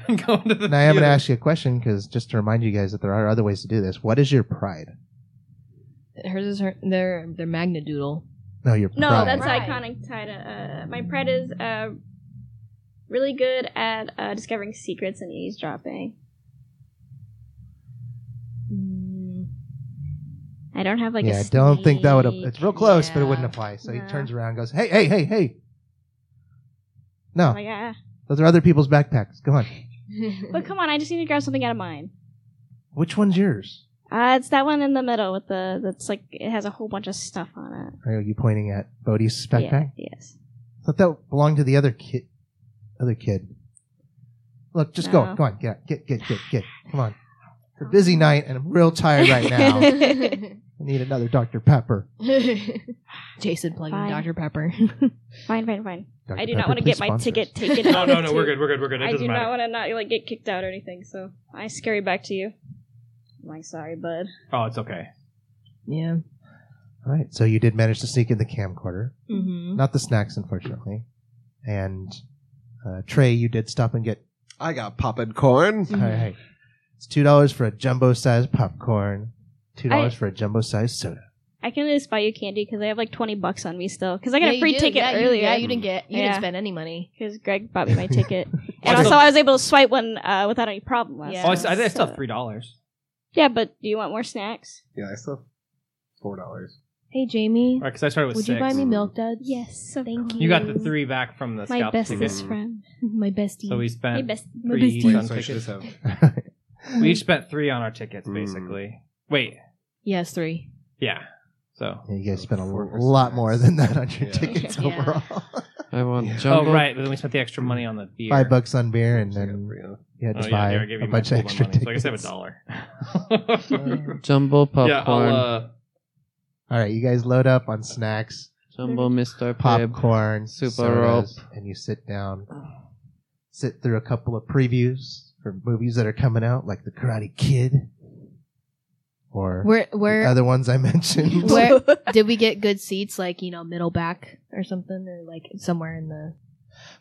and go into the.
Now I'm going to
theater.
ask you a question because just to remind you guys that there are other ways to do this. What is your pride?
Hers is her. Their their magna doodle.
No, your
No,
pride.
that's
Pride.
iconic title. Uh, my pride is uh, really good at uh, discovering secrets and eavesdropping. Mm. I don't have like
yeah,
a
I don't think that would.
sneak.
It's real close, but it wouldn't
Yeah.
apply. So
No.
he turns around, and goes, "Hey, hey, hey, hey!"
Oh
No,
my god.
those are other people's backpacks. Go on.
But come on, I just need to grab something out of mine.
Which one's yours?
Uh, it's that one in the middle with the that's like it has a whole bunch of stuff on it.
Are you pointing at Bodhi's backpack?
Yeah, yes.
I thought that belonged to the other kid. Other kid. Look, just go.
No.
Go on. Get, get, get, get, get. Come on. It's a busy night, and I'm real tired right now. I need another Dr. Pepper.
Jason plugging
Fine.
Dr Pepper.
Fine, fine, fine.
Dr.
I do
Pepper,
not want to
please
get my
sponsor us.
ticket taken.
No,
out
no,
of
no.
the-
We're good. We're good. We're good. It
I do
doesn't matter.
not want to not like get kicked out or anything. So I scary back to you. I'm sorry, bud.
Oh, it's okay.
yeah.
All right. So you did manage to sneak in the camcorder.
Mm-hmm.
Not the snacks, unfortunately. And uh, Trey, you did stop and get.
I got poppin' corn.
Mm-hmm.
All right. It's two dollars for a jumbo sized popcorn. Two dollars
I-
for a jumbo sized soda.
I can just buy you candy because I have like twenty bucks on me still. Because I got
Yeah,
a
you
free
do.
ticket
yeah, You, yeah,
earlier.
you didn't get. You
Yeah.
didn't spend any money.
Because Greg bought me my ticket, and
I
also
still-
I was able to swipe one uh, without any problem last
Yeah.
Oh, I,
time.
s- I think I still
so-
have three dollars.
Yeah, but do you want more snacks?
Yeah, I still have four dollars.
Hey Jamie,
All right, because I started with
would
six.
you buy me milk duds?
Yes, of
Thank
course.
You got the three back from the
My
scalp ticket.
bestest friend.
My bestie.
So we spent
My best.
three each
Wait,
on
so I should
tickets.
just have.
We each spent three on our tickets,
Mm.
Hmm.
basically. Wait,
yes, three.
yeah. So.
Yeah, you guys spent a
Four
lo-
for
lot
snacks.
more than that on your
Yeah.
tickets
Yeah.
overall.
I want
Yeah.
jumbo.
Oh right, but then we spent the extra money on the beer.
Five bucks on beer, and
I got
then
three of them.
you had
Oh,
to
yeah,
buy
yeah, I gave
a
you
bunch of
my full
extra
money,
tickets.
So I guess I have a dollar.
Jumbo popcorn.
yeah, I'll, uh,
All right, you guys load up on snacks,
jumbo Mr. Pop.
popcorn,
Super
sodas, and you sit down. Sit through a couple of previews for movies that are coming out, like The Karate Kid, or
Where
the
where
other ones I mentioned.
where did we get good seats? Like you know, middle back or something, or like somewhere in the.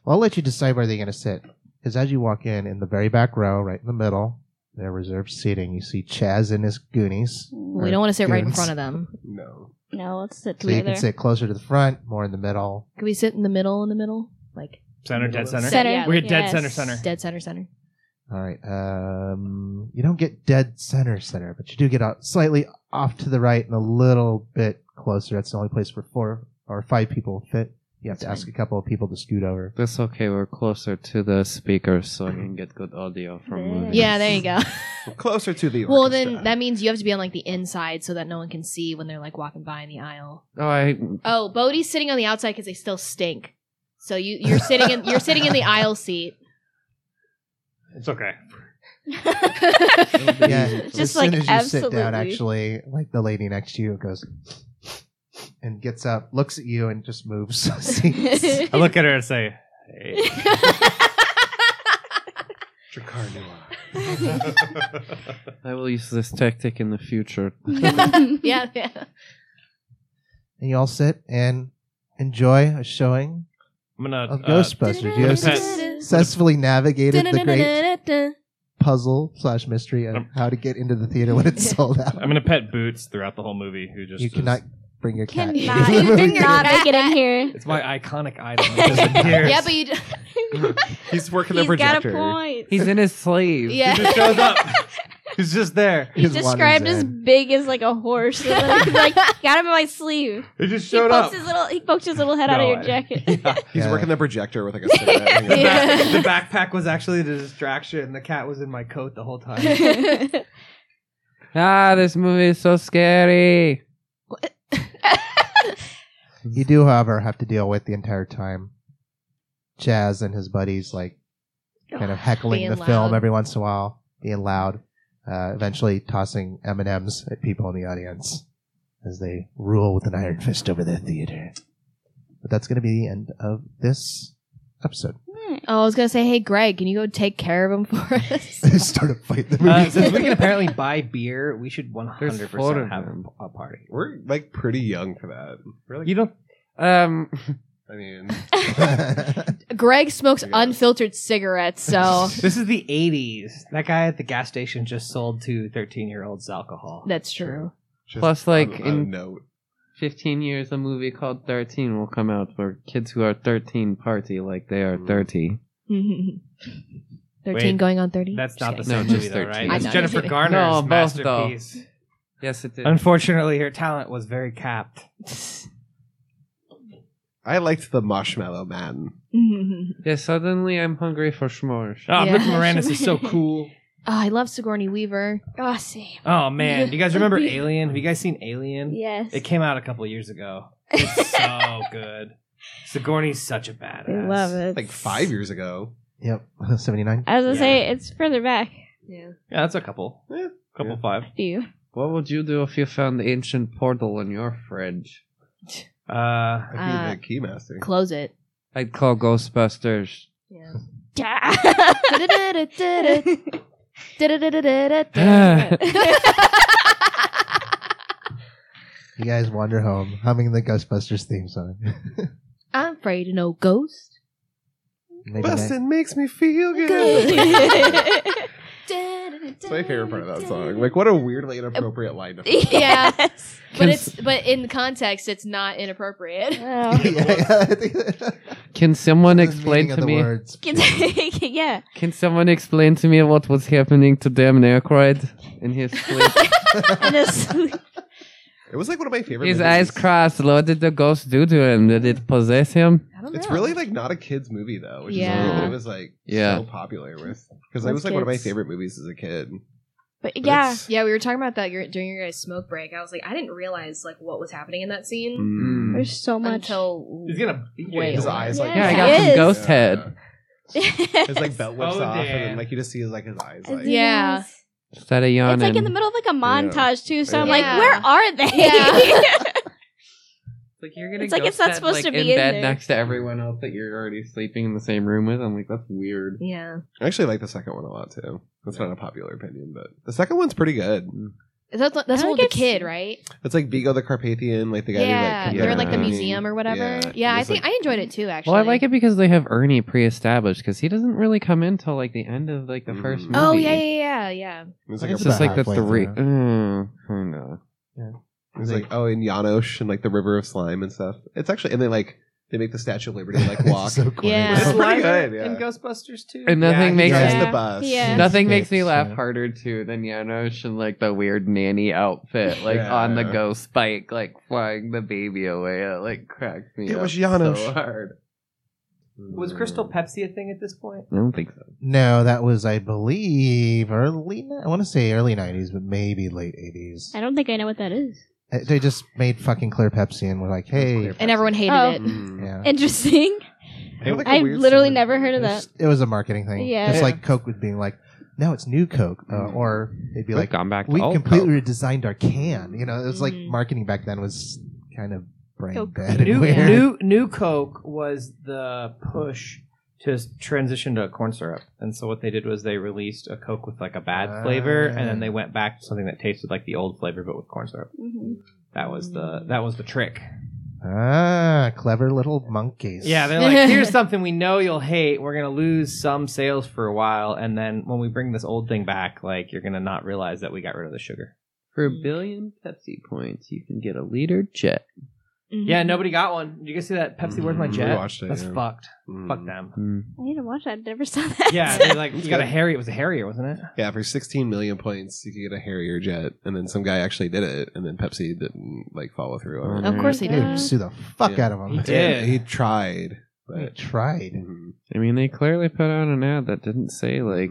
Well, I'll let you decide where they're going to sit. Because as you walk in, in the very back row, right in the middle, their reserved seating, you see Chaz and his Goonies.
We don't want to sit right in
Goons.
front of them.
No.
No, let's sit
So you
together.
can sit closer to the front, more in the middle.
Can we sit in the middle? In the middle, like
center, dead center.
Center.
We're dead center,
yes.
center.
dead center, center.
All right. Um, you don't get dead center center, but you do get out slightly off to the right and a little bit closer. That's the only place where four or five people fit. You have to ask a couple of people to scoot over.
That's okay. We're closer to the speakers, so I can get good audio from. movies.
Yeah, there you go.
Closer to the
well,
orchestra.
then that means you have to be on like the inside so that no one can see when they're like walking by in the aisle.
Oh, I
Oh, Bodie's sitting on the outside because they still stink. So you you're sitting in you're sitting in the aisle seat.
It's okay.
Yeah.
Just
as
like
soon as you sit down,
absolutely.
actually, like the lady next to you goes and gets up, looks at you, and just moves. seats.
I look at her and say, hey.
Dracar Noir.
I will use this tactic in the future.
yeah, yeah.
And you all sit and enjoy a showing
I'm gonna.
of
uh,
Ghostbusters. You have
Dun-dun-dun-dun.
successfully navigated the great puzzle slash mystery of
Um,
how to get into the theater when it's sold out.
I'm gonna pet Boots throughout the whole movie. Who just
you
is-
cannot bring your cat.
Cannot.
into the
You
movie
did not
theater.
make it in here.
It's my iconic item. that disappears.
Yeah, but you. d-
he's working
He's
the
got
projector.
a point.
He's in his sleeve.
He just
Yeah.
shows up. he's just there.
He
He's
just
described
wanders
as
in.
big as like a horse. So then he's like, got him in my sleeve.
It just
he pokes his little he poked his little head out of
No,
your
I-
jacket.
He's
Yeah.
working the projector with like a cigarette.
The,
hanging out.
back- the backpack was actually the distraction. and The cat was in my coat the whole time.
Ah, this movie is so scary.
You do, however, have to deal with the entire time Jazz and his buddies like kind of heckling
being
the film
loud.
every once in a while, being loud, uh, eventually tossing M and M's at people in the audience as they rule with an iron fist over their theater. But that's going to be the end of this episode.
Oh, I was gonna say, hey Greg, can you go take care of him for us?
Start a fight. The
Uh,
movie.
since we can apparently buy beer, we should
There's four
100%
of
have
them.
a party.
We're like pretty young for that. Really?
You don't. Um,
I mean,
Greg smokes
Yeah.
unfiltered cigarettes, so
This is the 80s. That guy at the gas station just sold to 13 year olds alcohol.
that's true.
just
Plus, like,
on,
in-
on note,
15 years, a movie called 13 will come out where kids who are 13 party like they are 30.
Thirteen
Wait,
going on thirty.
That's not the
No,
same
just
movie, though,
13.
right?
I
It's
know,
Jennifer
you're
Garner's
No, both, though.
masterpiece.
Yes, it is.
Unfortunately, her talent was very capped.
I liked the Marshmallow Man.
same.
yeah, suddenly I'm hungry for s'mores.
Ah.
Oh,
Yeah.
Rick Moranis is so cool.
oh, I love Sigourney Weaver.
oh, same.
Oh, man. You guys remember Alien? Have you guys seen Alien?
Yes.
It came out a couple years ago. It's so good. Sigourney's such a badass.
I love it.
Like five years ago.
yep, seventy nine.
I was gonna say it's further back.
Yeah.
Yeah, that's a couple.
Yeah.
Couple
Yeah.
five.
Few.
What would you do if you found the ancient portal in your fridge?
Uh,
I think
Uh,
the Keymaster.
Close it.
I'd call Ghostbusters.
Yeah.
You guys wander home humming the Ghostbusters theme song.
I'm afraid of no ghost.
Maybe next-
Bustin' makes me feel good. It's my favorite part of that song. Like, what a weirdly inappropriate line. To
Yes.
But it's but in context, it's not inappropriate.
Oh.
Can someone
The
explain
meaning of
to
the
me?
words.
yeah.
Can someone explain to me what was happening to Dan Aykroyd in his sleep?
And it's,
It was like one of my favorite.
his
movies.
eyes crossed. What did the ghost do to him? Did it possess him?
I don't
It's
know.
really like not a kids movie though, which is
Yeah.
like, it was like
Yeah.
so popular with because it was like one of my favorite movies as a kid.
but
But
yeah.
it's-
Yeah, we were talking about that your- during your guys' smoke break. I was like, I didn't realize like what was happening in that scene
Mm.
There's so much.
until
he's gonna beat you.
Mm.
Wait.
His eyes like
Yeah, I got
It
some
is.
ghost head.
His like belt whips
Oh,
off, and
damn.
then like you just see his like his eyes like
Yeah.
Started
It's
yawning.
like in the middle of like a montage too, so I'm like,
Yeah.
where are they?
Yeah.
you're gonna
It's like it's not
head,
supposed
like,
to be
in
in
bed
there.
next to everyone else that you're already sleeping in the same room with. I'm like, that's weird.
Yeah.
I actually like the second one a lot too. That's not a popular opinion, but the second one's pretty good.
Is that that's
I
the one
think
with the
it's-
kid, right?
It's like Vigo the Carpathian, like the guy
yeah,
who like
they're in like the
Yeah.
museum or whatever. Yeah, I think I enjoyed it too. Actually,
Well, I like it because they have Ernie pre-established because he doesn't really come in till like the end of like the first
Mhm.
movie.
Oh yeah, yeah, yeah, yeah.
It's like,
It's
It's
a,
just like the
Halfway
three.
through.
Mm, who knows?
it's like oh, and Janosch and like the River of Slime and stuff. It's actually and they like they make the Statue of Liberty like walk.
so corny.
Yeah.
It's pretty good, yeah.
in Ghostbusters too.
And nothing
he
makes
drives
sense.
the bus.
Yeah.
Nothing makes me
It's,
laugh
yeah.
harder too than Janosch and like the weird nanny outfit, like on the
Yeah.
ghost bike, like flying the baby away. It like cracks me
It
up
was Janosch.
so hard.
Was Crystal Pepsi a thing at this point?
I don't think so.
No, that was, I believe, early. ni- I want to say early '90s, but maybe late '80s.
I don't think I know what that is.
Uh, They just made fucking clear Pepsi and were like, "Hey,
And everyone hated
Oh.
it.
yeah."
Interesting.
They have, like, a
I've
weird
literally
sort
never heard
It
of that.
was, it was a marketing thing.
Yeah.
Just
Yeah.
like Coke was being like, "No, it's new Coke," uh, or they'd be
We've
like,
gone back. to
"We
Oh,
old
completely
Coke.
redesigned our can." You know, it was like
Mhm.
marketing back then was kind of brain
Coke.
dead and
New
weird.
New New Coke was the push
just transitioned to corn syrup. And so what they did was they released a Coke with like a bad flavor, and then they went back to something that tasted like the old flavor but with corn syrup.
Mhm.
That was the that was the trick.
Ah, clever little monkeys.
Yeah, they're like, here's something we know you'll hate. We're gonna lose some sales for a while, and then when we bring this old thing back, like you're gonna not realize that we got rid of the sugar.
For a billion Pepsi points, you can get a liter jet.
Mm-hmm.
Yeah, nobody got one. Did you guys see that Pepsi? Where's my
Mm, we
jet?
watched it,
That's
yeah.
fucked.
Mm.
Fuck them.
Hmm.
I need to watch that. I never saw that.
Yeah, they like you got a Harrier. It was a Harrier, wasn't it?
Yeah, for 16 million points, you could get a Harrier jet, and then some guy actually did it, and then Pepsi didn't like follow through on it.
Mm-hmm.
Of course they
They
did.
would sue the fuck
Yeah.
out of them.
He did.
He tried,
They
but
tried.
Mhm.
I mean, they clearly put out an ad that didn't say like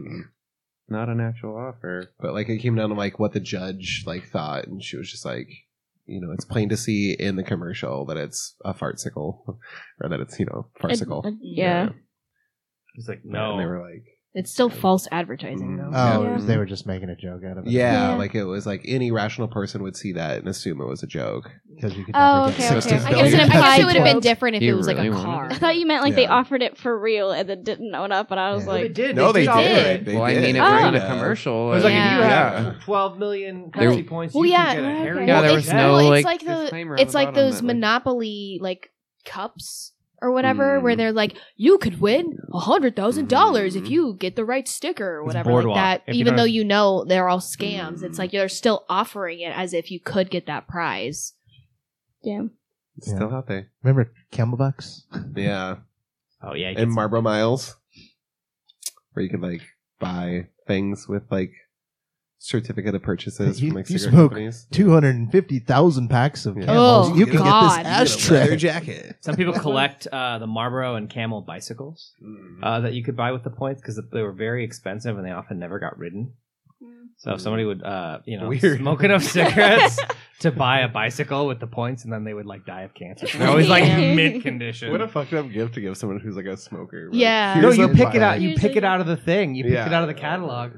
not an actual offer.
but like it came down to like what the judge like thought, and she was just like, you know, it's plain to see in the commercial that it's a fartsicle, or that it's you know farcical.
yeah.
He's like,
And they
no.
were like, mm.
It's still false advertising, though.
Oh,
Yeah.
they were just making a joke out of it.
yeah,
Yeah.
like it was like any rational person would see that and assume it was a joke.
Because you could
Oh,
never
okay,
get
okay.
sixty
I
I
guess
guess,
billion
it,
I guess it
would
would've
have
been
been different if
You
it was like
really
a
wanted
car.
I thought you meant like they
Yeah.
offered it for real and then didn't own up, and I was
Yeah.
like,
did.
no, they,
offer
did.
it.
They
well, I mean,
did.
it was in
Yeah.
a commercial. uh,
It was like,
and-
if you
Yeah.
have 12 million
There-
Pepsi points,
Well,
you
yeah,
can get a
okay.
Harrier.
yeah,
Well,
there
it's-
was no
well,
like
it's like the-
disclaimer on
It's
the
like
bottom
those
that, like-
Monopoly like cups or whatever,
Mm.
where they're like, you could win a hundred thousand dollars if
Mhm.
you get the right sticker or
It's
whatever
boardwalk.
like that.
If you
Even
don't-
though you know they're all scams, it's
Mm.
like they're still offering it as if you could get that prize.
damn.
It's still out there.
Remember Camelbucks?
Yeah.
Oh, yeah.
and Marlboro Miles, where you could like buy things with like certificate of purchases
You-
from like
you
cigarette
smoke.
companies.
Two hundred and fifty thousand packs of
Yeah.
camels.
Oh,
you can
God.
get
You get a
this
leather
ashtray.
jacket.
Some people collect uh, the Marlboro and Camel bicycles uh, that you could buy with the points because they were very expensive and they often never got ridden. So if somebody would, uh, you know,
Weird.
smoke enough cigarettes to buy a bicycle with the points, and then they would like die of cancer. They're always like
Yeah.
mid condition.
What a fucked up gift to give someone who's like a smoker. Like,
Yeah.
no,
here's
you
a
pick
bike.
it out. You
Here's
pick
a-
it out of the thing. You picked
Yeah.
it out of the catalog.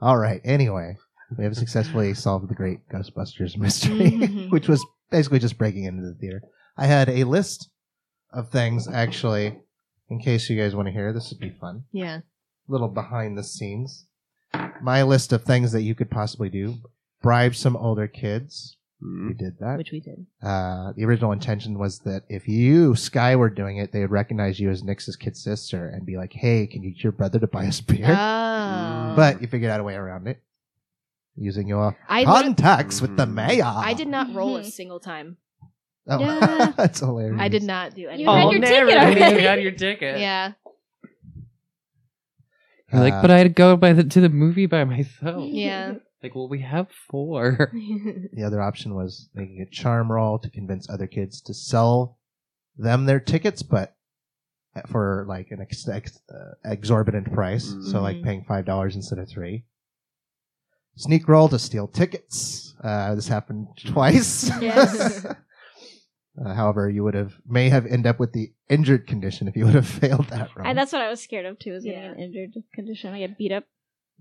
All right. Anyway, we have successfully solved the great Ghostbusters mystery,
Mhm.
which was basically just breaking into the theater. I had a list of things actually, in case you guys want to hear. This would be fun.
Yeah.
little behind the scenes. My list of things that you could possibly do: bribe some older kids.
Mm.
We did that.
Which we did.
Uh, the original intention was that if you Sky were doing it, they would recognize you as Nix's kid sister and be like, "Hey, can you get your brother to buy us beer?"
Oh.
but you figured out a way around it using your
I lit-
contacts with the
Mhm.
mayor.
I did not roll a
Mhm.
single time.
Oh,
Yeah.
that's hilarious.
I did not do anything.
You had your ticket already.
your ticket.
yeah.
You're like,
Uh,
but I'd go by the, to the movie by myself.
Yeah.
Like, well, we have four.
The other option was making a charm roll to convince other kids to sell them their tickets, but for like an ex- ex- uh, exorbitant price. So like
Mhm.
paying five dollars instead of three. Sneak roll to steal tickets. Uh, this happened twice.
Yes.
Uh, however, you would have may have end up with the injured condition if you would have failed that roll.
I, that's what I was scared of too. Was getting
Yeah.
an injured condition. I get beat up.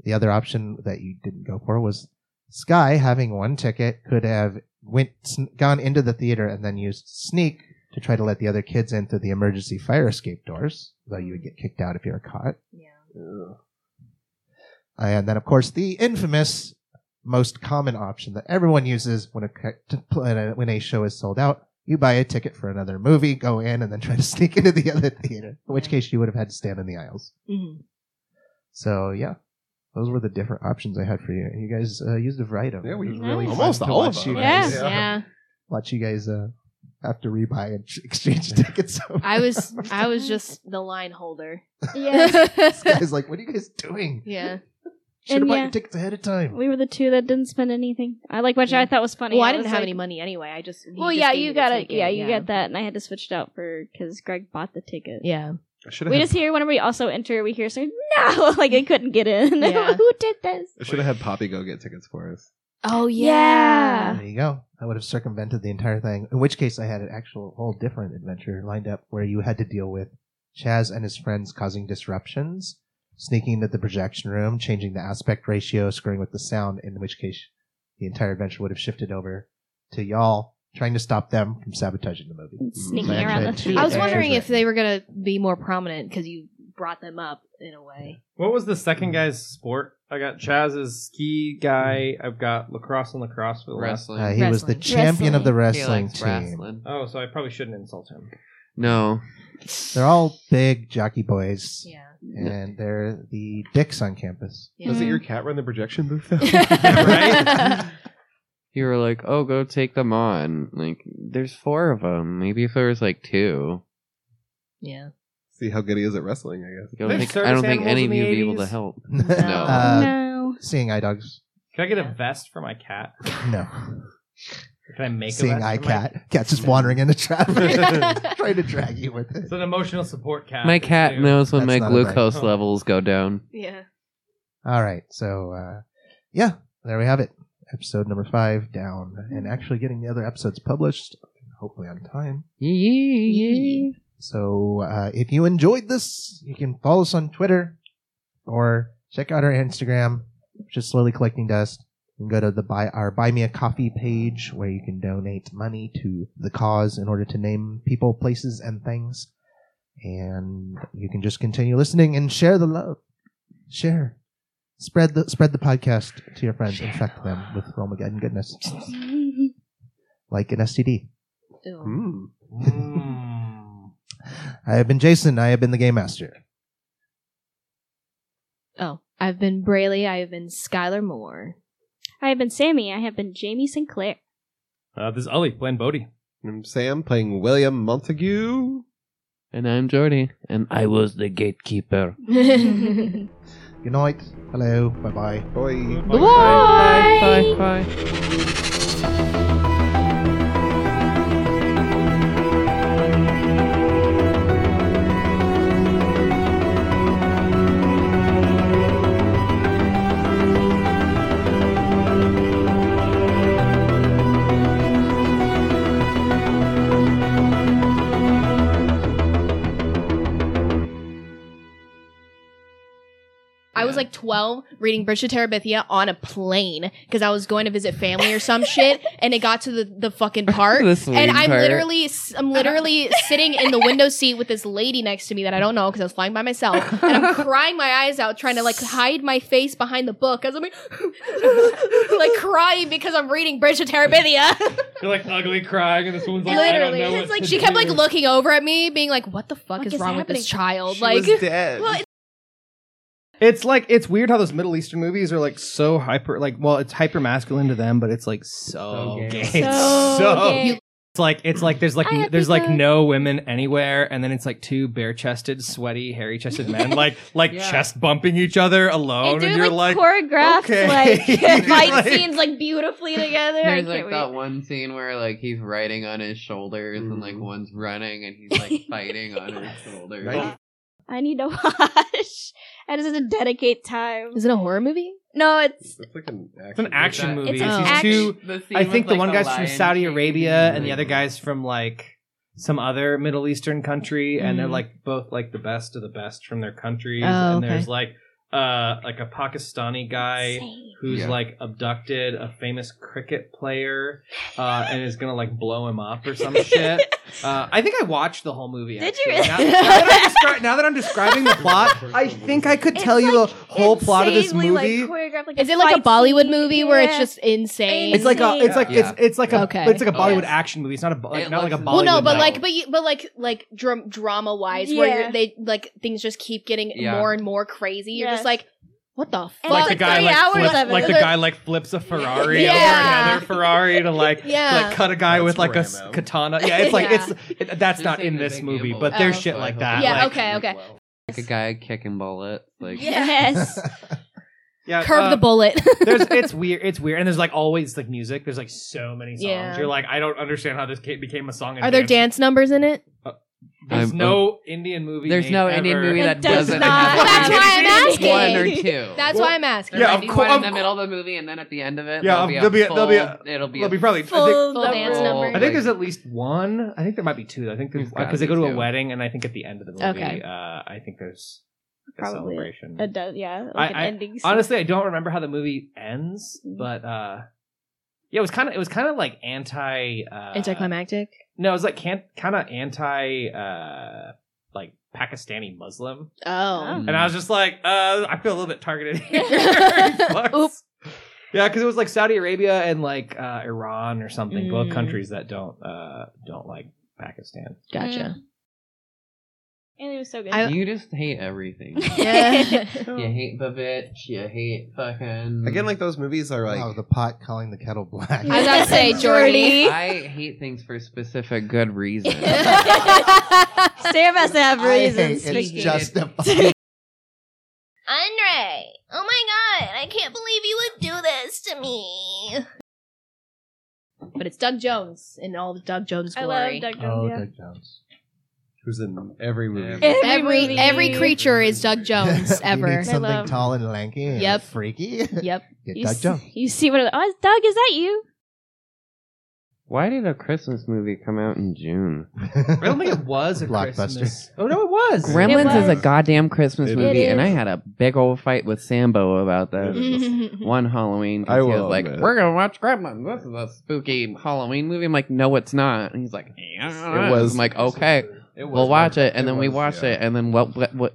the other option that you didn't go for was Sky having one ticket could have went sn- gone into the theater and then used sneak to try to let the other kids in through the emergency fire escape doors, though you would get kicked out if you were caught. And then, of course, the infamous, most common option that everyone uses when a ca- to pl- when a, when a show is sold out. You buy a ticket for another movie, go in, and then try to sneak into the other theater. In which case, you would have had to stand in the aisles.
Mhm.
So yeah, those were the different options I had for you. You guys uh, used a variety of them.
Yeah, we
Nice.
really
Almost
almost
all
all
of
of
them.
you
Yeah.
guys.
Yeah.
watch you guys uh, have to rebuy and ch- exchange tickets. over.
I was I was just the line holder.
Yeah,
This guy's like, what are you guys doing?
yeah.
Should have
And
bought
yeah.
your tickets ahead of time.
we were the two that didn't spend anything. I like which I thought was funny.
Well, I didn't
was
have
like-
any money anyway. I just he
Well,
just
yeah,
gave me
you
the
got it.
ticket,
Yeah, you got that, and I had to switch it out for because Greg bought the ticket.
Yeah.
I should
We just hear whenever we also enter, we hear someone no, like I couldn't get in.
Yeah.
Who did this?
I should have had Poppy go get tickets for us.
Oh
Yeah.
There you go. I would have circumvented the entire thing. In which case, I had an actual whole different adventure lined up where you had to deal with Chaz and his friends causing disruptions, sneaking into the projection room, changing the aspect ratio, screwing with the sound. In which case, the entire adventure would have shifted over to y'all trying to stop them from sabotaging the movie.
Sneaking
They
around
actually
the
had two
theater.
I was
extras
wondering
in.
if they were gonna be more prominent because you brought them up in a way.
What was the second guy's sport? I got Chaz's ski guy. I've got lacrosse and lacrosse for the last.
Uh, he was the
Wrestling.
champion of the wrestling team.
Oh, so I probably shouldn't insult him.
No.
They're all big jockey boys,
Yeah.
and they're the dicks on campus.
yeah.
Doesn't your cat run the projection booth though?
Right?
You were like, oh, go take them on. Like, there's four of them. Maybe if there was like two,
Yeah.
See how good he is at wrestling, I guess.
I don't
There's
think, I
service
don't think
animals
any
in
of you
the
would be able
80s?
to help.
Uh,
no.
Seeing eye dogs,
Can I get
Yeah.
a vest for my cat?
no.
Can I make a
Seeing
vest
eye
for my-
cat, cat's just wandering into traffic, trying to drag you with it.
It's an emotional support cat.
My cat
Ew.
knows when
That's
my
not a bag.
glucose
Oh.
levels go down.
Yeah.
All right, so uh, yeah, there we have it. Episode number five down, and actually getting the other episodes published, hopefully on time.
Yee.
So uh, if you enjoyed this, you can follow us on Twitter or check out our Instagram, which is slowly collecting dust. You can go to the buy our buy me a coffee page where you can donate money to the cause in order to name people, places, and things. And you can just continue listening and share the love. Share. Spread the spread the podcast to your friends. Infect them with Romageddon goodness. Like an STD.
Ew.
Hmm.
Mm.
I have been Jason. I have been the Game Master.
Oh, I've been Braley. I have been Skylar Moore.
I have been Sammy. I have been Jamie Sinclair.
Uh, this is Ollie playing Bodhi.
I'm Sam playing William Montague.
And I'm Jordy, and I was the gatekeeper.
Good night. Hello. Bye bye.
Boy.
Bye. Bye. Bye.
I was like 12 reading Bridge to Terabithia on a plane because I was going to visit family or some shit, and it got to the, the fucking part.
This
and
weird
I'm
part.
literally s- I'm literally sitting in the window seat with this lady next to me that I don't know because I was flying by myself, and I'm crying my eyes out trying to like hide my face behind the book as I'm like, like crying because I'm reading Bridge to Terabithia.
You're like ugly crying, and this one's like, I don't
literally,
know what
it's like
to
she kept
do.
like looking over at me, being like, "What the fuck
Fuck
is,
is
wrong with this child?"
She
like,
was dead.
well,
It's like it's weird how those Middle Eastern movies are like so hyper, like well, it's hyper masculine to them, but it's like so,
So gay.
gay.
So gay.
you- It's like it's like there's like
I
n-
have
there's like
people-
no women anywhere, and then it's like two bare chested, sweaty, hairy chested men like like
Yeah.
chest bumping each other
They
alone,
do
Oh, and you're like,
choreographed
okay.
like fight
Like-
scenes like beautifully together. I
There's
can't
like
wait.
that one scene where like he's riding on his shoulders and
Mm-hmm.
like one's running and he's like fighting on her shoulders.
Right.
I need to watch. I just have to dedicate time.
is it a horror movie?
No, it's
It's like an action.
It's an action movie.
It's
It's,
an
these
action-
two.
I think the one guy's from Saudi Arabia and the
Mm-hmm.
other guy's from like some other Middle Eastern country, and they're
Mm-hmm.
Mhm.
like both like the best of the best from their countries.
Oh,
and
okay.
there's like uh like a Pakistani guy who's
Yeah.
like abducted a famous cricket player uh, and is gonna like blow him up or some shit. Uh, I think I watched the whole movie.
Did
actually.
you
Now,
really?
now that I'm descri- now that I'm describing the plot, I think I could
It's,
tell you
like,
the whole plot of this
insanely,
movie.
Like, choreographed, like,
Is it like a
fight
Bollywood
scene.
movie where it's
Yeah.
just insane?
it's like a, it's like
Yeah.
it's it's like a,
Okay.
it's like a
Oh,
Bollywood
yes.
action movie. It's not a, bo-
It
not like a
looks-
Bollywood.
Well, no, but
novel.
like, but you, but like, like dram- drama wise, where
Yeah.
you're, they like things just keep getting
Yeah.
more and more crazy. You're
Yes.
just like, what the fuck?
And Like the guy, three like, hours flips- of it.
Like the guy like flips a Ferrari
Yeah.
over another Ferrari to like
Yeah.
like cut a guy
That's
with like a s-
Rambo.
katana. Yeah, it's like
Yeah.
it's it, that's
Just
not
like
in
the
this
big
movie,
gamble.
but there's
Oh.
shit like that.
Yeah,
like-
okay, okay.
Like a guy kicking bullet. Like
Yeah.
Yes.
Yeah,
Curve
uh,
the bullet.
there's it's weird. It's weird, and there's like always like music. There's like so many songs.
Yeah.
You're like, I don't understand how this ca- became a song. and
Are there dance numbers in it?
There's
I'm-
no Indian movie.
There's
name
no
ever.
Indian movie
It
that
does
doesn't
not
have
Well, that's
a-
why I'm
It's
asking.
one or two.
That's
Well,
why I'm asking.
There
yeah,
might
of
be
cour-
one in
of
the
cour-
middle of the movie, and then at the end of it,
Yeah,
there'll
there'll
be
be
a
a- there'll be
full-
a-
it'll be
Well,
a
we probably. I think,
Full,
Full dance
double.
number.
I think there's at least one. I think there might be two. I think there's
There's gotta
because they go
be
to a
two.
wedding, and I think at the end of the movie,
Okay.
uh, I think there's a
Probably
celebration.
It does, yeah.
I-
Like an
I-
ending scene.
Honestly, I don't remember how the movie ends, but uh Yeah, it was kind of it was kind of like anti uh,
Anticlimactic.
No, it was like can kind of anti uh, like Pakistani
mm.
Muslim,
Oh.
and I was just like, uh, I feel a little bit targeted here. Fucks.
Oop.
Yeah, because it was like Saudi Arabia and like uh, Iran or something, both
Mm.
countries that don't uh, don't like Pakistan.
Gotcha.
And it was so good.
I-
you just hate everything.
Yeah.
Mm.
you hate Babich. You hate fucking.
Hmm. Again, like those movies are like
wow, the pot calling the kettle black.
I was about to say, Jordy.
I hate things for specific good reason.
Sam has to have
I hate
reasons.
it's
speaking.
justified.
Andre, oh my god, I can't believe you would do this to me.
but it's Doug Jones in all of Doug Jones
I
glory.
love Doug
Oh,
Jones. yeah.
Doug Jones.
who's in every movie.
Yeah.
every
movie.
every creature is Doug Jones
you
ever.
need something
love-
tall and lanky. And
Yep.
Freaky.
yep.
Get
You,
Doug
s-
Jones.
you see what? Oh, it's Doug, is that you?
Why did a Christmas movie come out in June?
I don't think it was a
Blockbuster.
Christmas. Oh no, it was.
Gremlins
It
is a
was.
goddamn Christmas
It
movie,
is.
and I had a big old fight with Sambo about that. One Halloween, 'cause
I
he was
will
like,
admit.
"We're gonna watch Gremlins. This is a spooky Halloween movie." I'm like, "No, it's not." And he's like, "Yeah,
It was.
I'm like, "Okay,
It was
we'll watch
more-
it." And then we
was,
watched
yeah.
it, and then what? What? What,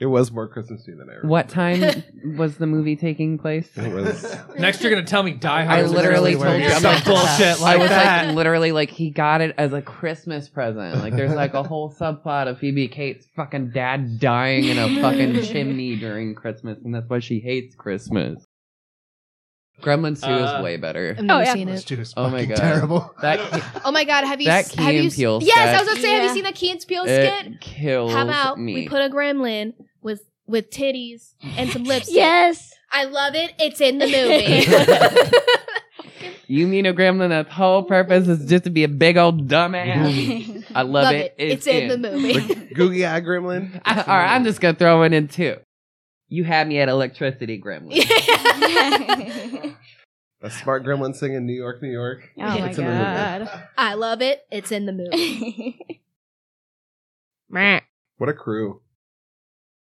It was more Christmassy than I remember.
what time was the movie taking place?
It was.
Next, you're gonna tell me Die Hard.
I
is a
literally told
Christmas
you
movie.
I'm like
Some bullshit
I
like
was
that.
like literally like he got it as a Christmas present. Like there's like a whole subplot of Phoebe Kate's fucking dad dying in a fucking chimney during Christmas, and that's why she hates Christmas. Gremlins Two
Uh,
is way better.
I've never
yeah.
seen
This
it.
dude is
Oh my
fucking
God.
terrible.
That
Oh my god, have you
That
s-
Key
have
and
you s-
Peele
Yes, I was
sketch.
about to say, have you
Yeah.
seen that Key and Peele skit?
it kills
How about
me.
we put a gremlin with with titties and some lipstick?
Yes.
I love it. It's in the movie.
you mean a gremlin that's whole purpose is just to be a big old dumbass? I love,
love
it.
it. It's, in, the movie.
Googie Eye Gremlin.
I, all right, I'm just gonna throw it in too. You had me at electricity gremlin.
A smart gremlin singing New York, New York.
Oh my
It's in the movie.
god.
I love it. It's in the movie.
What a crew.